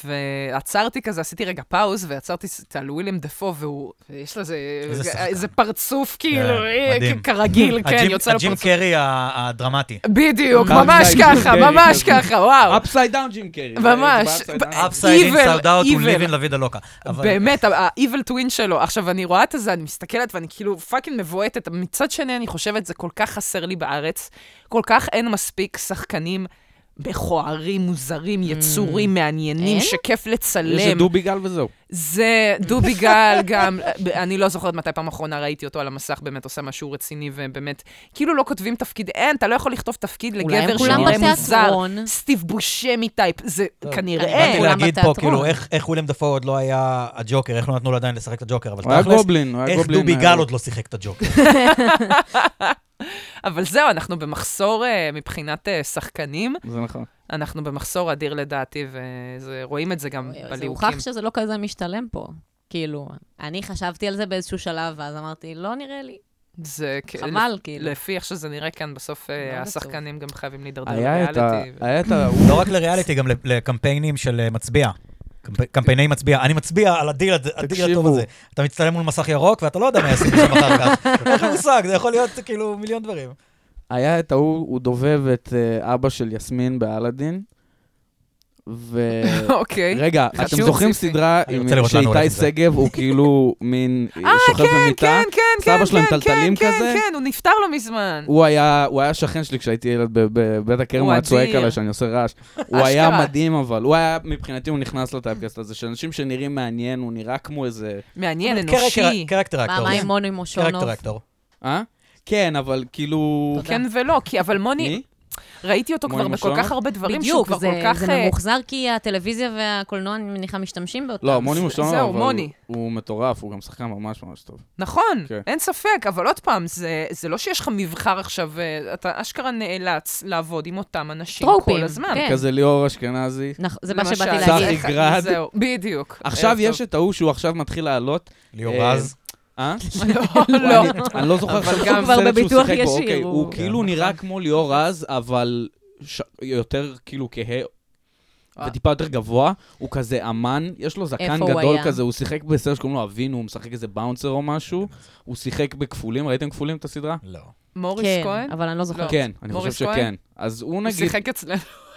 Speaker 2: ועצרתי כזה, עשיתי רגע פאוז, ועצרתי את- על וויליאם דפו, והוא, יש לו איזה, אה,
Speaker 4: איזה שחקן. כן,
Speaker 2: איזה פרצוף כאילו, אה,
Speaker 4: מדהים.
Speaker 2: כרגיל, כן,
Speaker 4: הג'ים-
Speaker 2: יוצא לו
Speaker 4: הג'ים כן,
Speaker 2: פרצוף.
Speaker 4: קרי ה- הדרמטי.
Speaker 2: בדיוק,
Speaker 5: אמרתי
Speaker 2: ממש
Speaker 5: לה, ג'ים
Speaker 2: ככה,
Speaker 5: קרי,
Speaker 2: ממש
Speaker 4: כן.
Speaker 5: כזה.
Speaker 2: ככה, וואו.
Speaker 5: אפסייד דאון ג'ים קרי.
Speaker 2: אה, ממש.
Speaker 5: זה ב-upside down.
Speaker 2: Up-
Speaker 4: אפסייד
Speaker 2: Evil,
Speaker 4: אינסארד אאוט
Speaker 2: evil.
Speaker 4: וליבין לויד הלוקה. אבל-
Speaker 2: באמת, ה-evil twin שלו. עכשיו, אני רואה את זה, אני מסתכלת ואני כאילו פאקינג מבועטת. מצד שני, אני חושבת, זה כל כך חסר לי בארץ. כל כך אין מספיק שחקנים מכוערים, מוזרים, יצורים, מעניינים,
Speaker 3: Mm. אין?
Speaker 2: שכיף
Speaker 5: יש את
Speaker 2: לצלם.
Speaker 5: דוביגל וזהו.
Speaker 2: זה דוביגל גם, אני לא זוכרת מתי פעם אחרונה ראיתי אותו על המסך, באמת עושה משהו רציני, ובאמת, כאילו לא כותבים תפקיד, אין, אתה לא יכול לכתוב תפקיד
Speaker 3: אולי הם
Speaker 2: לגבר
Speaker 3: כולם
Speaker 2: שנראה מוזר.
Speaker 3: בתיאטרון.
Speaker 2: סטיב בושמי טייפ, זה
Speaker 3: הבנתי
Speaker 2: כנראה...
Speaker 4: באתי
Speaker 3: כולם
Speaker 4: להגיד פה,
Speaker 3: בתיאטרון.
Speaker 4: כאילו, איך- איך וויליאם דפו עוד לא היה הג'וקר, איך לא נתנו לו עדיין לשחק את הג'וקר, אבל
Speaker 5: הוא היה
Speaker 4: תכלס,
Speaker 5: גובלין, הוא היה
Speaker 4: איך
Speaker 5: גובלין. אה,
Speaker 4: דובי
Speaker 5: היה-
Speaker 4: גל עוד לא שיחק את הג'וקר.
Speaker 2: אבל זהו, אנחנו במחסור אה, מבחינת אה, שחקנים,
Speaker 5: זה נכון.
Speaker 2: אנחנו במחסור אדיר לדעתי, ורואים את זה גם
Speaker 3: זה
Speaker 2: בליהוקים.
Speaker 3: הוכח שזה לא כזה משתלם פה. כאילו, אני חשבתי על זה באיזשהו שלב, ואז אמרתי, לא נראה לי.
Speaker 2: זה כ-
Speaker 3: חבל, כאילו.
Speaker 2: לפי איך שזה נראה כאן, בסוף אה,
Speaker 3: לא בטוח.
Speaker 2: השחקנים גם חייבים להידרדר
Speaker 5: היה את ה...
Speaker 2: לריאליטי.
Speaker 5: היה את ה...
Speaker 4: לא רק לריאליטי, גם לקמפיינים של אה, מצביע. קמפ- קמפייני מצביע. אני מצביע על הדיל הד- הדיל הטוב
Speaker 5: תקשיבו.
Speaker 4: הזה. אתה מצטלם מול מסך ירוק, ואתה לא יודע מה יעשו שם אחר כך. אין לך מושג, זה יכול להיות כאילו מיליון דברים.
Speaker 5: היה את ההוא, הוא דובב את אה, אבא של יסמין באלאדין, ו...
Speaker 2: אוקיי.
Speaker 5: רגע, אתם
Speaker 2: חשוב,
Speaker 5: זוכרים
Speaker 2: סיסי.
Speaker 5: סדרה
Speaker 4: אני
Speaker 5: עם-
Speaker 4: רוצה לראות לאן הוא הולך
Speaker 5: שאיתי
Speaker 4: עם זה.
Speaker 5: שגב הוא כאילו מין אה, שוכב במיטה?
Speaker 2: כן, כן, כן,
Speaker 5: סבא שלו עם
Speaker 2: כן,
Speaker 5: טלטלים
Speaker 2: כן,
Speaker 5: כזה?
Speaker 2: כן, כן, הוא נפטר לא מזמן.
Speaker 5: הוא היה, הוא היה שכן שלי כשהייתי ילד ב- בבית הכרם,
Speaker 2: הוא
Speaker 5: הוא היה צועק
Speaker 2: אדיר.
Speaker 5: עליי שאני עושה רעש. הוא היה
Speaker 2: אשכרה.
Speaker 5: מדהים אבל, הוא היה, מבחינתי הוא נכנס לטייפקאסט הזה, שאנשים שנראים מעניין, הוא נראה כמו איזה...
Speaker 2: מעניין,
Speaker 5: כן,
Speaker 2: אנושי.
Speaker 4: קרקטר
Speaker 3: מה
Speaker 4: אקטור.
Speaker 3: מה עם מונו עם אושונוב?
Speaker 4: קרקטר אקטור.
Speaker 5: אה? כן, אבל כאילו...
Speaker 3: תודה.
Speaker 2: כן ולא, כי אבל מוני,
Speaker 5: מי? ראיתי
Speaker 2: ראיתי אותו
Speaker 5: כמו
Speaker 2: כבר
Speaker 5: עם
Speaker 2: בכל
Speaker 5: מושלם?
Speaker 2: כך הרבה דברים, שהוא
Speaker 3: בדיוק,
Speaker 2: כבר
Speaker 3: זה,
Speaker 2: כל כך...
Speaker 3: זה
Speaker 2: אה,
Speaker 3: ממוחזר כי הטלוויזיה והקולנוע, אני מניחה, משתמשים באותם.
Speaker 5: לא, מוני מושלם,
Speaker 2: זהו,
Speaker 5: אבל
Speaker 2: מוני.
Speaker 5: הוא- הוא מטורף, הוא גם שחקן ממש ממש טוב.
Speaker 2: נכון,
Speaker 5: כן.
Speaker 2: אין ספק, אבל עוד פעם, זה, זה לא שיש לך מבחר עכשיו, אה, אתה אשכרה נאלץ לעבוד עם אותם אנשים
Speaker 3: טרופים,
Speaker 2: כל הזמן.
Speaker 3: כן.
Speaker 5: כזה ליאור אשכנזי.
Speaker 3: נכ- זה מה
Speaker 2: למשל. אה,
Speaker 3: שבאתי
Speaker 5: צחי
Speaker 3: להגיד.
Speaker 5: צחי גראד.
Speaker 2: זהו, בדיוק.
Speaker 5: עכשיו
Speaker 2: ערב
Speaker 5: יש את ההוא שהוא עכשיו מתחיל לעלות.
Speaker 4: ליאור
Speaker 5: אה,
Speaker 4: רז.
Speaker 5: אה?
Speaker 2: טוב. לא, לא.
Speaker 5: אני- אני לא זוכר
Speaker 2: אבל
Speaker 5: עכשיו סרט
Speaker 2: גם
Speaker 3: כבר
Speaker 5: שהוא
Speaker 3: בביטוח
Speaker 5: שיחק בו,
Speaker 3: ישיר,
Speaker 5: אוקיי,
Speaker 3: הוא-
Speaker 5: הוא
Speaker 3: כן,
Speaker 5: כאילו נראה כמו ליאור רז, אבל ש- יותר כאילו כהה.
Speaker 2: אה.
Speaker 5: וטיפה יותר גבוה, הוא כזה אמן, יש לו זקן
Speaker 3: איפה הוא
Speaker 5: גדול
Speaker 3: היה?
Speaker 5: כזה, הוא שיחק בסרט שקוראים לו אבינו, הוא משחק איזה באונסר או משהו, הוא שיחק בכפולים, ראיתם כפולים את הסדרה?
Speaker 4: לא.
Speaker 2: מוריס
Speaker 3: כן,
Speaker 2: כהן?
Speaker 3: אבל אני לא זוכרת.
Speaker 5: כן, אני חושב
Speaker 2: מוריס כהן?
Speaker 5: שכן. אז הוא
Speaker 2: הוא
Speaker 5: נגיד,
Speaker 2: שיחק אצלנו.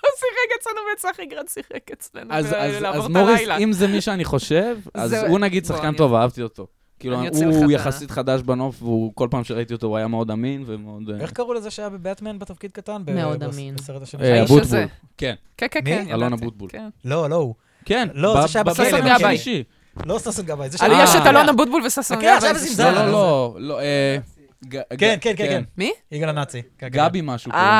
Speaker 2: הוא שיחק אצלנו וצחי גרד שיחק אצלנו.
Speaker 5: אז,
Speaker 2: ב-
Speaker 5: אז,
Speaker 2: לעבור
Speaker 5: אז
Speaker 2: את
Speaker 5: מוריס,
Speaker 2: הלילה.
Speaker 5: אם זה מי שאני חושב, אז
Speaker 2: זה-
Speaker 5: הוא נגיד
Speaker 2: בוא,
Speaker 5: שחקן
Speaker 2: אני-
Speaker 5: טוב, אהבתי אותו. כאילו,
Speaker 2: אני אוציא לך
Speaker 5: הוא
Speaker 2: את ה-
Speaker 5: יחסית חדש בנוף, והוא, כל פעם שראיתי אותו הוא היה מאוד אמין ומאוד... אה,
Speaker 4: איך קראו לזה שהיה בבטמן בתפקיד קטן? ב-
Speaker 3: מאוד
Speaker 4: בס-
Speaker 3: אמין.
Speaker 4: בסרט השני.
Speaker 5: אה,
Speaker 2: האיש
Speaker 5: אבוטבול.
Speaker 2: הזה.
Speaker 5: כן,
Speaker 2: כן, כן,
Speaker 4: מי?
Speaker 2: כן.
Speaker 5: אלון
Speaker 2: ידעתי.
Speaker 5: אבוטבול.
Speaker 2: כן.
Speaker 4: לא, לא, הוא.
Speaker 5: כן.
Speaker 4: לא, זה שהיה
Speaker 5: ב-
Speaker 4: בכלא,
Speaker 5: בסרט
Speaker 2: בכלא.
Speaker 5: השלישי.
Speaker 4: לא ששון גבאי. זה
Speaker 2: אבל
Speaker 5: אה.
Speaker 2: יש את אלון אבוטבול וששון
Speaker 4: חכה, עכשיו
Speaker 2: גבאי.
Speaker 4: זה זמזם.
Speaker 5: לא, לא, לא, לא, אה... ג- ג-
Speaker 4: כן, כן, כן, כן.
Speaker 2: מי?
Speaker 4: יגאל הנאצי. כן, כן.
Speaker 5: גבי משהו
Speaker 2: אה,
Speaker 5: קוראים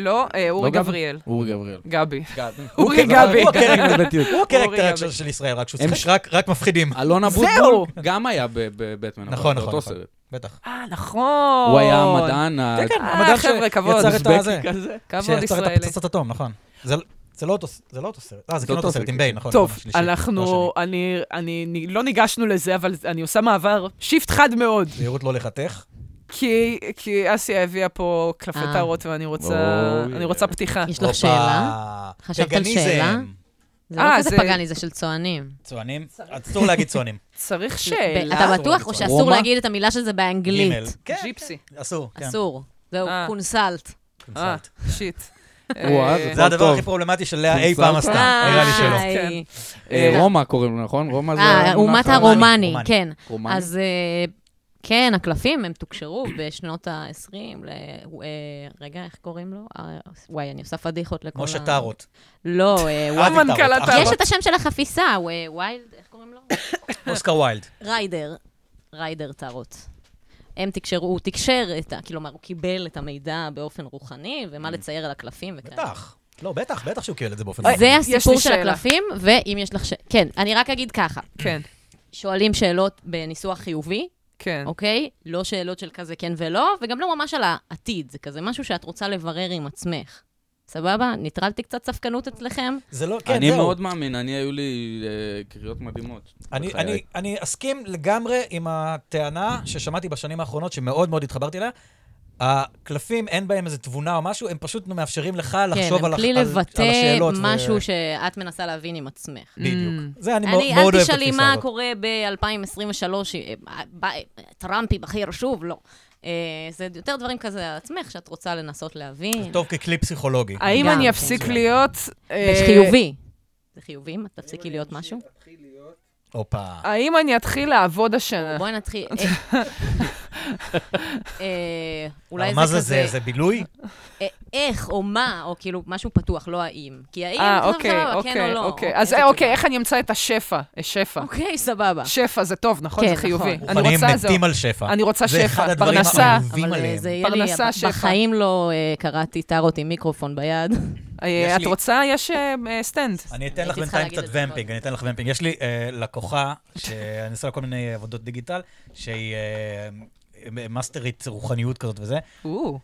Speaker 2: אה, לא, אה, אורי
Speaker 5: לא גבי?
Speaker 2: גבריאל.
Speaker 5: לו. אורי גבריאל.
Speaker 2: גבי.
Speaker 5: אוקיי, גבי.
Speaker 2: אורי
Speaker 4: כן,
Speaker 2: גבי.
Speaker 4: הוא הקרקטר-
Speaker 5: בדיוק.
Speaker 4: הוא
Speaker 2: אורי
Speaker 4: הקרקטר
Speaker 2: גבי.
Speaker 4: של- של ישראל, רק שהוא
Speaker 5: הם אה,
Speaker 4: שיחק רק- רק מפחידים.
Speaker 5: אלון
Speaker 2: זהו!
Speaker 5: אבוטבול גם היה בבטמן,
Speaker 4: נכון, נכון,
Speaker 5: באותו
Speaker 4: נכון.
Speaker 5: סרט.
Speaker 4: בטח.
Speaker 2: אה, נכון.
Speaker 5: הוא היה המדען, ה-
Speaker 4: כן, כן,
Speaker 2: אה,
Speaker 4: המדען
Speaker 2: חבר'ה, כבוד.
Speaker 4: שיצר את
Speaker 5: אוזבקי
Speaker 4: הזה.
Speaker 5: כזה.
Speaker 2: כבוד
Speaker 4: שיצר את
Speaker 2: ישראלי.
Speaker 4: הפצצת אטום, נכון. זה- זה לא אותו ס- זה לא אותו סרט. אה, זה כן
Speaker 5: אותו
Speaker 4: אותו סרט
Speaker 5: סרט,
Speaker 4: עם
Speaker 5: כן.
Speaker 4: ביי, נכון.
Speaker 2: טוב,
Speaker 4: נכון, שלישי,
Speaker 2: אנחנו,
Speaker 4: לא
Speaker 2: אני, אני, אני, לא ניגשנו לזה, אבל אני עושה מעבר, שיפט חד מאוד,
Speaker 4: שני. זהירות לא לחתך.
Speaker 2: כי, כי אסיה הביאה פה קלפי
Speaker 3: אה.
Speaker 2: טרות ואני רוצה,
Speaker 5: אוי.
Speaker 2: אני רוצה פתיחה.
Speaker 3: יש לך
Speaker 4: הופה.
Speaker 3: שאלה? חשבת על
Speaker 4: פגניזם.
Speaker 3: שאלה? זה לא
Speaker 2: אה,
Speaker 3: כזה
Speaker 2: זה-
Speaker 3: פגני, זה של צוענים.
Speaker 4: צוענים? אסור להגיד צוענים.
Speaker 2: צריך
Speaker 3: ב-
Speaker 2: שאלה.
Speaker 3: אתה בטוח או שאסור
Speaker 5: רומא?
Speaker 3: להגיד את המילה של זה
Speaker 4: גימל.
Speaker 3: באנגלית?
Speaker 4: כן,
Speaker 2: ג'יפסי.
Speaker 4: אסור, כן.
Speaker 3: אסור. זהו,
Speaker 2: אה.
Speaker 3: קונסלט.
Speaker 2: אה,
Speaker 4: קונסלט.
Speaker 2: שיט.
Speaker 5: וואה,
Speaker 2: אה,
Speaker 5: זה
Speaker 4: זה הדבר
Speaker 5: טוב.
Speaker 4: הכי פרובלמטי של לאה אי פעם עשתה,
Speaker 5: קונסלט.
Speaker 4: נראה לי שלא. לא,
Speaker 3: איי.
Speaker 2: כן.
Speaker 5: אה, רומא קוראים לו, נכון? רומא זה...
Speaker 3: אה, אומת הרומני,
Speaker 4: רומני.
Speaker 3: כן.
Speaker 5: הרומני.
Speaker 3: אז אה, כן, הקלפים, הם תוקשרו בשנות ה-20 ל... אה, רגע, איך קוראים לו? אה, וואי, אני עושה פדיחות לכל ה...
Speaker 4: משה טארות.
Speaker 3: לא, אה, וואי.
Speaker 2: אמן
Speaker 4: אבי טארות,
Speaker 2: קלטה.
Speaker 4: אח
Speaker 3: יש
Speaker 4: שלו.
Speaker 3: את השם של החפיסה, הוא, אה, ויילד, איך קוראים לו?
Speaker 4: אוסקר ויילד.
Speaker 2: כן.
Speaker 3: ריידר. ריידר טארות. הם תקשרו, הוא תקשר את ה... כלומר, הוא קיבל את המידע באופן רוחני, ומה לצייר על הקלפים וכאלה.
Speaker 4: Mm. בטח. לא, בטח, בטח שהוא קיבל את זה באופן...
Speaker 3: אה, זה
Speaker 2: אה, יש לי
Speaker 3: הסיפור של
Speaker 2: שאלה.
Speaker 3: הקלפים, ואם יש לך... ש- כן, אני רק אגיד ככה.
Speaker 2: כן,
Speaker 3: שואלים שאלות בניסוח חיובי,
Speaker 2: כן.
Speaker 3: אוקיי? לא שאלות של כזה כן ולא, וגם לא ממש על העתיד, זה כזה משהו שאת רוצה לברר עם עצמך. סבבה? ניטרלתי קצת ספקנות אצלכם?
Speaker 4: זה לא, כן,
Speaker 5: אני
Speaker 4: זהו.
Speaker 5: מאוד מאמין, אני, היו לי אה, קריאות מדהימות.
Speaker 4: אני,
Speaker 5: בחיי.
Speaker 4: אני, אני אסכים לגמרי עם הטענה ששמעתי בשנים האחרונות, שמאוד מאוד התחברתי אליה. הקלפים, אין בהם איזה תבונה או משהו, הם פשוט מאפשרים לך
Speaker 3: כן,
Speaker 4: לחשוב על,
Speaker 3: הם כלי
Speaker 4: על, על
Speaker 3: לבטא
Speaker 4: השאלות.
Speaker 3: משהו שאת מנסה להבין עם עצמך.
Speaker 4: בדיוק. זה, אני,
Speaker 3: אני,
Speaker 4: מאוד אוהב את
Speaker 3: אל
Speaker 4: התפיסה
Speaker 3: תשאלי מה
Speaker 4: הזאת.
Speaker 3: קורה ב-2023, אה, טראמפ ייבחר שוב, לא. אה, זה יותר דברים כזה על עצמך, שאת רוצה לנסות להבין.
Speaker 4: זה טוב ככלי פסיכולוגי.
Speaker 2: האם
Speaker 3: גם,
Speaker 2: אני
Speaker 3: כן.
Speaker 2: אפסיק להיות... אה,
Speaker 3: זה חיובי. זה חיובי? אם את תפסיקי להיות משהו?
Speaker 4: הופה.
Speaker 2: האם אני אתחיל לעבוד השנה?
Speaker 3: בואי נתחיל. אה, אה, אולי
Speaker 4: מה
Speaker 3: זה כזה,
Speaker 4: זה, זה בילוי?
Speaker 3: אה, איך או מה, או כאילו משהו פתוח, לא האם. כי האם,
Speaker 2: אה,
Speaker 3: טוב,
Speaker 2: אוקיי,
Speaker 3: סבבה, כן או
Speaker 2: אוקיי,
Speaker 3: לא.
Speaker 2: אוקיי. אז אה, אוקיי, איך אני אמצא את השפע? אה, שפע.
Speaker 3: אוקיי, סבבה.
Speaker 2: שפע זה טוב, נכון?
Speaker 3: כן,
Speaker 2: זה חיובי.
Speaker 3: נכון.
Speaker 2: אני
Speaker 4: רוחניים
Speaker 2: רוצה זה.
Speaker 4: מתים על שפע.
Speaker 2: אני רוצה
Speaker 4: זה אחד
Speaker 2: שפע,
Speaker 4: הדברים
Speaker 2: פרנסה.
Speaker 4: האהובים
Speaker 3: אבל אה,
Speaker 4: עליהם.
Speaker 3: זה יהיה לי,
Speaker 2: פרנסה,
Speaker 3: ב-
Speaker 2: שפע.
Speaker 3: בחיים לא אה, קראתי טארות עם מיקרופון ביד.
Speaker 2: אה,
Speaker 4: יש
Speaker 2: את
Speaker 4: לי-
Speaker 2: רוצה? יש אה, אה, סטנד.
Speaker 4: אני אתן לך
Speaker 3: הייתי צריכה
Speaker 4: בינתיים
Speaker 3: להגיד
Speaker 4: קצת
Speaker 3: את זה
Speaker 4: ומפינג,
Speaker 3: קודם.
Speaker 4: אני אתן לך ומפינג. יש לי אה, לקוחה שאני עושה לה כל מיני עבודות דיגיטל, שהיא אה, מאסטרית רוחניות כזאת וזה.
Speaker 2: או.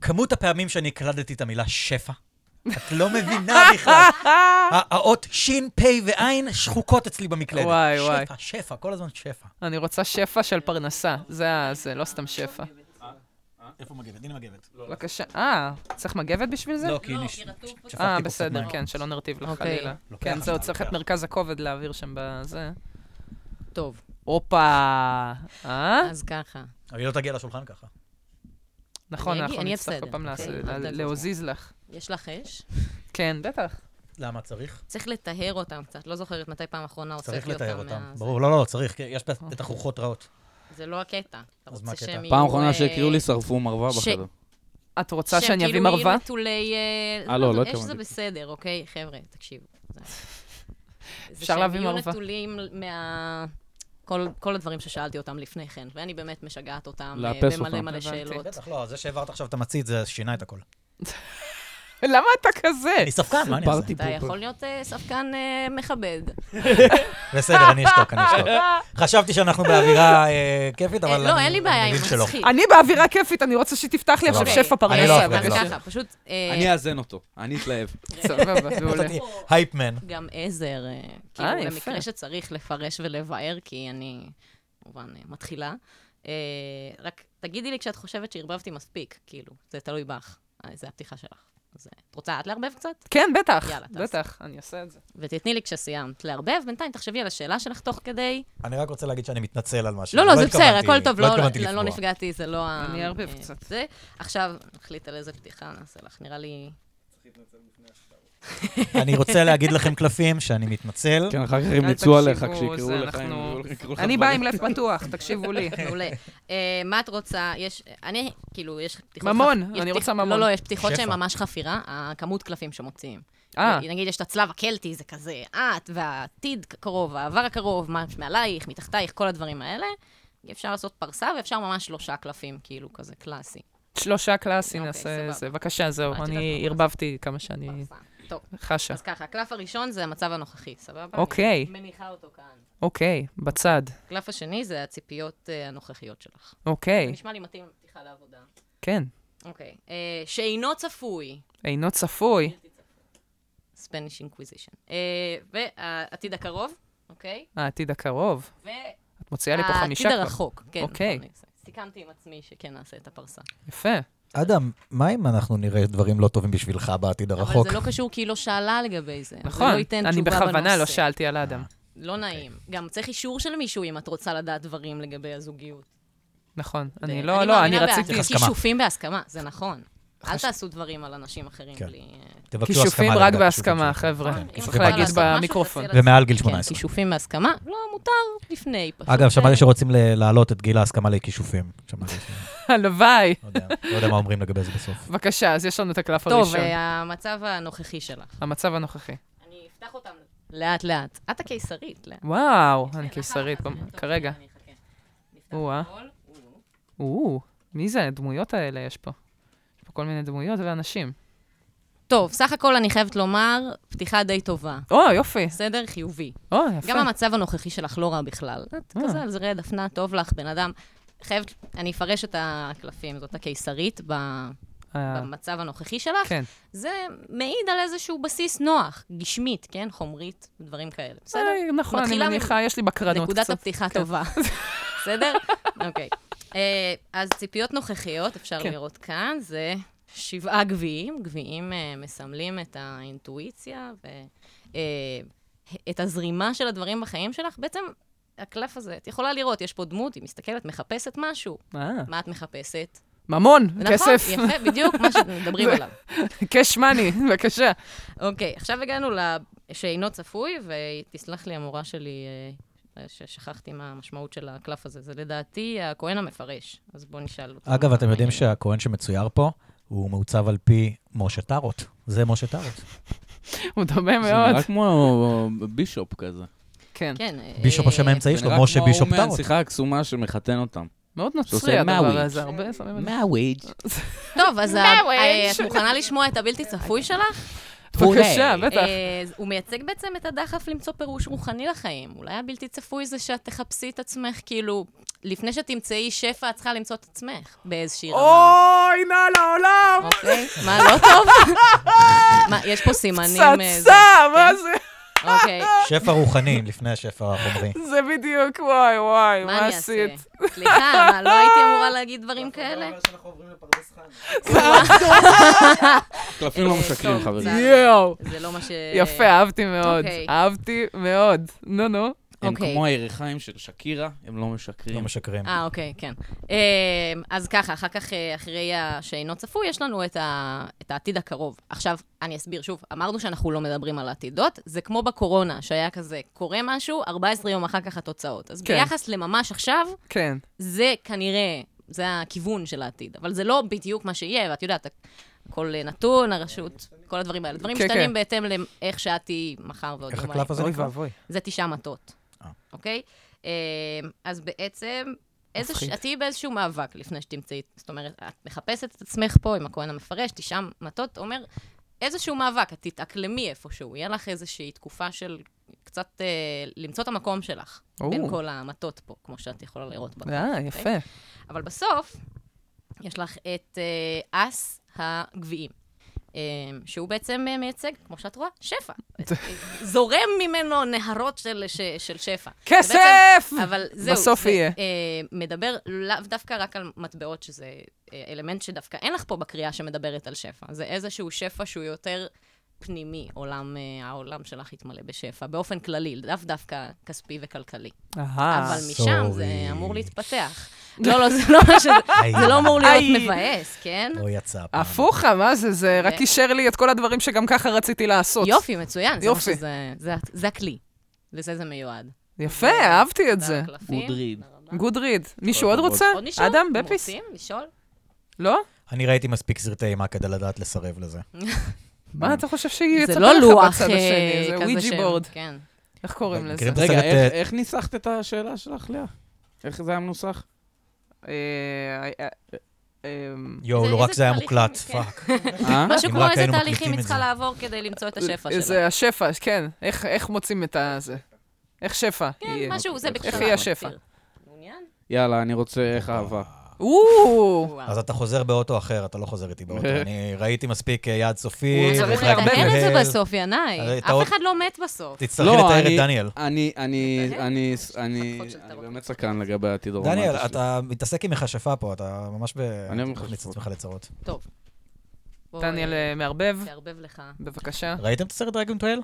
Speaker 4: כמות הפעמים שאני הקלדתי את המילה שפע, את לא מבינה בכלל. ה- האות שין, פ' ועין שחוקות אצלי במקלדת.
Speaker 2: וואי, וואי.
Speaker 4: שפע, שפע, כל הזמן שפע.
Speaker 2: אני רוצה שפע של פרנסה. זה ה- זה לא סתם שפע.
Speaker 4: איפה מגבת? הנה מגבת.
Speaker 2: בבקשה. אה, צריך מגבת בשביל זה?
Speaker 4: לא, כי הנה,
Speaker 2: אה,
Speaker 4: שפכתי פה קצת
Speaker 2: בסדר,
Speaker 4: מים.
Speaker 2: כן, שלא נרטיב לך
Speaker 3: אוקיי.
Speaker 2: חלילה.
Speaker 4: לוקח,
Speaker 2: כן, זהו,
Speaker 4: אני
Speaker 2: צריך
Speaker 4: לוקח.
Speaker 2: את מרכז הכובד להעביר שם בזה.
Speaker 3: טוב,
Speaker 2: הופה. אה?
Speaker 3: אז ככה.
Speaker 4: אבל היא לא תגיע לשולחן ככה.
Speaker 2: נכון,
Speaker 3: אני אגיד-
Speaker 2: אנחנו
Speaker 3: אני
Speaker 2: נצטרך כל
Speaker 3: בסדר.
Speaker 2: פעם לעשות-
Speaker 3: אוקיי,
Speaker 2: לה-
Speaker 3: אל תדאגו.
Speaker 2: להוזיז לך.
Speaker 3: יש לך אש?
Speaker 2: כן, בטח.
Speaker 4: למה? צריך?
Speaker 3: צריך לטהר אותם קצת, לא זוכרת מתי פעם אחרונה
Speaker 4: צריך
Speaker 3: הוצאתי אותם.
Speaker 4: לתאר אותם.
Speaker 3: מה- זה-
Speaker 4: ברור, לא, לא, צריך, כי יש בטח רוחות רעות.
Speaker 3: זה לא הקטע. אתה
Speaker 4: אז
Speaker 3: רוצה
Speaker 4: מה הקטע?
Speaker 3: שהם יהיו...
Speaker 5: פעם אחרונה
Speaker 3: אה,
Speaker 5: שהקריאו לי שרפו מרווה
Speaker 3: ש-
Speaker 5: בחדר.
Speaker 2: את רוצה שאני אביא
Speaker 3: שהם כאילו
Speaker 2: מרווה?
Speaker 3: יהיו נטולי... אה,
Speaker 5: אה, לא, לא
Speaker 3: אש
Speaker 5: התכוונתי.
Speaker 3: זה בסדר, אוקיי? חבר'ה, תקשיבו. זה- זה
Speaker 2: אפשר להביא
Speaker 3: שהם
Speaker 2: מרווה.
Speaker 3: יהיו נטולים מה... כל, כל הדברים ששאלתי אותם לפני כן, ואני באמת משגעת אותם אה,
Speaker 5: לאפס
Speaker 3: במלא
Speaker 5: אותם.
Speaker 3: מלא
Speaker 2: הבנתי.
Speaker 3: שאלות.
Speaker 4: בטח, לא, זה שהעברת עכשיו את המצית, זה שינה את
Speaker 3: כן.
Speaker 4: הכל.
Speaker 2: למה אתה כזה?
Speaker 4: אני ספקן, מה אני אעשה?
Speaker 5: סיפרתי
Speaker 3: אתה
Speaker 5: פה-
Speaker 3: יכול להיות אה, ספקן אה, מכבד.
Speaker 4: בסדר, אני אשתוק, אני אשתוק. חשבתי שאנחנו באווירה אה, כיפית, אבל...
Speaker 3: אה, לא,
Speaker 4: אני
Speaker 3: אין לי בעיה עם
Speaker 4: מבין שלא.
Speaker 3: מצחיק.
Speaker 2: אני באווירה כיפית, אני רוצה שתפתח לי עכשיו
Speaker 4: סבבה.
Speaker 2: שפע
Speaker 4: אני לא
Speaker 2: פרנסה.
Speaker 4: אפריע,
Speaker 3: אז
Speaker 4: לא.
Speaker 3: ככה, פשוט... אה,
Speaker 5: אני אאזן אותו, אני אתלהב.
Speaker 2: סבבה, מעולה.
Speaker 4: נתתי הייפמן.
Speaker 3: גם עזר, אה, כאילו,
Speaker 2: יפה.
Speaker 3: למקרה שצריך לפרש ולבאר, כי אני כמובן אה, מתחילה. אה, רק תגידי לי כשאת חושבת שערבבתי מספיק, כאילו, זה תלוי בך, אה, זה הפתיחה שלך. אז אה, את רוצה את לערבב קצת?
Speaker 2: כן, בטח,
Speaker 3: יאללה, תעשה.
Speaker 2: בטח, אני אעשה את זה.
Speaker 3: ותתני לי כשסיימת לערבב, בינתיים תחשבי על השאלה שלך תוך כדי.
Speaker 4: אני רק רוצה להגיד שאני מתנצל על משהו.
Speaker 3: לא, לא, זה בסדר, הכל טוב, לא
Speaker 4: התכוונתי
Speaker 3: לא- לא
Speaker 4: לפגוע.
Speaker 3: נפגעתי, זה לא ה...
Speaker 2: אני אערבב
Speaker 3: אה,
Speaker 2: קצת.
Speaker 3: זה. עכשיו, נחליט על איזה פתיחה נעשה לך, נראה לי...
Speaker 4: אני רוצה להגיד לכם, קלפים, שאני מתנצל.
Speaker 5: כן, אחר כך הם
Speaker 2: אל
Speaker 5: יצאו עליך
Speaker 2: תקשיבו,
Speaker 5: כשיקראו
Speaker 2: זה
Speaker 5: לך,
Speaker 2: אנחנו-
Speaker 5: הם יקראו לך
Speaker 2: אני
Speaker 5: דברים.
Speaker 2: באה עם לב פתוח, תקשיבו לי.
Speaker 3: מעולה. אה, מה את רוצה? יש, אני, כאילו, יש פתיחות...
Speaker 2: ממון,
Speaker 3: יש
Speaker 2: אני
Speaker 3: פתיח-
Speaker 2: רוצה ממון.
Speaker 3: לא, לא, יש פתיחות
Speaker 4: שפע.
Speaker 3: שהן ממש חפירה, הכמות קלפים שמוציאים.
Speaker 2: אה,
Speaker 3: נגיד, יש את הצלב הקלטי, זה כזה, את והעתיד הקרוב, העבר הקרוב, מה מעלייך, מתחתייך, כל הדברים האלה. אפשר לעשות פרסה, ואפשר ממש שלושה קלפים, כאילו, כזה קלאסי.
Speaker 2: שלושה קלאסים
Speaker 3: אוקיי,
Speaker 2: נעשה
Speaker 3: סבבה.
Speaker 2: זה. בבקשה, זהו,
Speaker 3: יודעת
Speaker 2: אני
Speaker 3: מה?
Speaker 2: ערבבתי כמה שאני
Speaker 3: פרסה. טוב,
Speaker 2: חשה.
Speaker 3: אז ככה, הקלף הראשון זה המצב הנוכחי, סבבה?
Speaker 2: אוקיי.
Speaker 3: אני מניחה אותו כאן.
Speaker 2: אוקיי, בצד.
Speaker 3: הקלף השני זה הציפיות אה, הנוכחיות שלך. זה
Speaker 2: אוקיי,
Speaker 3: נשמע לי מתאים לפתיחה לעבודה.
Speaker 2: כן.
Speaker 3: אוקיי. אה, שאינו צפוי.
Speaker 2: אינו צפוי.
Speaker 3: Spanish Inquisition. Uh, והעתיד הקרוב, אוקיי?
Speaker 2: העתיד הקרוב.
Speaker 3: והעתיד
Speaker 2: את מוציאה לי פה חמישה כבר.
Speaker 3: הרחוק, כן.
Speaker 2: אוקיי.
Speaker 3: נכון, אני סיכמתי עם עצמי שכן נעשה את הפרסה.
Speaker 2: יפה.
Speaker 4: אדם, מה אם אנחנו נראה דברים לא טובים בשבילך בעתיד
Speaker 3: אבל
Speaker 4: הרחוק?
Speaker 3: זה לא קשור כי היא לא שאלה לגבי זה. אז זה
Speaker 2: נכון,
Speaker 3: לא ייתן
Speaker 2: אני
Speaker 3: תשובה
Speaker 2: בכוונה לא
Speaker 3: בנושא.
Speaker 2: שאלתי על האדם.
Speaker 3: לא נעים. גם צריך אישור של מישהו אם את רוצה לדעת דברים לגבי הזוגיות.
Speaker 2: נכון,
Speaker 3: ו-
Speaker 2: אני לא, לא, אני
Speaker 3: מאמינה
Speaker 2: רציתי...
Speaker 4: בהסכמה.
Speaker 3: כישופים בהסכמה, זה נכון. אל
Speaker 2: חש-
Speaker 3: תעשו דברים על אנשים אחרים
Speaker 4: כן.
Speaker 3: בלי... אה,
Speaker 4: תבקשו
Speaker 2: כישופים
Speaker 4: הסכמה
Speaker 2: רק
Speaker 4: לגבי
Speaker 2: בהסכמה,
Speaker 4: הכישופים
Speaker 2: חבר'ה.
Speaker 4: שלכם. כן,
Speaker 3: אם את
Speaker 2: צריך
Speaker 3: יכולה
Speaker 4: כישופים
Speaker 2: להגיד
Speaker 3: לעשות משהו,
Speaker 2: במיקרופון.
Speaker 3: תעשי על
Speaker 4: בהסכמה. ומעל גיל
Speaker 3: כן,
Speaker 4: 18.
Speaker 3: כישופים בהסכמה, לא, מותר לפני, פשוט.
Speaker 4: אגב,
Speaker 3: אה,
Speaker 4: שמעתי שרוצים ל- להעלות את גיל ההסכמה לכישופים. שמעתי ש...
Speaker 2: הלוואי.
Speaker 4: לא יודע, לא יודע מה אומרים לגבי זה בסוף.
Speaker 2: בבקשה, אז יש לנו את הקלף
Speaker 3: טוב,
Speaker 2: הראשון.
Speaker 3: אה, המצב הנוכחי שלך.
Speaker 2: המצב הנוכחי.
Speaker 3: אני אפתח אותם לאט-לאט. את הקיסרית, לאט.
Speaker 2: וואו, אני
Speaker 3: כן,
Speaker 2: קיסרית
Speaker 3: אחר כך,
Speaker 2: במ-
Speaker 3: טוב,
Speaker 2: כרגע.
Speaker 3: שנייה, אני אחכה. נפתח
Speaker 2: או-אה.
Speaker 3: הכל. או,
Speaker 2: או, מי זה הדמויות האלה יש פה? יש פה כל מיני דמויות ואנשים.
Speaker 3: טוב, סך הכל אני חייבת לומר, פתיחה די טובה.
Speaker 2: או, יופי.
Speaker 3: בסדר? חיובי.
Speaker 2: או, יפה.
Speaker 3: גם המצב הנוכחי שלך לא רע בכלל. את
Speaker 2: אה.
Speaker 3: כזה על זרי הדפנה, טוב לך, בן אדם. חייבת, אני אפרש את הקלפים, זאת הקיסרית ב...
Speaker 2: ה-
Speaker 3: במצב הנוכחי שלך,
Speaker 2: אה. כן.
Speaker 3: זה מעיד על איזשהו בסיס נוח, גשמית, כן? חומרית, דברים כאלה. בסדר?
Speaker 2: אה, נכון, אני
Speaker 3: מתחילה מ-
Speaker 2: מניחה, יש לי בקרנות
Speaker 3: נקודת
Speaker 2: קצת.
Speaker 3: הפתיחה
Speaker 2: כן.
Speaker 3: טובה. בסדר? אוקיי. אה, אז ציפיות נוכחיות, אפשר
Speaker 2: כן.
Speaker 3: לראות כאן, זה שבעה גביעים. גביעים אה, מסמלים את האינטואיציה ואת הזרימה של הדברים בחיים שלך. בעצם, הקלף הזה, את יכולה לראות, יש פה דמות, היא מסתכלת, מחפשת משהו.
Speaker 2: אה,
Speaker 3: מה את מחפשת?
Speaker 2: ממון, כסף,
Speaker 3: נכון, יפה, בדיוק מה שמדברים
Speaker 2: זה-
Speaker 3: עליו.
Speaker 2: קש מאני, בבקשה.
Speaker 3: אוקיי, עכשיו הגענו לשאינו צפוי, ותסלח לי המורה שלי אה, ששכחתי מה המשמעות של הקלף הזה. זה לדעתי הכהן המפרש, אז בואו נשאל אותו.
Speaker 4: אגב, אתם יודעים
Speaker 3: מה-
Speaker 4: שהכהן שמצויר פה, הוא מעוצב על פי משה טארוט. זה משה טארוט.
Speaker 2: הוא דומה
Speaker 5: זה
Speaker 2: מאוד.
Speaker 5: נראה כמו אה, בישופ כזה.
Speaker 2: כן.
Speaker 3: כן. אה,
Speaker 4: בישופ השם האמצעי
Speaker 5: זה
Speaker 4: שלו,
Speaker 5: נראה
Speaker 4: משה
Speaker 5: כמו
Speaker 4: בישופ
Speaker 5: ההוא
Speaker 4: טארוט.
Speaker 5: מהנסיכה הקסומה שמחתן אותם.
Speaker 2: מאוד נוצרי
Speaker 5: שעושה
Speaker 2: הדבר
Speaker 5: מהוויץ'.
Speaker 2: הזה, הרבה שמים את זה.
Speaker 5: מהוויג'.
Speaker 3: טוב, אז ה-
Speaker 2: No,
Speaker 3: אה,
Speaker 2: it's-
Speaker 3: את מוכנה לשמוע את הבלתי צפוי שלך?
Speaker 2: בבקשה, בטח.
Speaker 3: אה, הוא מייצג בעצם את הדחף למצוא פירוש רוחני לחיים. אולי הבלתי צפוי זה שאת תחפשי את עצמך, כאילו, לפני שתמצאי שפע, את צריכה למצוא את עצמך באיזושהי רמה.
Speaker 2: אוי, נא לעולם!
Speaker 3: אוקיי? מה, לא טוב? מה, יש פה סימנים... אה, זה-
Speaker 2: פצצה, מה זה?
Speaker 3: אוקיי.
Speaker 4: שפע רוחני לפני השפע החומרי.
Speaker 2: זה בדיוק, וואי, וואי,
Speaker 3: מה
Speaker 2: מה
Speaker 3: אני אעשה?
Speaker 2: עשית?
Speaker 3: סליחה, מה, לא הייתי אמורה להגיד דברים כאלה?
Speaker 5: קלפים לא משקרים,
Speaker 3: אה, טוב,
Speaker 5: חברים.
Speaker 3: זה-
Speaker 2: יואו,
Speaker 3: זה לא מה ש...
Speaker 2: יפה, אהבתי מאוד.
Speaker 3: אוקיי.
Speaker 2: אהבתי מאוד. נו, נו.
Speaker 5: הם
Speaker 3: אוקיי.
Speaker 5: כמו הירכיים של שקירה, הם לא
Speaker 4: לא
Speaker 5: משקרים.
Speaker 4: משקרים.
Speaker 3: אה, אוקיי, כן. אמ, אז ככה, אחר כך, אה, אחרי השאינו צפוי, יש לנו את ה- את העתיד הקרוב. עכשיו, אני אסביר שוב, אמרנו שאנחנו לא מדברים על העתידות, זה כמו בקורונה, שהיה כזה, קורה משהו, 14 יום אחר כך התוצאות. אז
Speaker 2: כן.
Speaker 3: ביחס לממש עכשיו,
Speaker 2: כן.
Speaker 3: זה כנראה, זה הכיוון של העתיד, אבל זה לא בדיוק מה שיהיה, ואת יודעת, הכל אה, נתון, הרשות, כל הדברים האלה. דברים
Speaker 2: כן,
Speaker 3: משתנים
Speaker 2: כן.
Speaker 3: בהתאם לאיך שאת תהיי מחר ועוד
Speaker 4: איך
Speaker 3: יומיים.
Speaker 4: הקלף הזה נקרא?
Speaker 3: זה תשעה מטות,
Speaker 4: אה.
Speaker 3: אוקיי? אמ, אז בעצם, איזה ש-
Speaker 2: מפחיד.
Speaker 3: את תהיי באיזשהו מאבק לפני שתמצאי, זאת אומרת, את מחפשת את עצמך פה עם הכהן המפרש, תשעה מטות, אומר, איזשהו מאבק, את תתאקלמי איפשהו, יהיה לך איזושהי תקופה של קצת אה, למצוא את המקום שלך,
Speaker 2: או.
Speaker 3: בין כל המטות פה, כמו שאת יכולה לראות בה.
Speaker 2: אה, יפה.
Speaker 3: אבל בסוף, יש לך את אה, אס הגביעים, אה, שהוא בעצם אה, מייצג, כמו שאת רואה, שפע. זורם ממנו נהרות של, ש, של שפע.
Speaker 2: כסף!
Speaker 3: ובעצם- אבל זהו.
Speaker 2: בסוף
Speaker 3: זה,
Speaker 2: יהיה.
Speaker 3: אה, מדבר לאו דווקא רק על מטבעות, שזה אה, אלמנט שדווקא אין לך פה בקריאה שמדברת על שפע. זה איזשהו שפע שהוא יותר פנימי, עולם, אה, העולם שלך יתמלא בשפע, באופן כללי, לאו דווקא כספי וכלכלי.
Speaker 2: אהה.
Speaker 3: אבל משם זה
Speaker 4: אה, sorry.
Speaker 3: אמור להתפתח. לא, לא, זה לא מה שזה,
Speaker 4: היי.
Speaker 3: זה לא אמור להיות
Speaker 2: היי.
Speaker 3: מבאס, כן?
Speaker 4: לא יצא הפעם.
Speaker 2: הפוכה, מה זה? זה רק
Speaker 3: ו-
Speaker 2: אישר לי את כל הדברים שגם ככה רציתי לעשות.
Speaker 3: יופי, מצוין, זה מה
Speaker 2: יופי.
Speaker 3: שזה- זה ה- זה הכלי. לזה זה מיועד.
Speaker 2: יפה, אהבתי את זה.
Speaker 3: לקלפים,
Speaker 5: Good read.
Speaker 3: תודה רבה.
Speaker 2: גוד ריד. מישהו עוד
Speaker 5: הכבוד.
Speaker 2: רוצה?
Speaker 3: עוד נשאל?
Speaker 2: אדם,
Speaker 3: אתם
Speaker 2: בפיס?
Speaker 3: רוצים לשאול?
Speaker 2: לא?
Speaker 4: אני ראיתי מספיק סרטי אימה כדי לדעת לסרב לזה.
Speaker 2: מה אתה חושב שהיא
Speaker 3: זה
Speaker 2: יצאה
Speaker 3: לא
Speaker 2: לך
Speaker 3: לוח
Speaker 2: בצד
Speaker 3: אה,
Speaker 2: השני? זה
Speaker 3: כזה
Speaker 2: וויג'י
Speaker 3: שם,
Speaker 2: בורד.
Speaker 3: כן.
Speaker 2: איך קוראים לזה?
Speaker 4: מכירים את
Speaker 5: רגע,
Speaker 4: הסרט,
Speaker 5: איך-
Speaker 4: אה,
Speaker 5: איך ניסחת את השאלה שלך, לאה? איך זה היה מנוסח?
Speaker 2: אה, אה, אה,
Speaker 4: יואו,
Speaker 3: זה-
Speaker 4: לא רק
Speaker 3: זה
Speaker 4: זה היה
Speaker 3: תהליכים,
Speaker 4: מוקלט,
Speaker 3: כן.
Speaker 4: פאק.
Speaker 5: אה?
Speaker 3: משהו
Speaker 4: אם
Speaker 3: כמו
Speaker 4: רק
Speaker 3: איזה
Speaker 4: היינו
Speaker 3: תהליכים
Speaker 4: מקליטים
Speaker 3: היא
Speaker 4: את
Speaker 3: צריכה
Speaker 4: זה.
Speaker 3: לעבור כדי למצוא את השפע
Speaker 2: אה,
Speaker 3: שלה.
Speaker 2: זה השפע, כן. איך- איך מוצאים את הזה? איך שפע
Speaker 3: כן,
Speaker 2: יהיה?
Speaker 3: משהו, זה
Speaker 5: איך
Speaker 3: בקשר.
Speaker 2: יהיה השפע?
Speaker 3: מעוניין?
Speaker 5: יאללה, אני רוצה איך אהבה.
Speaker 2: או,
Speaker 3: וואו.
Speaker 4: אה, אז אתה חוזר באוטו אחר, אתה לא חוזר איתי באוטו. אני ראיתי מספיק אה, יעד סופי.
Speaker 2: הוא צריך
Speaker 4: וחלק
Speaker 2: לערבב
Speaker 3: אין את זה
Speaker 4: מהר.
Speaker 3: בסוף, ינאי.
Speaker 4: הרי אתה
Speaker 3: אף
Speaker 4: עוד-
Speaker 3: אחד לא מת בסוף.
Speaker 4: תצטרכי לתאר את דניאל.
Speaker 5: אני, אני,
Speaker 2: אוקיי.
Speaker 3: לתאר?
Speaker 5: אני, אני,
Speaker 3: חתיכות של
Speaker 5: אני
Speaker 3: טרור.
Speaker 5: באמת סקרן לגבי העתיד הרומנטי
Speaker 4: דניאל,
Speaker 5: שלי.
Speaker 4: אתה מתעסק עם מכשפה פה, אתה ממש ב...
Speaker 5: לא, אני עם
Speaker 4: אתה מכניס את
Speaker 5: מכשפות.
Speaker 4: עצמך לצרות.
Speaker 3: בוא,
Speaker 2: דניאל
Speaker 3: אה,
Speaker 2: אה, מערבב,
Speaker 3: תערבב לך.
Speaker 2: בבקשה.
Speaker 4: ראיתם את הסרט דרגון טויל?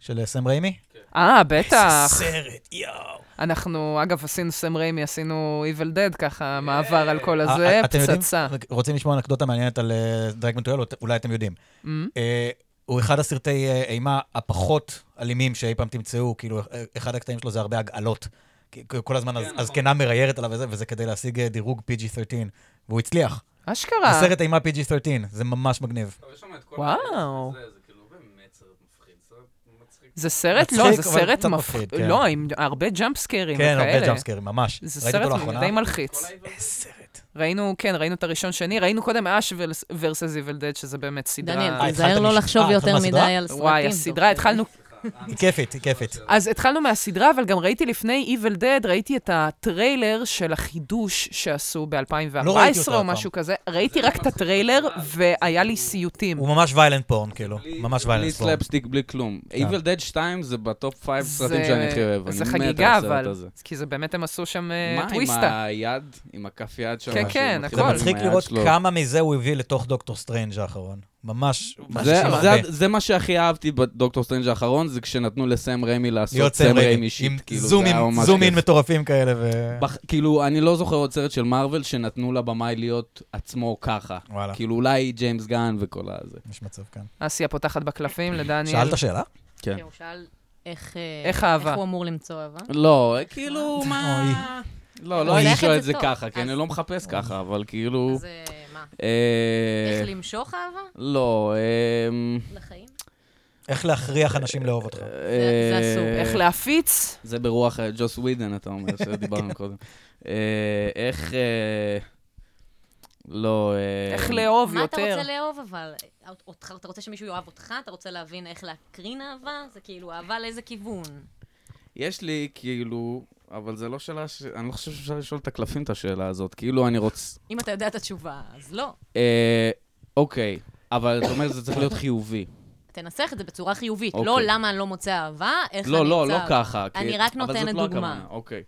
Speaker 4: של אה, סם ריימי?
Speaker 2: אה, בטח.
Speaker 4: סרט, יואו.
Speaker 2: אנחנו, אגב, עשינו סם ריימי, עשינו Evil Dead, ככה, מעבר על כל הזה,
Speaker 4: אה, אתם יודעים-
Speaker 2: פצצה.
Speaker 4: רוצים לשמוע אנקדוטה מעניינת על אה, דרגון טויל? אולי אתם יודעים.
Speaker 2: אמ?
Speaker 4: אה, הוא אחד הסרטי אה, אימה הפחות אלימים שאי פעם תמצאו, כאילו, אה, אחד הקטעים שלו זה הרבה הגעלות. כי כל הזמן הז- הזקנה מריירת עליו וזה, וזה כדי להשיג אה, דירוג PG-13, והוא הצליח.
Speaker 2: אשכרה.
Speaker 4: זה סרט אימה PG-13, זה ממש מגניב.
Speaker 2: וואו.
Speaker 5: זה כאילו באמת סרט מפחיד, סרט מצחיק.
Speaker 2: זה סרט?
Speaker 4: מצחיק,
Speaker 2: לא, זה
Speaker 4: אבל
Speaker 2: סרט
Speaker 4: קצת מפחיד,
Speaker 2: מפחיד.
Speaker 4: כן.
Speaker 2: לא, עם הרבה ג'אמפסקיירים וכאלה.
Speaker 4: כן, הרבה ג'אמפסקרים, ממש.
Speaker 2: זה
Speaker 4: ראיתי אותו
Speaker 2: סרט
Speaker 4: לאחרונה?
Speaker 2: די מלחיץ.
Speaker 4: סרט.
Speaker 2: ראינו, כן, ראינו את הראשון שני, ראינו קודם אש versus Evil Dead, שזה באמת סדרה.
Speaker 3: דניאל,
Speaker 4: אה,
Speaker 3: תיזהר
Speaker 4: התחלת
Speaker 3: לא
Speaker 4: מש-
Speaker 3: לחשוב
Speaker 4: אה, התחלת
Speaker 3: יותר
Speaker 4: מהסדרה?
Speaker 3: מדי על סרטים.
Speaker 2: וואי,
Speaker 3: דוקטור.
Speaker 2: הסדרה, התחלנו...
Speaker 4: היא כיפית, היא כיפית.
Speaker 2: אז התחלנו מהסדרה, אבל גם ראיתי לפני Evil Dead, ראיתי את הטריילר של החידוש שעשו
Speaker 4: לא ראיתי
Speaker 2: ב-2014
Speaker 4: אותה
Speaker 2: או
Speaker 4: הפעם.
Speaker 2: משהו כזה. ראיתי רק את הטריילר, והיה לי סיוטים.
Speaker 4: הוא ממש ויילנט פורן, כאילו. ממש
Speaker 5: בלי
Speaker 4: ויילנט פורן.
Speaker 5: סלאפסטיק, בלי כלום.
Speaker 4: כן.
Speaker 5: Evil Dead 2 זה בטופ 5
Speaker 2: זה-
Speaker 5: סרטים שאני הכי אוהב.
Speaker 2: זה
Speaker 5: אני מת על
Speaker 2: חגיגה,
Speaker 5: הסרט
Speaker 2: אבל...
Speaker 5: הזה.
Speaker 2: כי זה באמת הם עשו שם אה,
Speaker 5: מה עם
Speaker 2: טוויסטה.
Speaker 5: היד, עם הכף יד שלו?
Speaker 2: כן,
Speaker 5: שהוא
Speaker 2: כן,
Speaker 5: מתחיל
Speaker 4: זה
Speaker 2: הכל.
Speaker 5: עם
Speaker 4: מצחיק
Speaker 5: היד
Speaker 4: לראות
Speaker 5: שלו?
Speaker 4: כמה מזה הוא הביא לתוך דוקטור סטרנג' האחרון. ממש,
Speaker 5: זה-
Speaker 4: ממש הרבה.
Speaker 5: זה- זה מה שהכי אהבתי בדוקטור סטרנג' האחרון, זה כשנתנו לסם רמי לעשות
Speaker 4: להיות
Speaker 5: סם
Speaker 4: סם
Speaker 5: רמי
Speaker 4: ריימי,
Speaker 5: שיט.
Speaker 4: עם
Speaker 5: כאילו, זה
Speaker 4: זומים,
Speaker 5: היה ממש
Speaker 4: זומים
Speaker 5: כיף.
Speaker 4: מטורפים כאלה ו...
Speaker 5: בח- כאילו, אני לא זוכר עוד סרט של מארוול שנתנו לבמאי להיות עצמו ככה.
Speaker 4: וואלה,
Speaker 5: כאילו, אולי ג'יימס גן וכל הזה.
Speaker 4: יש מצב כאן.
Speaker 2: אסיה פותחת בקלפים לדניאל.
Speaker 4: שאלת שאלה?
Speaker 5: כן.
Speaker 3: כן, הוא שאל איך אה,
Speaker 2: איך אהבה?
Speaker 3: איך הוא אמור למצוא אהבה.
Speaker 5: לא, כאילו, מה... לא, לא
Speaker 3: אוי.
Speaker 5: הייתי שואל את
Speaker 3: זה
Speaker 5: זה
Speaker 3: טוב.
Speaker 5: ככה, כי אני
Speaker 3: אז-
Speaker 5: לא מחפש ככה, אבל כאילו...
Speaker 3: אז אה, מה?
Speaker 5: אה,
Speaker 3: איך למשוך אהבה
Speaker 5: לא, אמ,
Speaker 3: לחיים?
Speaker 4: איך להכריח אנשים לאהוב אותך?
Speaker 3: זה- זה אסור.
Speaker 5: אה,
Speaker 2: איך להפיץ?
Speaker 5: זה ברוח אה, ג'וס ווידן, אתה אומר, שדיברנו קודם. אה, איך... אה, לא... אה,
Speaker 2: איך לאהוב
Speaker 3: מה אתה
Speaker 2: יותר?
Speaker 3: רוצה לאהוב אבל? אותך- אתה רוצה שמישהו יאהב אותך? אתה רוצה להבין איך להקרין אהבה? זה כאילו אהבה לאיזה כיוון.
Speaker 5: יש לי, כאילו... אבל זה לא שאלה ש... אני לא חושב שאפשר לשאול את הקלפים את השאלה הזאת. כאילו, אני רוצה...
Speaker 3: אם אתה יודע את התשובה, אז לא.
Speaker 5: אה, אוקיי, אבל אתה אומר, זה צריך להיות חיובי.
Speaker 3: תנסח את זה בצורה חיובית.
Speaker 5: אוקיי.
Speaker 3: לא למה אני לא מוצא אהבה, איך אני
Speaker 5: לא,
Speaker 3: אמצא
Speaker 5: לא, לא
Speaker 3: אהבה.
Speaker 5: ככה. כי-
Speaker 3: אני רק
Speaker 5: אבל
Speaker 3: נותנת
Speaker 5: זאת לא הכוונה,
Speaker 3: דוגמה.
Speaker 5: אוקיי.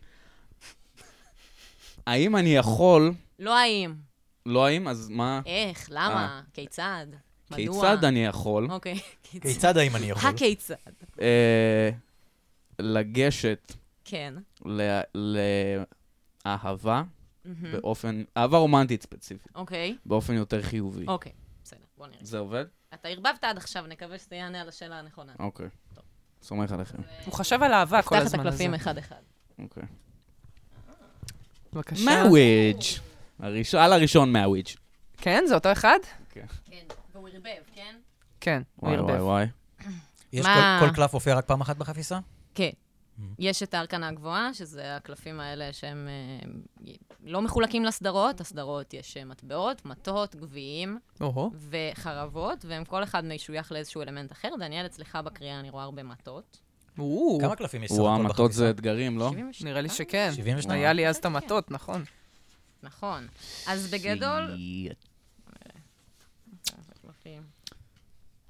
Speaker 5: האם אני יכול...
Speaker 3: לא האם,
Speaker 5: לא האם, אז מה?
Speaker 3: איך, למה, כיצד, אה, מדוע.
Speaker 5: אה. כיצד אני יכול
Speaker 3: אוקיי, כיצד.
Speaker 4: כיצד האם אני יכול?
Speaker 3: הכיצד.
Speaker 5: אה, לגשת
Speaker 3: כן.
Speaker 5: ל- לאהבה
Speaker 3: Mm-hmm. מהמם.
Speaker 5: באופן, אהבה רומנטית ספציפית,
Speaker 3: אוקיי,
Speaker 5: באופן יותר חיובי.
Speaker 3: אוקיי, בסדר, בוא נראה.
Speaker 5: זה עובד?
Speaker 3: אתה ערבבת עד עכשיו, נקווה שזה יענה על השאלה הנכונה.
Speaker 5: אוקיי. סומך עליכם.
Speaker 2: הוא חשב על אהבה כל
Speaker 3: פתח את
Speaker 2: הזמן הזה.
Speaker 3: הקלפים אחד-אחד.
Speaker 5: אוקיי.
Speaker 2: בבקשה.
Speaker 5: מהוויג'. הראשון- על הראשון מהוויג'.
Speaker 2: כן, זה אותו אחד?
Speaker 3: כן, והוא ערבב, כן?
Speaker 2: כן, הוא
Speaker 5: וואי וואי
Speaker 2: ערבב.
Speaker 5: וואי.
Speaker 4: יש
Speaker 3: מה?
Speaker 4: כל- כל קלף הופיע רק פעם אחת בחפיסה?
Speaker 3: כן. יש את הארקנה הגבוהה, שזה הקלפים האלה שהם אה, לא מחולקים לסדרות. הסדרות יש אה, מטבעות, מטות, גביעים
Speaker 2: אוהו.
Speaker 3: וחרבות, והם כל אחד משוייך לאיזשהו אלמנט אחר. דניאל, אצלך בקריאה אני רואה הרבה מטות.
Speaker 2: או,
Speaker 4: כמה קלפים יש סך
Speaker 5: וואו,
Speaker 4: הכל
Speaker 5: המטות
Speaker 4: בחפיסה?
Speaker 5: זה אתגרים, לא?
Speaker 3: 72?
Speaker 2: נראה לי שכן.
Speaker 4: 72.
Speaker 2: היה לי אז את המטות, נכון.
Speaker 3: נכון. אז בגדול...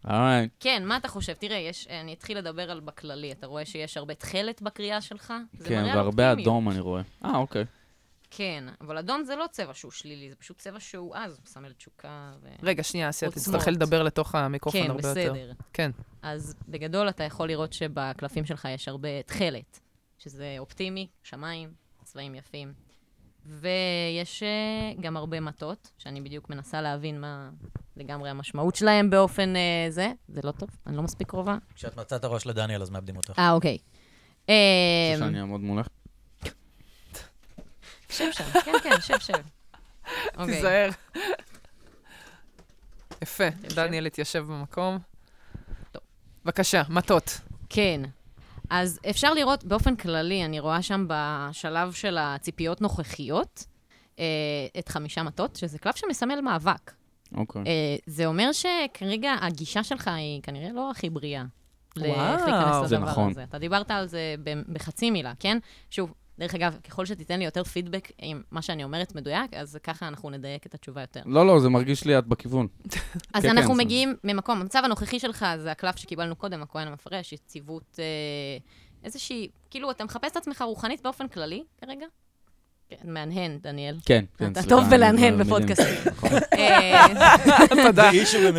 Speaker 5: אולי.
Speaker 3: כן, מה אתה חושב? תראה, יש, אה, אני אתחיל לדבר על בכללי. אתה רואה שיש הרבה תכלת בקריאה שלך? זה
Speaker 5: כן,
Speaker 3: מראה על
Speaker 5: והרבה
Speaker 3: אופטימיות.
Speaker 5: אדום אני רואה. אה, אוקיי.
Speaker 3: כן, אבל אדום זה לא צבע שהוא שלילי, זה פשוט צבע שהוא אז, הוא מסמל תשוקה ו...
Speaker 2: רגע, שנייה, אסיה,
Speaker 3: עוצמות.
Speaker 2: תצטרכי לדבר לתוך המיקרופון
Speaker 3: כן,
Speaker 2: הרבה יותר.
Speaker 3: בסדר.
Speaker 2: כן,
Speaker 3: אז בגדול אתה יכול לראות שבקלפים שלך יש הרבה תכלת, שזה אופטימי, שמיים, צבעים יפים. ויש אה, גם הרבה מטות, שאני בדיוק מנסה להבין מה לגמרי המשמעות שלהם באופן אה, זה. זה לא טוב, אני לא מספיק קרובה.
Speaker 4: כשאת מצאת הראש לדניאל, אז מאבדים אותך.
Speaker 3: אה, אוקיי.
Speaker 5: רוצה
Speaker 3: אה,
Speaker 5: שאני אעמוד מולך?
Speaker 3: שב שם, כן, כן, שב, שב. אוקיי.
Speaker 2: תיזהר. יפה, דניאל התיישב במקום.
Speaker 3: טוב.
Speaker 2: בבקשה, מטות.
Speaker 3: כן. אז אפשר לראות באופן כללי, אני רואה שם בשלב של הציפיות נוכחיות, אה, את חמישה מטות, שזה קלף שמסמל מאבק.
Speaker 5: אוקיי.
Speaker 3: אה, זה אומר שכרגע הגישה שלך היא כנראה לא הכי בריאה. לאיך
Speaker 2: וואו.
Speaker 3: להיכנס
Speaker 5: זה
Speaker 3: לדבר
Speaker 5: נכון.
Speaker 3: הזה. אתה דיברת על זה ב- בחצי מילה, כן? שוב, דרך אגב, ככל שתיתן לי יותר פידבק עם מה שאני אומרת מדויק, אז ככה אנחנו נדייק את התשובה יותר.
Speaker 5: לא, לא, זה מרגיש לי את בכיוון.
Speaker 3: אז
Speaker 5: כן,
Speaker 3: אנחנו
Speaker 5: זה-
Speaker 3: מגיעים ממקום, המצב הנוכחי שלך זה הקלף שקיבלנו קודם, הכהן המפרש, יציבות אה, איזושהי, כאילו, אתה מחפש את עצמך רוחנית באופן כללי כרגע? כן, מהנהן, דניאל.
Speaker 5: כן, כן,
Speaker 3: אתה
Speaker 5: סליחה,
Speaker 3: טוב
Speaker 5: אני
Speaker 3: בלהנהן
Speaker 5: לא-
Speaker 3: בפודקאסטים.
Speaker 5: נכון.
Speaker 3: אה,
Speaker 2: תודה.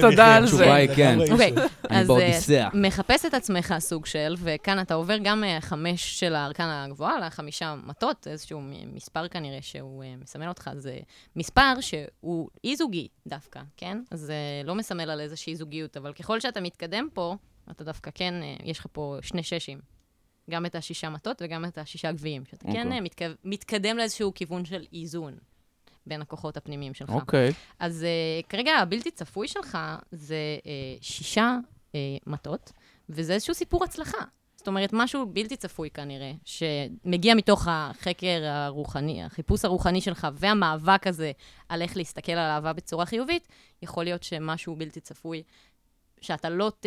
Speaker 2: תודה על זה.
Speaker 5: התשובה היא כן.
Speaker 3: אוקיי,
Speaker 5: אני
Speaker 3: אז אה,
Speaker 5: באודיסאה.
Speaker 3: מחפש את עצמך סוג של, וכאן אתה עובר גם מהחמש של הארכן הגבוהה לחמישה מטות, איזשהו מ- מספר כנראה שהוא אה, מסמל אותך, זה מספר שהוא אי-זוגי דווקא, כן? זה לא מסמל על איזושהי זוגיות, אבל ככל שאתה מתקדם פה, אתה דווקא כן, אה, יש לך פה שני ששים. גם את השישה מטות וגם את השישה גביעים, שאתה כן
Speaker 5: אוקיי.
Speaker 3: אה, מתקו- מתקדם לאיזשהו כיוון של איזון בין הכוחות הפנימיים שלך.
Speaker 5: אוקיי.
Speaker 3: אז uh, כרגע הבלתי צפוי שלך זה uh, שישה uh, מטות, וזה איזשהו סיפור הצלחה. זאת אומרת, משהו בלתי צפוי כנראה, שמגיע מתוך החקר הרוחני, החיפוש הרוחני שלך והמאבק הזה על איך להסתכל על אהבה בצורה חיובית, יכול להיות שמשהו בלתי צפוי, שאתה לא ת...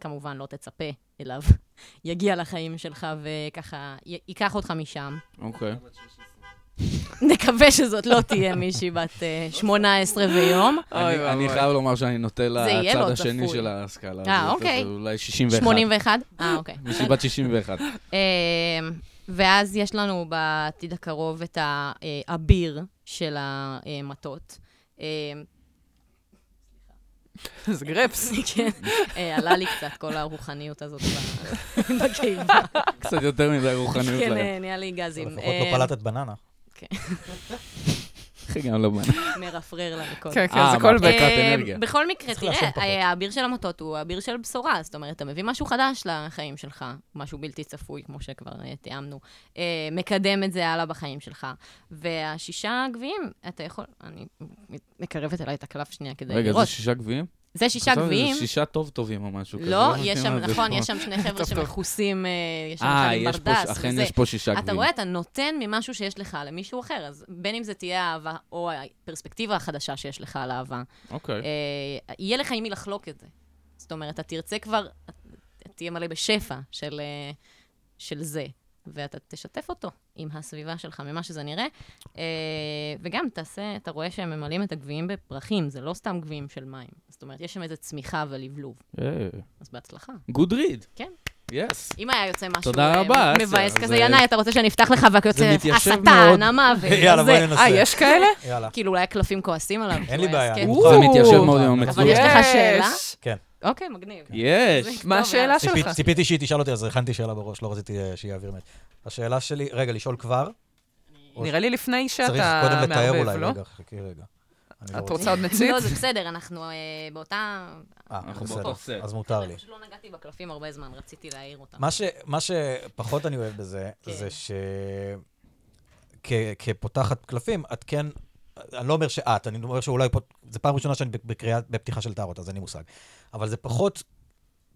Speaker 3: כמובן לא תצפה אליו, יגיע לחיים שלך וככה י- ייקח אותך משם.
Speaker 5: אוקיי.
Speaker 3: נקווה שזאת לא תהיה מישהי בת אה, 18 ויום.
Speaker 5: אני אני חייב לומר שאני נוטה
Speaker 3: זה יהיה
Speaker 5: לצד
Speaker 3: לו
Speaker 5: השני
Speaker 3: צפוי.
Speaker 5: של הסקאלה.
Speaker 3: אה,
Speaker 5: זה-
Speaker 3: אוקיי.
Speaker 5: זה אולי 61.
Speaker 3: 81? אה, אוקיי.
Speaker 5: מישהי בת 61.
Speaker 3: אמ, ואז יש לנו בעתיד הקרוב את ה- אה, הביר של המטות. אמ,
Speaker 2: זה גרפס.
Speaker 3: כן, אה, עלה לי קצת כל הרוחניות הזאת ב- בקיבה.
Speaker 5: קצת יותר מדי רוחניות
Speaker 3: כן,
Speaker 5: להם.
Speaker 3: אה, נהיה לי גזים.
Speaker 4: לפחות לא
Speaker 5: אה,
Speaker 3: אמ,
Speaker 4: פלטת בננה.
Speaker 5: אחי, גם לא מעניין.
Speaker 3: מרפרר לה בכל.
Speaker 2: כן, כן,
Speaker 5: אה,
Speaker 2: זה כל
Speaker 5: אמרת.
Speaker 2: בק.
Speaker 5: בעיקר את
Speaker 3: אה,
Speaker 5: אנרגיה.
Speaker 3: בכל מקרה,
Speaker 4: צריך לעשן פחות.
Speaker 3: תראה, אה, הביר של המוטות הוא הביר של בשורה, זאת אומרת, אתה מביא משהו חדש לחיים שלך, משהו בלתי צפוי, כמו שכבר אה, תיאמנו, אה, מקדם את זה הלאה בחיים שלך. והשישה גביעים, אתה יכול... אני מקרבת אליי את הקלף שנייה כדי
Speaker 5: רגע, זה
Speaker 3: לראות.
Speaker 5: שישה גביעים?
Speaker 3: זה שישה
Speaker 5: חשבתי שזה
Speaker 3: גביעים.
Speaker 5: שישה טוב טובים או משהו כזה.
Speaker 3: לא,
Speaker 5: מכיר
Speaker 3: יש
Speaker 5: מה
Speaker 3: שם,
Speaker 5: זה
Speaker 3: נכון,
Speaker 5: פה.
Speaker 3: יש שם שני חבר'ה
Speaker 2: טוב, טוב.
Speaker 3: שמכוסים, אה, יש שם
Speaker 5: אה,
Speaker 3: אחד עם
Speaker 5: יש פה,
Speaker 3: ברדס,
Speaker 5: אכן
Speaker 3: וזה.
Speaker 5: יש פה שישה
Speaker 3: אתה
Speaker 5: גביעים.
Speaker 3: רואה, אתה נותן ממשהו שיש לך למישהו אחר, אז בין אם זה תהיה אהבה, או הפרספקטיבה החדשה שיש לך על אהבה,
Speaker 5: אוקיי.
Speaker 3: אה, יהיה לך עם מי לחלוק את זה. זאת אומרת, אתה תרצה כבר, אתה תהיה מלא בשפע של, אה, של זה, ואתה תשתף אותו עם הסביבה שלך, ממה שזה נראה. אה, וגם תעשה, אתה רואה שהם ממלאים את הגביעים בפרחים, זה לא סתם גביעים של מים. זאת אומרת, יש שם איזו צמיחה ולבלוב, אז בהצלחה.
Speaker 5: גוד ריד.
Speaker 3: אה. כן.
Speaker 5: יס.
Speaker 3: אם היה יוצא משהו
Speaker 5: תודה
Speaker 3: אה,
Speaker 5: רבה, אסיה.
Speaker 3: מבאס כזה,
Speaker 5: זה-
Speaker 3: ינאי, אתה רוצה שאני אפתח לך והק יוצא
Speaker 5: זה מתיישב מאוד.
Speaker 3: השטן, המוות,
Speaker 4: יאללה, בואי
Speaker 3: זה.
Speaker 4: ננסה.
Speaker 2: אה, יש כאלה?
Speaker 4: יאללה.
Speaker 3: כאילו, אולי הקלפים כועסים עליו.
Speaker 4: אין לי
Speaker 3: אולי
Speaker 4: בעיה.
Speaker 3: הסכת.
Speaker 4: אני
Speaker 2: וואו.
Speaker 4: מוכן.
Speaker 5: זה מתיישב מאוד עם
Speaker 3: אבל
Speaker 5: המצלול.
Speaker 3: יש לך שאלה?
Speaker 2: יש.
Speaker 3: אוקיי, מגניב.
Speaker 5: יש.
Speaker 2: מה השאלה
Speaker 4: ציפי-
Speaker 2: שלך?
Speaker 4: ציפיתי שהיא תשאל אותי, אז הכנתי שאלה בראש, לא רציתי אה, שהיא יעביר מת. השאלה שלי, רגע, לשאול כבר?
Speaker 2: נראה לי לפני
Speaker 4: צריך
Speaker 2: שאתה
Speaker 4: קודם לתאר
Speaker 2: מערבב,
Speaker 4: אולי,
Speaker 2: לא?
Speaker 4: רגע, חכי רגע. אני לא
Speaker 2: את רוצה עוד מצית?
Speaker 3: לא, זה בסדר, אנחנו אה, באותה...
Speaker 4: אה,
Speaker 5: אנחנו
Speaker 4: בסדר,
Speaker 5: באותו סט.
Speaker 4: אז מותר לי.
Speaker 3: פשוט לא נגעתי בקלפים הרבה זמן, רציתי להעיר אותם.
Speaker 4: מה, ש, מה שפחות אני אוהב בזה,
Speaker 3: כן.
Speaker 4: זה ש... כ, כפותחת קלפים, את כן... אני לא אומר שאת, אני אומר שאולי פה... זו פעם ראשונה שאני בקריאה, בפתיחה של טארות, אז אין לי מושג. אבל זה פחות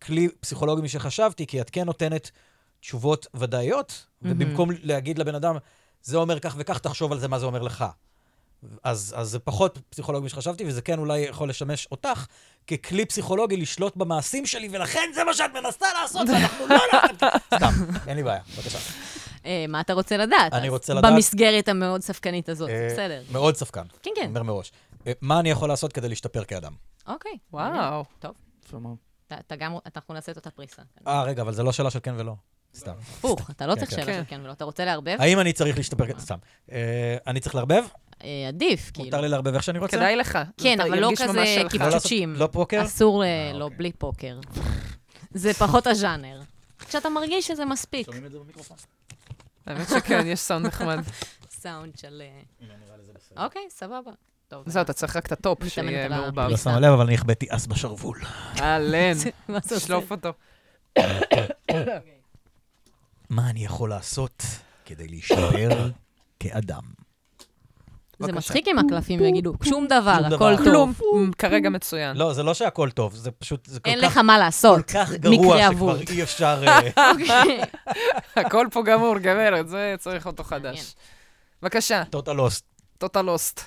Speaker 4: כלי פסיכולוגי משחשבתי, כי את כן נותנת תשובות ודאיות, ובמקום להגיד לבן אדם, זה אומר כך וכך, תחשוב על זה, מה זה אומר לך. אז, אז זה פחות פסיכולוגי משחשבתי, וזה כן אולי יכול לשמש אותך ככלי פסיכולוגי לשלוט במעשים שלי, ולכן זה מה שאת מנסה לעשות, ואנחנו לא נעשה... סתם, אין לי בעיה, בבקשה.
Speaker 3: אה, מה אתה רוצה לדעת?
Speaker 4: אני
Speaker 3: אז
Speaker 4: רוצה לדעת-
Speaker 3: במסגרת המאוד ספקנית הזאת,
Speaker 4: אה,
Speaker 3: בסדר.
Speaker 4: מאוד ספקן,
Speaker 3: כן, כן.
Speaker 4: אומר מראש. אה, מה אני יכול לעשות כדי להשתפר כאדם?
Speaker 3: אוקיי.
Speaker 2: וואו.
Speaker 3: טוב. אתה- אתה גם, אנחנו נעשה את אותה פריסה.
Speaker 4: אה, רגע, אבל זה לא שאלה של כן ולא. סתם.
Speaker 3: הפוך, אתה לא
Speaker 4: כן,
Speaker 3: צריך
Speaker 4: כן.
Speaker 3: שאלה של כן ולא. אתה רוצה לערבב?
Speaker 4: האם אני צריך להשתפר כ- סתם. אה, אני צריך לערבב?
Speaker 3: אה, עדיף, כאילו.
Speaker 4: מותר לי לערבב איך שאני רוצה?
Speaker 2: כדאי לך.
Speaker 3: כן,
Speaker 2: אתה
Speaker 3: אבל לא
Speaker 2: ירגיש
Speaker 3: כזה
Speaker 2: ממש שלך.
Speaker 4: לא לעשות-
Speaker 3: צ'וצ'ים.
Speaker 4: לא פוקר? אוקיי.
Speaker 3: אסור, אה, לא, בלי פוקר. זה פחות הז'אנר. כשאתה מרגיש שזה מספיק.
Speaker 2: האמת שכן, יש סאונד נחמד.
Speaker 3: סאונד של... אה, אוקיי, סבבה. טוב.
Speaker 2: זהו, אתה צריך רק את הטופ
Speaker 3: מתאמנת
Speaker 2: שיהיה
Speaker 3: על
Speaker 2: מעורבב.
Speaker 4: לא
Speaker 3: הפריסה.
Speaker 4: שם לב, אבל אני החבאתי אס בשרוול.
Speaker 2: אהלן,
Speaker 3: מה אתה עושה?
Speaker 2: תשלוף אותו.
Speaker 4: מה אני יכול לעשות כדי להשתפר כאדם?
Speaker 3: זה
Speaker 2: בבקשה.
Speaker 3: מצחיק אם הקלפים יגידו, שום דבר,
Speaker 4: שום
Speaker 3: הכל
Speaker 4: דבר.
Speaker 3: טוב.
Speaker 2: כלום, מ, כרגע מצוין.
Speaker 4: לא, זה לא שהכל טוב, זה פשוט, זה כל
Speaker 3: אין
Speaker 4: כך-
Speaker 3: לך מה
Speaker 4: כל
Speaker 3: לעשות.
Speaker 4: כך גרוע
Speaker 3: מקרה אבוד.
Speaker 4: שכבר אי אפשר... אה,
Speaker 2: הכל פה גמור, גברת, זה צריך אותו חדש. בבקשה,
Speaker 4: total lost.
Speaker 2: טוטה לוסט.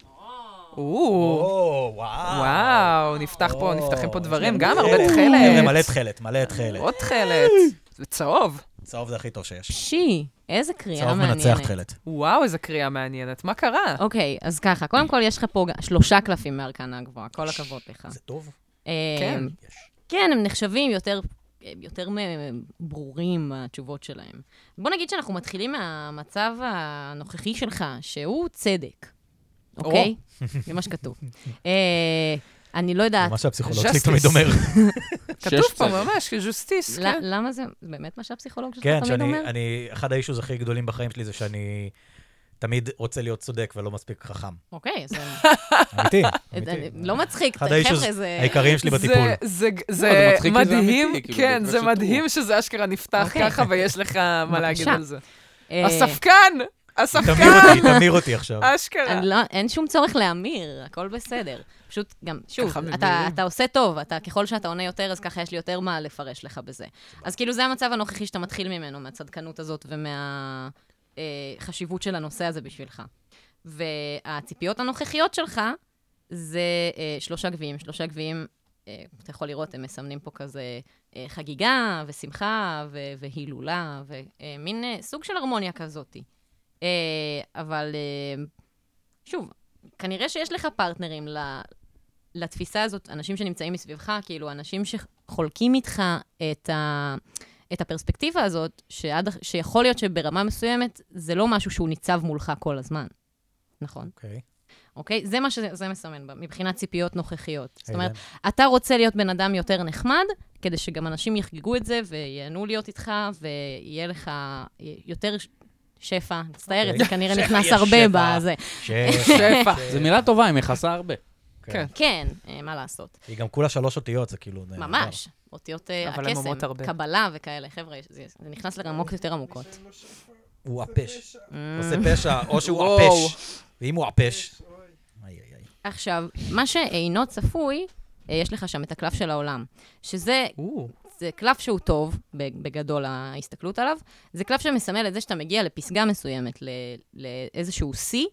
Speaker 2: או,
Speaker 4: או, וואו.
Speaker 2: וואו, נפתח פה,
Speaker 4: או,
Speaker 2: נפתחים פה
Speaker 4: יש
Speaker 2: דברים,
Speaker 4: להם
Speaker 2: גם הרבה
Speaker 4: חבר'ה, מלא
Speaker 2: תכלת.
Speaker 4: תכלת, מלא תכלת.
Speaker 2: עוד תכלת. זה צהוב.
Speaker 4: צהוב זה הכי טוב שיש.
Speaker 3: פשי, איזה קריאה
Speaker 4: צהוב
Speaker 3: מעניינת.
Speaker 4: מנצח תכלת.
Speaker 2: וואו, איזה קריאה מעניינת. מה קרה?
Speaker 3: אוקיי, אז ככה, קודם כל יש לך פה ג- שלושה קלפים מהארקנה הגבוהה, כל הכבוד לך.
Speaker 4: זה טוב?
Speaker 3: אה,
Speaker 2: כן.
Speaker 4: יש.
Speaker 3: כן, הם נחשבים יותר, אה, יותר מ- ברורים, התשובות שלהם. בוא נגיד שאנחנו מתחילים מהמצב הנוכחי שלך, שהוא צדק, אוקיי? זה מה שכתוב. אה, אני לא יודעת,
Speaker 4: מה שהפסיכולוג
Speaker 2: Justice.
Speaker 4: שלי תמיד אומר.
Speaker 2: כתוב
Speaker 5: שש
Speaker 2: פה
Speaker 5: צדק.
Speaker 2: ממש, ז'וסטיס,
Speaker 3: ל-
Speaker 2: כן.
Speaker 3: למה זה באמת מה שהפסיכולוג שלך
Speaker 4: כן,
Speaker 3: תמיד אומר?
Speaker 4: שאני, אני, אחד האישוז הכי גדולים בחיים שלי זה שאני תמיד רוצה להיות צודק ולא מספיק חכם.
Speaker 3: אוקיי, זה
Speaker 4: אמיתי,
Speaker 3: אני-
Speaker 4: אמיתי.
Speaker 3: לא מצחיק,
Speaker 4: אחד
Speaker 3: חבר'ה,
Speaker 4: האישוז
Speaker 3: זה...
Speaker 4: העיקריים שלי
Speaker 2: זה-
Speaker 4: בטיפול.
Speaker 2: זה-
Speaker 5: זה
Speaker 2: זה
Speaker 5: מצחיק כי זה
Speaker 2: מדהים,
Speaker 5: אמיתי, כאילו,
Speaker 2: כן,
Speaker 5: בגלל
Speaker 2: זה
Speaker 5: שטעו.
Speaker 2: מדהים שזה אשכרה נפתח
Speaker 3: אוקיי.
Speaker 2: ככה ויש לך מה להגיד
Speaker 3: בבקשה.
Speaker 2: על זה.
Speaker 3: אה,
Speaker 2: הספקן!
Speaker 4: תמיר
Speaker 2: הספקן!
Speaker 4: אותי, תמיר אותי עכשיו.
Speaker 2: אשכרה.
Speaker 3: אני לא, אין שום צורך להמיר, הכל בסדר. פשוט גם, שוב,
Speaker 2: ככה
Speaker 3: אתה,
Speaker 2: מבינים.
Speaker 3: אתה עושה טוב, אתה, ככל שאתה עונה יותר, אז ככה יש לי יותר מה לפרש לך בזה. אז כאילו זה המצב הנוכחי שאתה מתחיל ממנו, מהצדקנות הזאת ומהחשיבות של הנושא הזה בשבילך. והציפיות הנוכחיות שלך זה אה, שלושה גביעים. שלושה גביעים אה, אתה יכול לראות, הם מסמנים פה כזה אה, חגיגה ושמחה ו- והילולה, ומין סוג של הרמוניה כזאת. אה, אבל אה, שוב, כנראה שיש לך פרטנרים ל- לתפיסה הזאת, אנשים שנמצאים מסביבך, כאילו, אנשים שחולקים איתך את ה... את הפרספקטיבה הזאת, שעד, שיכול להיות שברמה מסוימת זה לא משהו שהוא ניצב מולך כל הזמן, נכון?
Speaker 4: אוקיי.
Speaker 3: אוקיי? זה מה שזה מסמן בה, מבחינת ציפיות נוכחיות. זאת אומרת,
Speaker 4: אילן.
Speaker 3: אתה רוצה להיות בן אדם יותר נחמד, כדי שגם אנשים יחגגו את זה וייהנו להיות איתך, ויהיה לך יותר ש- שפע. מצטערת,
Speaker 4: אוקיי.
Speaker 3: זה כנראה
Speaker 4: שפע,
Speaker 3: נכנס
Speaker 4: יש
Speaker 3: הרבה
Speaker 4: שפע.
Speaker 3: בזה.
Speaker 4: ש-
Speaker 2: שפע.
Speaker 5: זו מילה טובה, היא מכסה הרבה.
Speaker 4: כן.
Speaker 3: כן, אה, מה לעשות.
Speaker 4: היא גם כולה שלוש אותיות, זה כאילו... נהדר.
Speaker 3: ממש. אותיות אה,
Speaker 2: אבל הן אומרות
Speaker 3: הקסם,
Speaker 2: הרבה.
Speaker 3: קבלה וכאלה. חבר'ה, זה זה נכנס לרמות יותר עמוקות.
Speaker 4: הוא הפש.
Speaker 3: Mm.
Speaker 4: עושה פשע, או שהוא
Speaker 2: וואו.
Speaker 4: הפש. ואם הוא הפש... איי, איי, איי.
Speaker 3: עכשיו, מה שאינו צפוי, אה, יש לך שם את הקלף של העולם, שזה זה קלף שהוא טוב, ב- בגדול ההסתכלות עליו, זה קלף שמסמל את זה שאתה מגיע לפסגה מסוימת, ל- לאיזשהו שיא,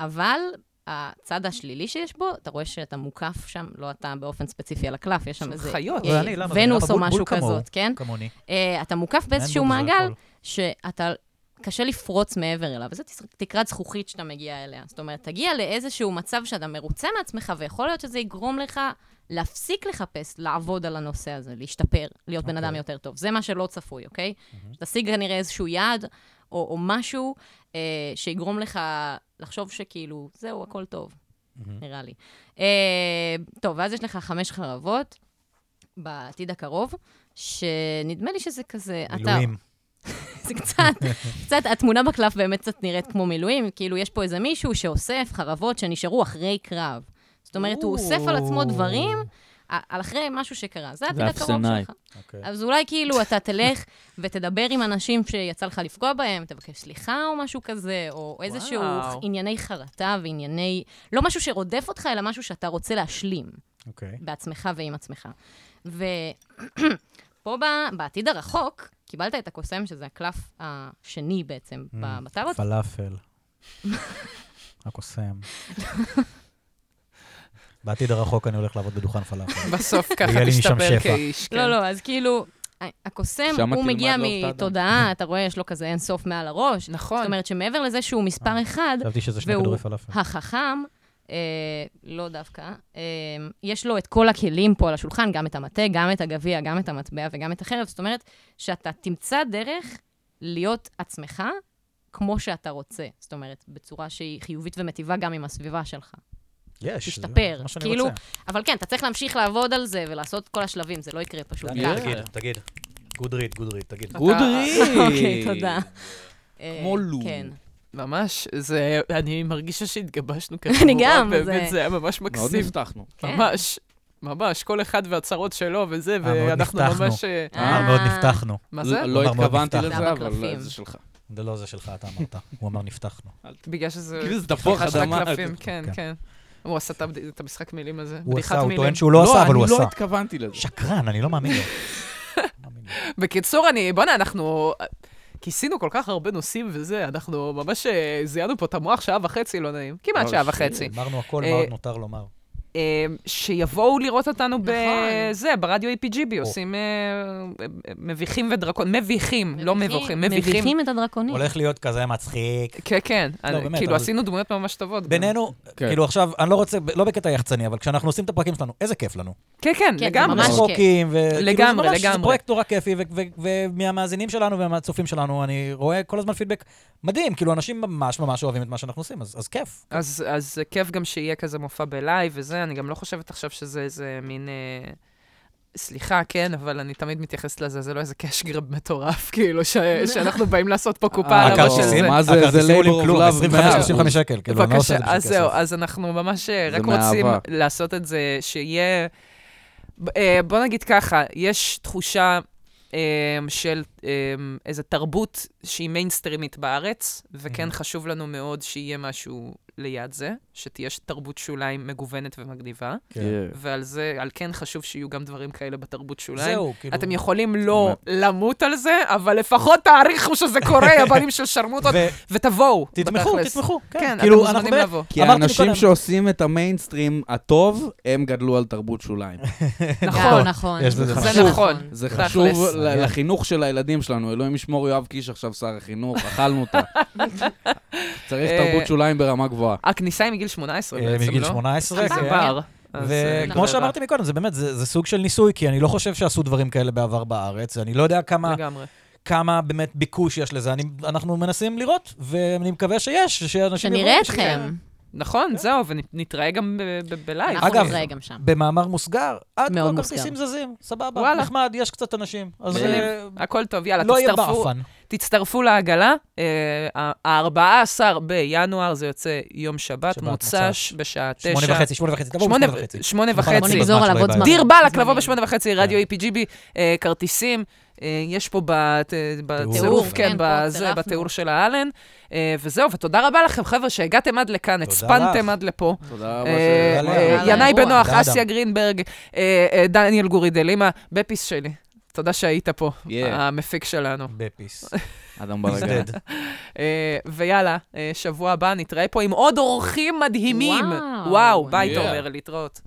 Speaker 3: אבל הצד השלילי שיש בו, אתה רואה שאתה מוקף שם, לא אתה באופן ספציפי על הקלף, יש שם איזה...
Speaker 2: חיות.
Speaker 3: אה,
Speaker 4: לא, אני, למה? זה
Speaker 3: ונוס
Speaker 4: נראה
Speaker 3: או
Speaker 4: בולבול
Speaker 3: משהו
Speaker 4: כמוהו.
Speaker 3: כזאת, כן?
Speaker 4: כמוני.
Speaker 3: אה, אתה מוקף באיזשהו
Speaker 4: אין בו בזה
Speaker 3: מעגל
Speaker 4: הכל.
Speaker 3: שאתה, קשה לפרוץ מעבר אליו, וזו תקרת זכוכית שאתה מגיע אליה. זאת אומרת, תגיע לאיזשהו מצב שאתה מרוצה מעצמך, ויכול להיות שזה יגרום לך להפסיק לחפש, לעבוד על הנושא הזה, להשתפר, להיות בן אדם
Speaker 4: אוקיי.
Speaker 3: יותר טוב. זה מה שלא צפוי, אוקיי? תשיג כנראה איזשהו יעד, או, או משהו אה, שיגרום לך לחשוב שכאילו, זהו, הכל טוב, נראה לי. אה, טוב, ואז יש לך חמש חרבות בעתיד הקרוב, שנדמה לי שזה כזה, אתה...
Speaker 4: מילואים.
Speaker 3: זה קצת, קצת, התמונה בקלף באמת קצת נראית כמו מילואים, כאילו יש פה איזה מישהו שאוסף חרבות שנשארו אחרי קרב. זאת אומרת, הוא אוסף על עצמו דברים, ע- על אחרי משהו שקרה. זה העתיד הקרוב
Speaker 5: אפסנאי.
Speaker 3: שלך.
Speaker 4: אוקיי.
Speaker 3: אז אולי כאילו אתה תלך ותדבר עם אנשים שיצא לך לפגוע בהם, תבקש סליחה או משהו כזה, או איזשהו
Speaker 2: וואו.
Speaker 3: ענייני חרטה וענייני... לא משהו שרודף אותך, אלא משהו שאתה רוצה להשלים.
Speaker 4: אוקיי.
Speaker 3: בעצמך ועם עצמך. ופה ב- בעתיד הרחוק, קיבלת את הקוסם, שזה הקלף השני בעצם ב- בטארות.
Speaker 4: Mm. פלאפל. הקוסם. בעתיד הרחוק אני הולך לעבוד בדוכן פלאפל.
Speaker 2: בסוף ככה
Speaker 4: יהיה לי משם
Speaker 2: תשתפר
Speaker 4: שפע.
Speaker 2: כאיש. כן.
Speaker 3: לא, לא, אז כאילו, ה- הקוסם,
Speaker 5: שם
Speaker 3: הוא
Speaker 5: תלמד
Speaker 3: מגיע
Speaker 5: לאהוב את האדם.
Speaker 3: מתודעה, אתה רואה, יש לו כזה אין סוף מעל הראש.
Speaker 2: נכון.
Speaker 3: זאת אומרת שמעבר לזה שהוא מספר אחד,
Speaker 4: חשבתי שזה שני
Speaker 3: והוא-
Speaker 4: כדורי פלאפל.
Speaker 3: החכם, אה, לא דווקא, אה, יש לו את כל הכלים פה על השולחן, גם את המטה, גם את הגביע, גם את המטבע וגם את החרב. זאת אומרת, שאתה תמצא דרך להיות עצמך כמו שאתה רוצה. זאת אומרת, בצורה שהיא חיובית ומטיבה גם עם הסביבה שלך.
Speaker 4: יש. זה
Speaker 3: תשתפר.
Speaker 4: מה שאני
Speaker 3: כאילו,
Speaker 4: רוצה.
Speaker 3: אבל כן, אתה צריך להמשיך לעבוד על זה ולעשות את כל השלבים, זה לא יקרה פשוט
Speaker 5: דניאל,
Speaker 3: ככה.
Speaker 4: תגיד, תגיד. גודריד, גודריד, תגיד.
Speaker 5: גודרי!
Speaker 3: אוקיי, תודה.
Speaker 5: כמו
Speaker 3: אה,
Speaker 5: לול.
Speaker 3: כן.
Speaker 2: ממש, זה, אני מרגישה שהתגבשנו ככה.
Speaker 3: אני גם, זה-
Speaker 2: באמת, זה היה ממש
Speaker 5: מאוד
Speaker 2: מקסים.
Speaker 5: נפתחנו.
Speaker 3: כן.
Speaker 2: ממש, ממש, כל אחד והצרות שלו וזה,
Speaker 4: אה, מאוד
Speaker 2: ואנחנו
Speaker 4: נפתחנו.
Speaker 2: ממש... אה,
Speaker 4: אה, מאוד נפתחנו.
Speaker 2: מה זה?
Speaker 5: לא
Speaker 4: אמר מאוד
Speaker 5: התכוונתי
Speaker 4: נפתח.
Speaker 5: לזה, אבל
Speaker 3: בקלפים. אה,
Speaker 5: זה שלך.
Speaker 4: זה לא זה שלך, אתה אמרת. הוא אמר נפתחנו.
Speaker 2: בגלל שזה...
Speaker 5: כאילו זה תפוח
Speaker 2: פתיחה של
Speaker 5: אדמה.
Speaker 2: הקלפים, כן,
Speaker 4: כן.
Speaker 2: כן. הוא עשה את הבד- את המשחק מילים הזה.
Speaker 4: הוא
Speaker 2: בדיחת
Speaker 4: עשה, הוא
Speaker 2: מילים.
Speaker 4: טוען שהוא לא עשה, אבל הוא
Speaker 5: אני לא
Speaker 4: עשה.
Speaker 5: התכוונתי לזה.
Speaker 4: שקרן, אני לא מאמין לו. מאמין לו.
Speaker 2: בקיצור, אני... בואנה, אנחנו... אה, כיסינו כל כך הרבה נושאים וזה, אנחנו ממש אה, זיהנו פה את המוח שעה וחצי, לא נעים. כמעט
Speaker 5: לא,
Speaker 2: שעה
Speaker 5: ש-
Speaker 2: וחצי.
Speaker 4: אמרנו הכל,
Speaker 2: אה,
Speaker 4: מה עוד נותר לומר?
Speaker 2: אה, שיבואו לראות אותנו בזה, ברדיו APGB,
Speaker 4: נכון. או.
Speaker 2: עושים אה, אה, מביכים ודרקון, מביכים, לא מבוכים, מביכים.
Speaker 3: מביכים את הדרקונים.
Speaker 4: הולך להיות כזה מצחיק.
Speaker 2: כן, כן, אני-
Speaker 4: לא, באמת,
Speaker 2: כאילו
Speaker 4: אבל-
Speaker 2: עשינו דמויות ממש טובות. גם.
Speaker 4: בינינו,
Speaker 5: כן.
Speaker 4: כאילו עכשיו, אני לא רוצה, לא בקטע יחצני, אבל כשאנחנו עושים את הפרקים שלנו, איזה כיף לנו.
Speaker 2: כן, כן,
Speaker 3: כן, זה
Speaker 2: לגמרי.
Speaker 3: ממש
Speaker 4: צחוקים, ו... כאילו, זה
Speaker 2: לגמרי,
Speaker 4: ממש-
Speaker 2: לגמרי.
Speaker 4: זה פרויקט נורא כיפי, ו- ו- ומהמאזינים שלנו ומהצופים שלנו, אני רואה כל הזמן פידבק מדהים, כאילו, אנשים ממש ממש אוהבים את מה שאנחנו עושים, אז אז כיף.
Speaker 2: אז, אז זה כיף גם שיהיה כזה מופע בלייב וזה, אני גם לא חושבת עכשיו שזה איזה מין... אה, סליחה, כן, אבל אני תמיד מתייחסת לזה, זה לא איזה קאש גרב מטורף, כאילו, ש... שאנחנו באים לעשות פה קופה על הראש של
Speaker 5: הכרטיסים?
Speaker 2: זה.
Speaker 5: מה זה?
Speaker 4: הכרטיסים
Speaker 5: זה
Speaker 4: עולים
Speaker 5: labor of
Speaker 4: כלום,
Speaker 5: love,
Speaker 4: 25
Speaker 5: מאה
Speaker 4: 35
Speaker 5: אחוז.
Speaker 4: שקל, כאילו, אני לא עושה
Speaker 2: בבקשה,
Speaker 4: את
Speaker 2: אז
Speaker 4: זה בשביל
Speaker 2: זהו,
Speaker 4: כסף.
Speaker 2: אז אנחנו ממש אה,
Speaker 5: זה
Speaker 2: רק רוצים
Speaker 5: מאהבה.
Speaker 2: לעשות את זה, שיהיה... ב- אה, בוא נגיד ככה, יש תחושה אה, של אה, איזו תרבות שהיא מיינסטרימית בארץ, וכן חשוב לנו מאוד שיהיה משהו ליד זה, שתהיה ש- תרבות שוליים מגוונת ומגניבה,
Speaker 4: כן.
Speaker 2: ועל זה, על כן חשוב שיהיו גם דברים כאלה בתרבות שוליים.
Speaker 4: זהו, כאילו...
Speaker 2: אתם יכולים לא למות על זה, אבל לפחות תעריכו שזה קורה, יא בנים של שרמוטות,
Speaker 4: ו-
Speaker 2: ותבואו.
Speaker 4: תתמכו,
Speaker 2: בתכלס.
Speaker 4: תתמכו.
Speaker 2: כן, אתם
Speaker 4: כאילו, אנחנו
Speaker 2: מוזמנים
Speaker 4: באמת-
Speaker 2: לבוא.
Speaker 5: כי
Speaker 4: אמרתי
Speaker 5: האנשים
Speaker 4: מקודם.
Speaker 5: שעושים את המיינסטרים הטוב, הם גדלו על תרבות שוליים.
Speaker 2: נכון,
Speaker 3: גם, נכון.
Speaker 4: לא. יש בזה
Speaker 2: זה
Speaker 5: חשוב.
Speaker 2: נכון.
Speaker 5: זה
Speaker 2: תכלס.
Speaker 5: חשוב ל- לחינוך של הילדים שלנו. אלוהים ישמור יואב קיש עכשיו שר החינוך, אכלנו אותה. צריך
Speaker 2: אה,
Speaker 5: תרבות שוליים ברמה גבוהה.
Speaker 2: הכניסה היא מגיל 18
Speaker 4: אה,
Speaker 2: בעצם, לא?
Speaker 4: מגיל 18.
Speaker 2: כי זה
Speaker 4: כן.
Speaker 2: בר. נכון. אז, אה,
Speaker 4: וכמו
Speaker 2: אתה יודע,
Speaker 4: שאמרתי מקודם, זה באמת, זה זה סוג של ניסוי, כי אני לא חושב שעשו דברים כאלה בעבר בארץ, אני לא יודע כמה...
Speaker 2: נכון, לגמרי.
Speaker 4: כמה באמת ביקוש יש לזה. אני, אנחנו מנסים לראות, ואני מקווה שיש, שאנשים...
Speaker 3: שנראה
Speaker 4: יראו.
Speaker 3: אתכם.
Speaker 2: נכון, זהו, ונתראה גם ב- ב- בלייב. אה,
Speaker 3: אנחנו
Speaker 4: כן. אגב,
Speaker 3: נתראה גם שם.
Speaker 4: במאמר מוסגר, עד
Speaker 3: מאוד
Speaker 4: כה
Speaker 3: מוסגר.
Speaker 4: כרטיסים זזים, סבבה,
Speaker 2: וואלה.
Speaker 4: נחמד, יש קצת אנשים. אז
Speaker 2: מגניב.
Speaker 4: אה,
Speaker 2: הכל טוב, יאללה,
Speaker 4: לא יהיה
Speaker 2: תצטרפו,
Speaker 4: באפן.
Speaker 2: תצטרפו לעגלה. אה, ה- ה-14 בינואר זה יוצא יום שבת,
Speaker 4: שבת,
Speaker 2: מוצ"ש, בשעה 9.
Speaker 4: שמונה וחצי, שמונה וחצי, תבואו בשמונה וחצי.
Speaker 2: שמונה
Speaker 3: בוא
Speaker 2: וחצי.
Speaker 4: בזמן
Speaker 3: נגזור
Speaker 4: שלא
Speaker 3: עליו
Speaker 4: יהיה
Speaker 3: עוד
Speaker 4: בעיה.
Speaker 3: זמן.
Speaker 2: דיר באלק לבוא
Speaker 3: זמנים.
Speaker 2: בשמונה וחצי, רדיו EPGB, אה, כרטיסים. אה, יש פה בת- אה, בצירוף, כן,
Speaker 3: כן, פה
Speaker 2: בזה,
Speaker 3: צירפנו.
Speaker 2: בתיאור של האלן. אה, וזהו, ותודה רבה לכם, חבר'ה, שהגעתם עד לכאן,
Speaker 4: תודה
Speaker 2: הצפנתם
Speaker 4: לך.
Speaker 2: עד לפה.
Speaker 5: תודה רבה.
Speaker 2: אה,
Speaker 4: תודה
Speaker 2: אה,
Speaker 3: לאללה.
Speaker 2: ינאי
Speaker 3: לאירוע.
Speaker 2: בנוח,
Speaker 4: תודה,
Speaker 2: אסיה
Speaker 4: אדם.
Speaker 2: גרינברג, אה, אה, דניאל גורידל, אמא, בפיס שלי. תודה שהיית פה,
Speaker 5: Yeah.
Speaker 2: המפיק שלנו.
Speaker 4: בפיס.
Speaker 5: אדם
Speaker 4: He's
Speaker 5: ברגע.
Speaker 4: dead.
Speaker 2: אה, ויאללה, אה, שבוע הבא נתראה פה עם עוד אורחים מדהימים.
Speaker 3: וואו.
Speaker 2: וואו, ביי,
Speaker 5: Yeah.
Speaker 2: תומר, להתראות.